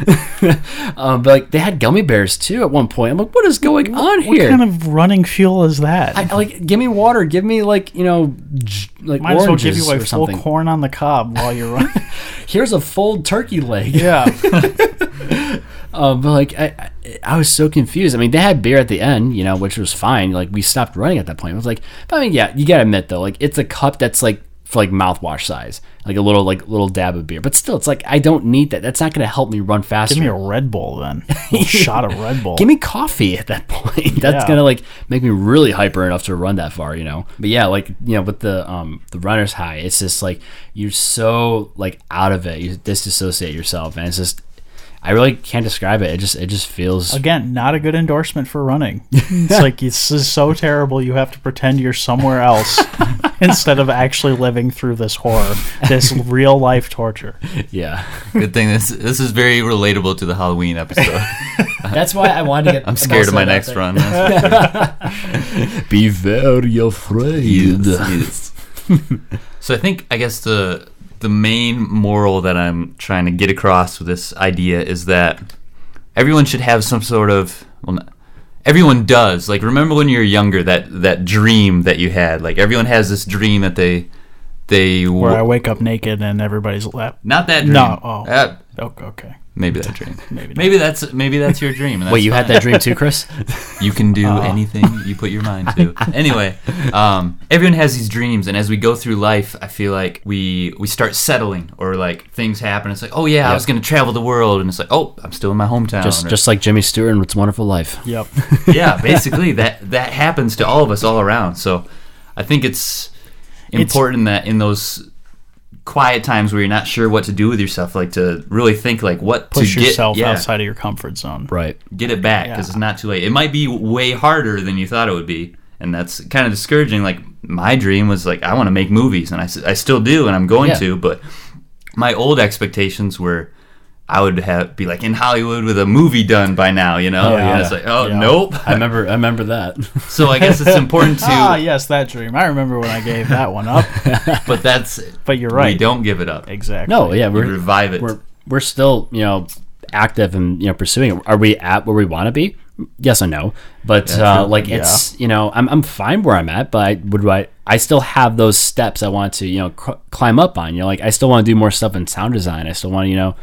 A: um, but like, they had gummy bears too at one point. I'm like, what is going on here?
B: What kind of running fuel is that?
A: I, like, give me water. Give me like, you know, j- like
B: Might as well give
A: oranges
B: you a
A: or
B: full
A: something.
B: corn on the cob while you're running.
A: Here's a full turkey leg.
B: *laughs* yeah.
A: Uh, but like I, I, I was so confused. I mean, they had beer at the end, you know, which was fine. Like we stopped running at that point. I was like, but I mean, yeah, you gotta admit though, like it's a cup that's like for like mouthwash size, like a little like little dab of beer. But still, it's like I don't need that. That's not gonna help me run faster.
B: Give me a Red Bull then. A little shot of Red Bull.
A: Give me coffee at that *laughs* point. That's
B: Yeah.
A: gonna like make me really hyper enough to run that far, you know. But yeah, like you know, with the um the runner's high, it's just like you're so like out of it. You disassociate yourself, and it's just I really can't describe it. It just it just feels
B: Again, not a good endorsement for
C: *laughs*
B: running. It's like this is so terrible you have to pretend you're somewhere
C: *laughs*
B: else instead of actually living through this horror,
C: *laughs*
B: this real life torture.
A: yeah.
C: Good thing this this is very relatable to the Halloween
B: *laughs*
C: episode.
A: That's why I wanted to get.
C: *laughs* I'm scared of my next run. That's-
A: Be very afraid.
C: *laughs* so I think I guess the the main moral that I'm trying to get across with this idea is that everyone should have some sort of well, not, everyone does. Like remember when you were younger that that dream that you had. Like everyone has this dream that they they
B: Where I wake up naked and everybody's lap.
C: not that dream.
B: No, oh.
C: That-
B: Oh, okay.
C: Maybe that dream.
B: *laughs* Maybe not.
C: Maybe that's maybe that's your dream. and
A: Wait,
C: that's
A: you had
C: fine.
A: that dream too, *laughs* Chris?
C: You can do anything you put your mind to. anyway, um, everyone has these dreams, and as we go through life, I feel like we we start settling, or like things happen. It's like, oh yeah, I was going to travel the world, and it's like, oh, I'm still in my hometown.
A: just
C: or-
A: just like Jimmy Stewart in It's a Wonderful Life.
B: Yep.
C: *laughs* yeah, basically that that happens to all of us all around. So I think it's important that in those quiet times where you're not sure what to do with yourself, like to really think like what
B: Push
C: to get,
B: yourself
C: yeah,
B: outside of your comfort zone.
A: Right.
C: get it back because
B: Yeah.
C: it's not too late. It might be way harder than you thought it would be, and that's kind of discouraging. Like my dream was like I want to make movies, and I, s- I still do, and I'm going
A: Yeah.
C: to. But my old expectations were I would have be like in Hollywood with a movie done by now, you know?
A: Oh,
C: and
A: yeah.
C: it's like oh
B: Yeah.
C: nope.
A: I remember I remember that.
C: so I guess it's
B: *laughs*
C: important to,
B: Ah, yes, that dream. I remember when I gave that one
C: *laughs*
B: up.
C: but that's
B: But you're
C: We
B: right.
C: don't give it up.
B: Exactly.
A: no, yeah,
C: We
A: we're
C: revive it.
A: we're we're still, you know, active and you know pursuing it. Are we at where we want to be? Yes and no. But uh, like it's you know, I'm I'm fine where I'm at, but I would I I still have those steps I want to, you know, cr- climb up on. You know, like I still want to do more stuff in sound design. I still want to, you know,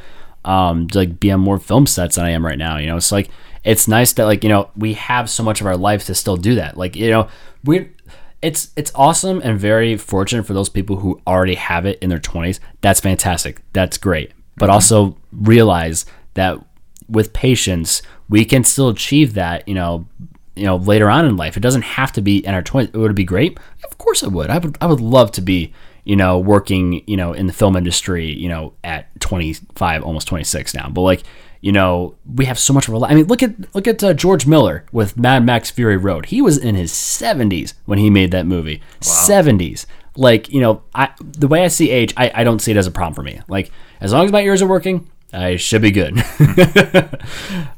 A: um to, like be on more film sets than I am right now, you know. It's like it's nice that like, you know, we have so much of our life to still do that. Like, you know, we it's it's awesome and very fortunate for those people who already have it in their 20s that's fantastic that's great but also realize that with patience we can still achieve that you know you know later on in life it doesn't have to be in our 20s would it be great of course it would i would i would love to be you know working you know in the film industry you know at 25 almost 26 now but like you know, we have so much of a. li- I mean, look at look at uh, George Miller with Mad Max Fury Road. He was in his seventies when he made that movie. Seventies, like you know, I the way I see age, I, I don't see it as a problem for me. Like as long as my ears are working, I should be good. *laughs*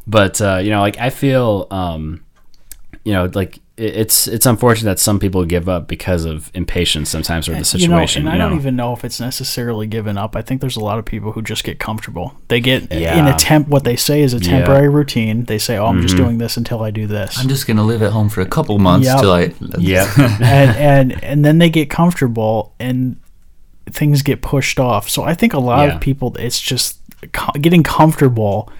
A: but uh, you know, like I feel, um, you know, like it, it's it's unfortunate that some people give up because of impatience sometimes or the situation.
B: You know,
A: You
B: and I
A: know,
B: don't even know if it's necessarily given up. I think there's a lot of people who just get comfortable. They get in
A: Yeah. Mm-hmm.
B: a temp. What they say is a temporary routine. They say, "Oh, I'm just doing this until I do this,"
C: I'm just gonna live at home for a couple months
B: Yep.
C: till I.
B: *laughs*
A: yeah, *laughs*
B: and and and then they get comfortable and things get pushed off. So I think a lot
A: Yeah.
B: of people, it's just co- getting comfortable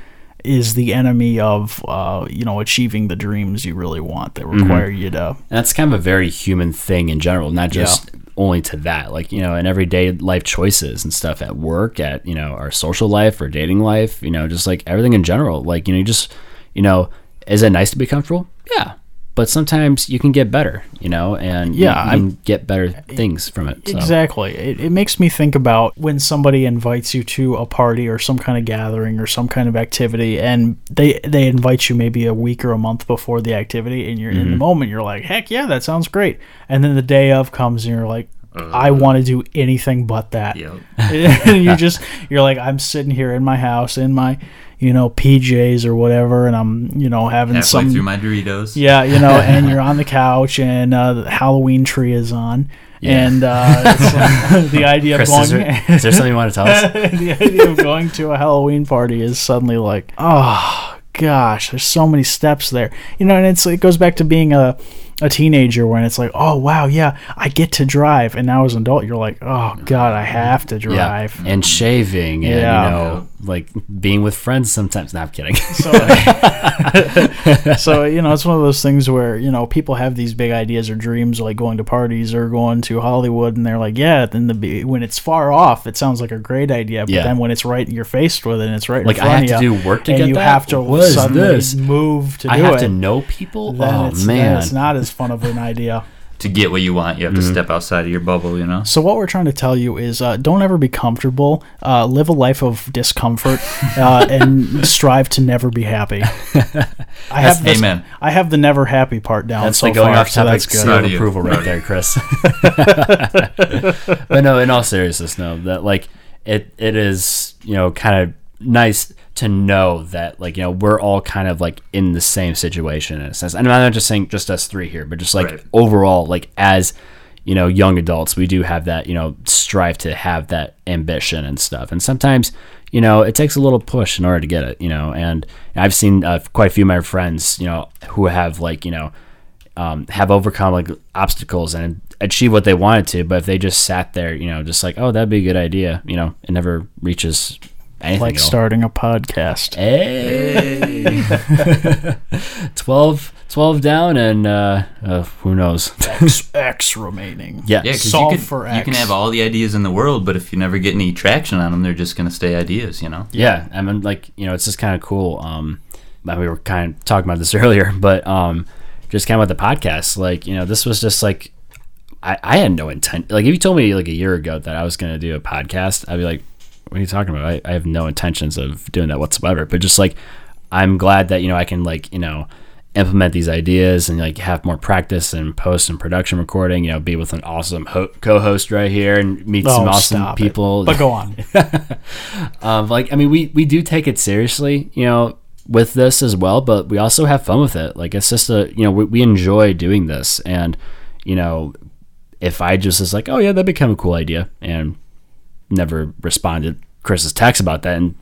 B: is the enemy of uh, you know achieving the dreams you really want
A: Mm-hmm.
B: that require you to
A: And that's kind of a very human thing in general, not just only to that. Like, you know, in everyday life choices and stuff at work, at, you know, our social life or dating life, you know, just like everything in general. Like, you know, you just, you know, is it nice to be comfortable? Yeah. But sometimes you can get better, you know, and you-
B: Yeah,
A: you,
B: I'm-
A: can get better things from it. So.
B: Exactly. It, it makes me think about when somebody invites you to a party or some kind of gathering or some kind of activity, and they they invite you maybe a week or a month before the activity, and you're in
C: Mm-hmm.
B: the moment, you're like, heck yeah, that sounds great. And then the day of comes, and you're like, I
C: Uh.
B: want to do anything but that.
C: Yep.
B: *laughs* and
C: *laughs*
B: you just you're like, I'm sitting here in my house in my you know PJs or whatever, and I'm you know having
C: Halfway
B: some
C: through my Doritos.
B: yeah, you know, and you're
A: *laughs*
B: on the couch, and uh, the Halloween tree is on,
A: Yeah.
B: and uh,
A: *laughs*
B: it's, uh, the idea of
A: Chris, is
B: going,
A: there, is there something you want to tell us?
B: *laughs* the idea of going to a Halloween party is suddenly like, oh gosh, there's so many steps there, you know, and it's it goes back to being a a teenager when it's like, oh wow, yeah, I get to drive, and now as an adult, you're like, oh god, I have to
A: Yeah.
B: drive.
A: And shaving and,
B: Yeah.
A: you know, like being with friends sometimes. No, I'm kidding.
B: So, so you know, it's one of those things where you know people have these big ideas or dreams, like going to parties or going to Hollywood, and they're like, yeah. Then the be- when it's far off, it sounds like a great idea, but
A: Yeah.
B: then when it's right, you're faced with it, and it's right
A: Like,
B: in
A: I
B: front
A: have
B: of
A: to
B: you,
A: do work to
B: and
A: get
B: you
A: that?
B: have to
A: What is
B: suddenly
A: this?
B: move to
A: *laughs*
B: do
A: I have
B: it.
A: to know people.
B: then
A: oh,
B: it's,
A: man.
B: then it's not as fun of an idea.
C: To get what you want, you
B: Mm-hmm.
C: have to step outside of your bubble. You know.
B: So what we're trying to tell you is, uh, don't ever be comfortable. Uh, live a life of discomfort,
A: *laughs*
B: uh, and strive to never be happy. I have this-
C: Amen.
B: I have the never happy part down.
A: That's
B: so
A: like going
B: far,
A: off
B: so
A: topic
B: that's
A: seal of
B: good.
C: Proud of you.
A: approval right there,
B: *laughs*
A: Chris. but no, in all seriousness, no, that like it it is, you know, kind of nice to know that like, you know, we're all kind of like in the same situation in a sense. And I'm not just saying just us three here, but just like
C: Right.
A: overall, like as you know, young adults, we do have that, you know, strive to have that ambition and stuff. And sometimes, you know, it takes a little push in order to get it, you know. And I've seen uh, quite a few of my friends, you know, who have like, you know, um, have overcome like obstacles and achieve what they wanted to. But if they just sat there, you know, just like, oh, that'd be a good idea, you know, it never reaches Anything
B: like
A: at all.
B: starting a podcast.
A: Hey. *laughs* 12, 12 down, and uh, uh, who knows?
B: X, X remaining.
A: yeah.
C: Yeah, 'cause
B: Solve
C: you, could-
B: for
C: you can
B: X.
C: have all the ideas in the world, but if you never get any traction on them, they're just going to stay ideas, you know?
A: Yeah, I mean, like you know, it's just kind of cool. Um, but we were kind of talking about this *laughs* earlier, but um, just kind of about the podcast. Like you know, this was just like I, I had no intent. Like if you told me like a year ago that I was going to do a podcast, I'd be like, "What are you talking about? I, I have no intentions of doing that whatsoever." But just like I'm glad that you know I can like you know implement these ideas and like have more practice and post and production recording. You know, be with an awesome ho- co-host right here and meet some
B: Oh,
A: awesome
B: stop it.
A: people. *laughs*
B: But go on.
A: Um, like I mean, we we do take it seriously, you know, with this as well, but we also have fun with it. Like it's just a you know we, we enjoy doing this, and you know, if I just was like, oh yeah, that'd become a cool idea, and never responded Chris's text about that, and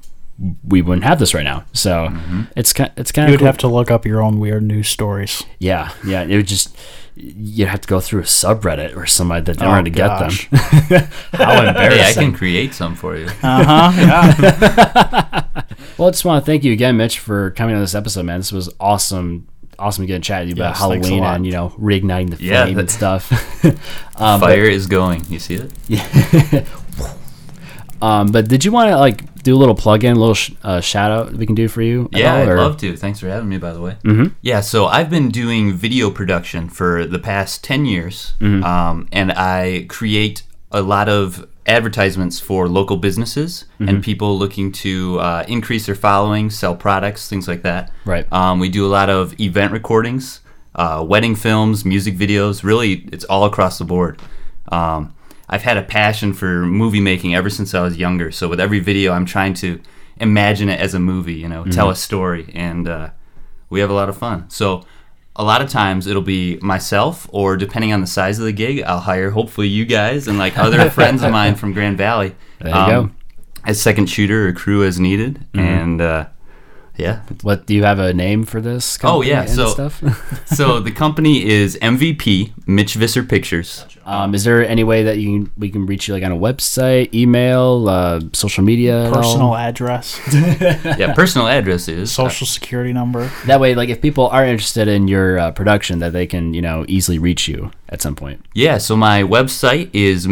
A: we wouldn't have this right now. So it's kind it's kind
B: You'd
A: of cool.
B: Mm-hmm. have to look up your own weird news stories.
A: yeah yeah it would just you'd have to go through a subreddit or somebody that never had to *laughs*
B: Oh, gosh.
A: get them. How embarrassing!
C: Hey, I can create some for you.
B: Uh huh. Yeah.
A: Well, I just want to thank you again, Mitch, for coming on this episode, man. This was awesome. Awesome getting to chat to you about
B: Yes, thanks a
A: Halloween
B: lot.
A: and, you know, reigniting the flame
C: Yeah,
A: and
C: that- *laughs*
A: stuff. *laughs*
C: Fire is going. You see it?
A: um, but did you want to, like, do a little plug in, a little sh- uh, shout out we can do for you? at
C: Yeah,
A: all,
C: I'd
A: or-
C: love to. Thanks for having me, by the way. Mm-hmm. Yeah, so I've been doing video production for the past 10 years,
B: Mm-hmm.
C: um, and I create a lot of advertisements for local businesses
B: Mm-hmm.
C: and people looking to uh, increase their following, sell products, things like that.
A: Right.
C: Um, we do a lot of event recordings, uh, wedding films, music videos. Really, it's all across the board. Um, I've had a passion for movie making ever since I was younger. So with every video, I'm trying to imagine it as a movie. You know, tell
A: Mm-hmm.
C: a story, and uh, we have a lot of fun. So a lot of times it'll be myself, or depending on the size of the gig, I'll hire hopefully you guys and
A: *laughs*
C: like other friends of mine from Grand Valley. um,
A: There you go. Mm-hmm.
C: As second shooter or crew as needed, and uh, yeah,
A: What, do you have a name for this?
C: Oh, yeah,
A: company
C: so-
A: stuff? *laughs*
C: *laughs* so the company is MVP Mitch Visser Pictures.
A: um, is there any way that you we can reach you, like, on a website, email, uh, social media? at all?
B: Personal
A: *laughs*
B: address,
C: Yeah, personal address is
B: social security number.
A: That way, like, if people are interested in your uh, production, that they can, you know, easily reach you at some point.
C: yeah. So my website is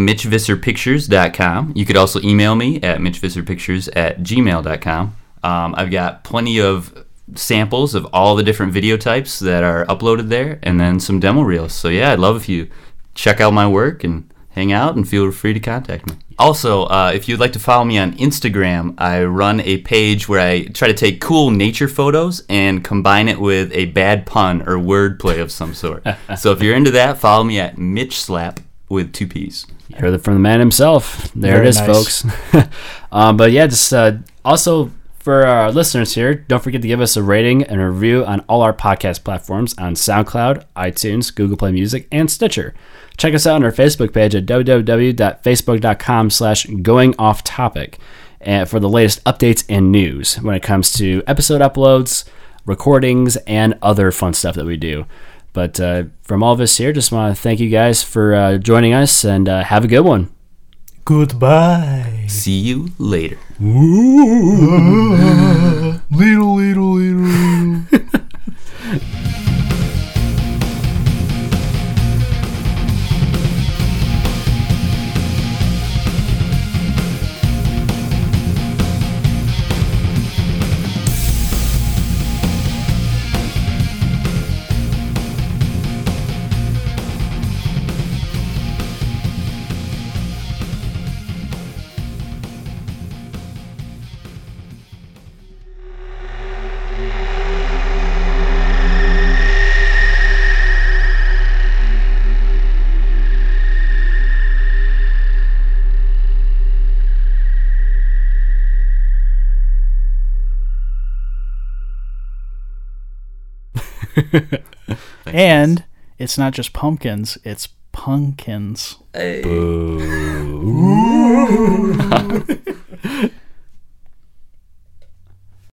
C: mitchvisserpictures.com. You could also email me at mitchvisserpictures at gmail.com. Um, I've got plenty of samples of all the different video types that are uploaded there, and then some demo reels. So yeah, I'd love if you check out my work and hang out and feel free to contact me. Also, uh, if you'd like to follow me on Instagram, I run a page where I try to take cool nature photos and combine it with a bad pun or wordplay of some sort. so if you're into that, follow me at Mitch Slap with two P's.
A: You heard it from the man himself. There
B: Very
A: it is,
B: nice.
A: folks. *laughs* um, but yeah, just uh, also for our listeners here, don't forget to give us a rating and a review on all our podcast platforms on SoundCloud, iTunes, Google Play Music, and Stitcher. Check us out on our Facebook page at www.facebook.com slash going off topic uh, for the latest updates and news when it comes to episode uploads, recordings, and other fun stuff that we do. But uh, from all of us here, just want to thank you guys for uh, joining us and uh, have a good one.
B: Goodbye.
C: See you later.
B: Little, little, little. And it's not just pumpkins, it's pumpkins.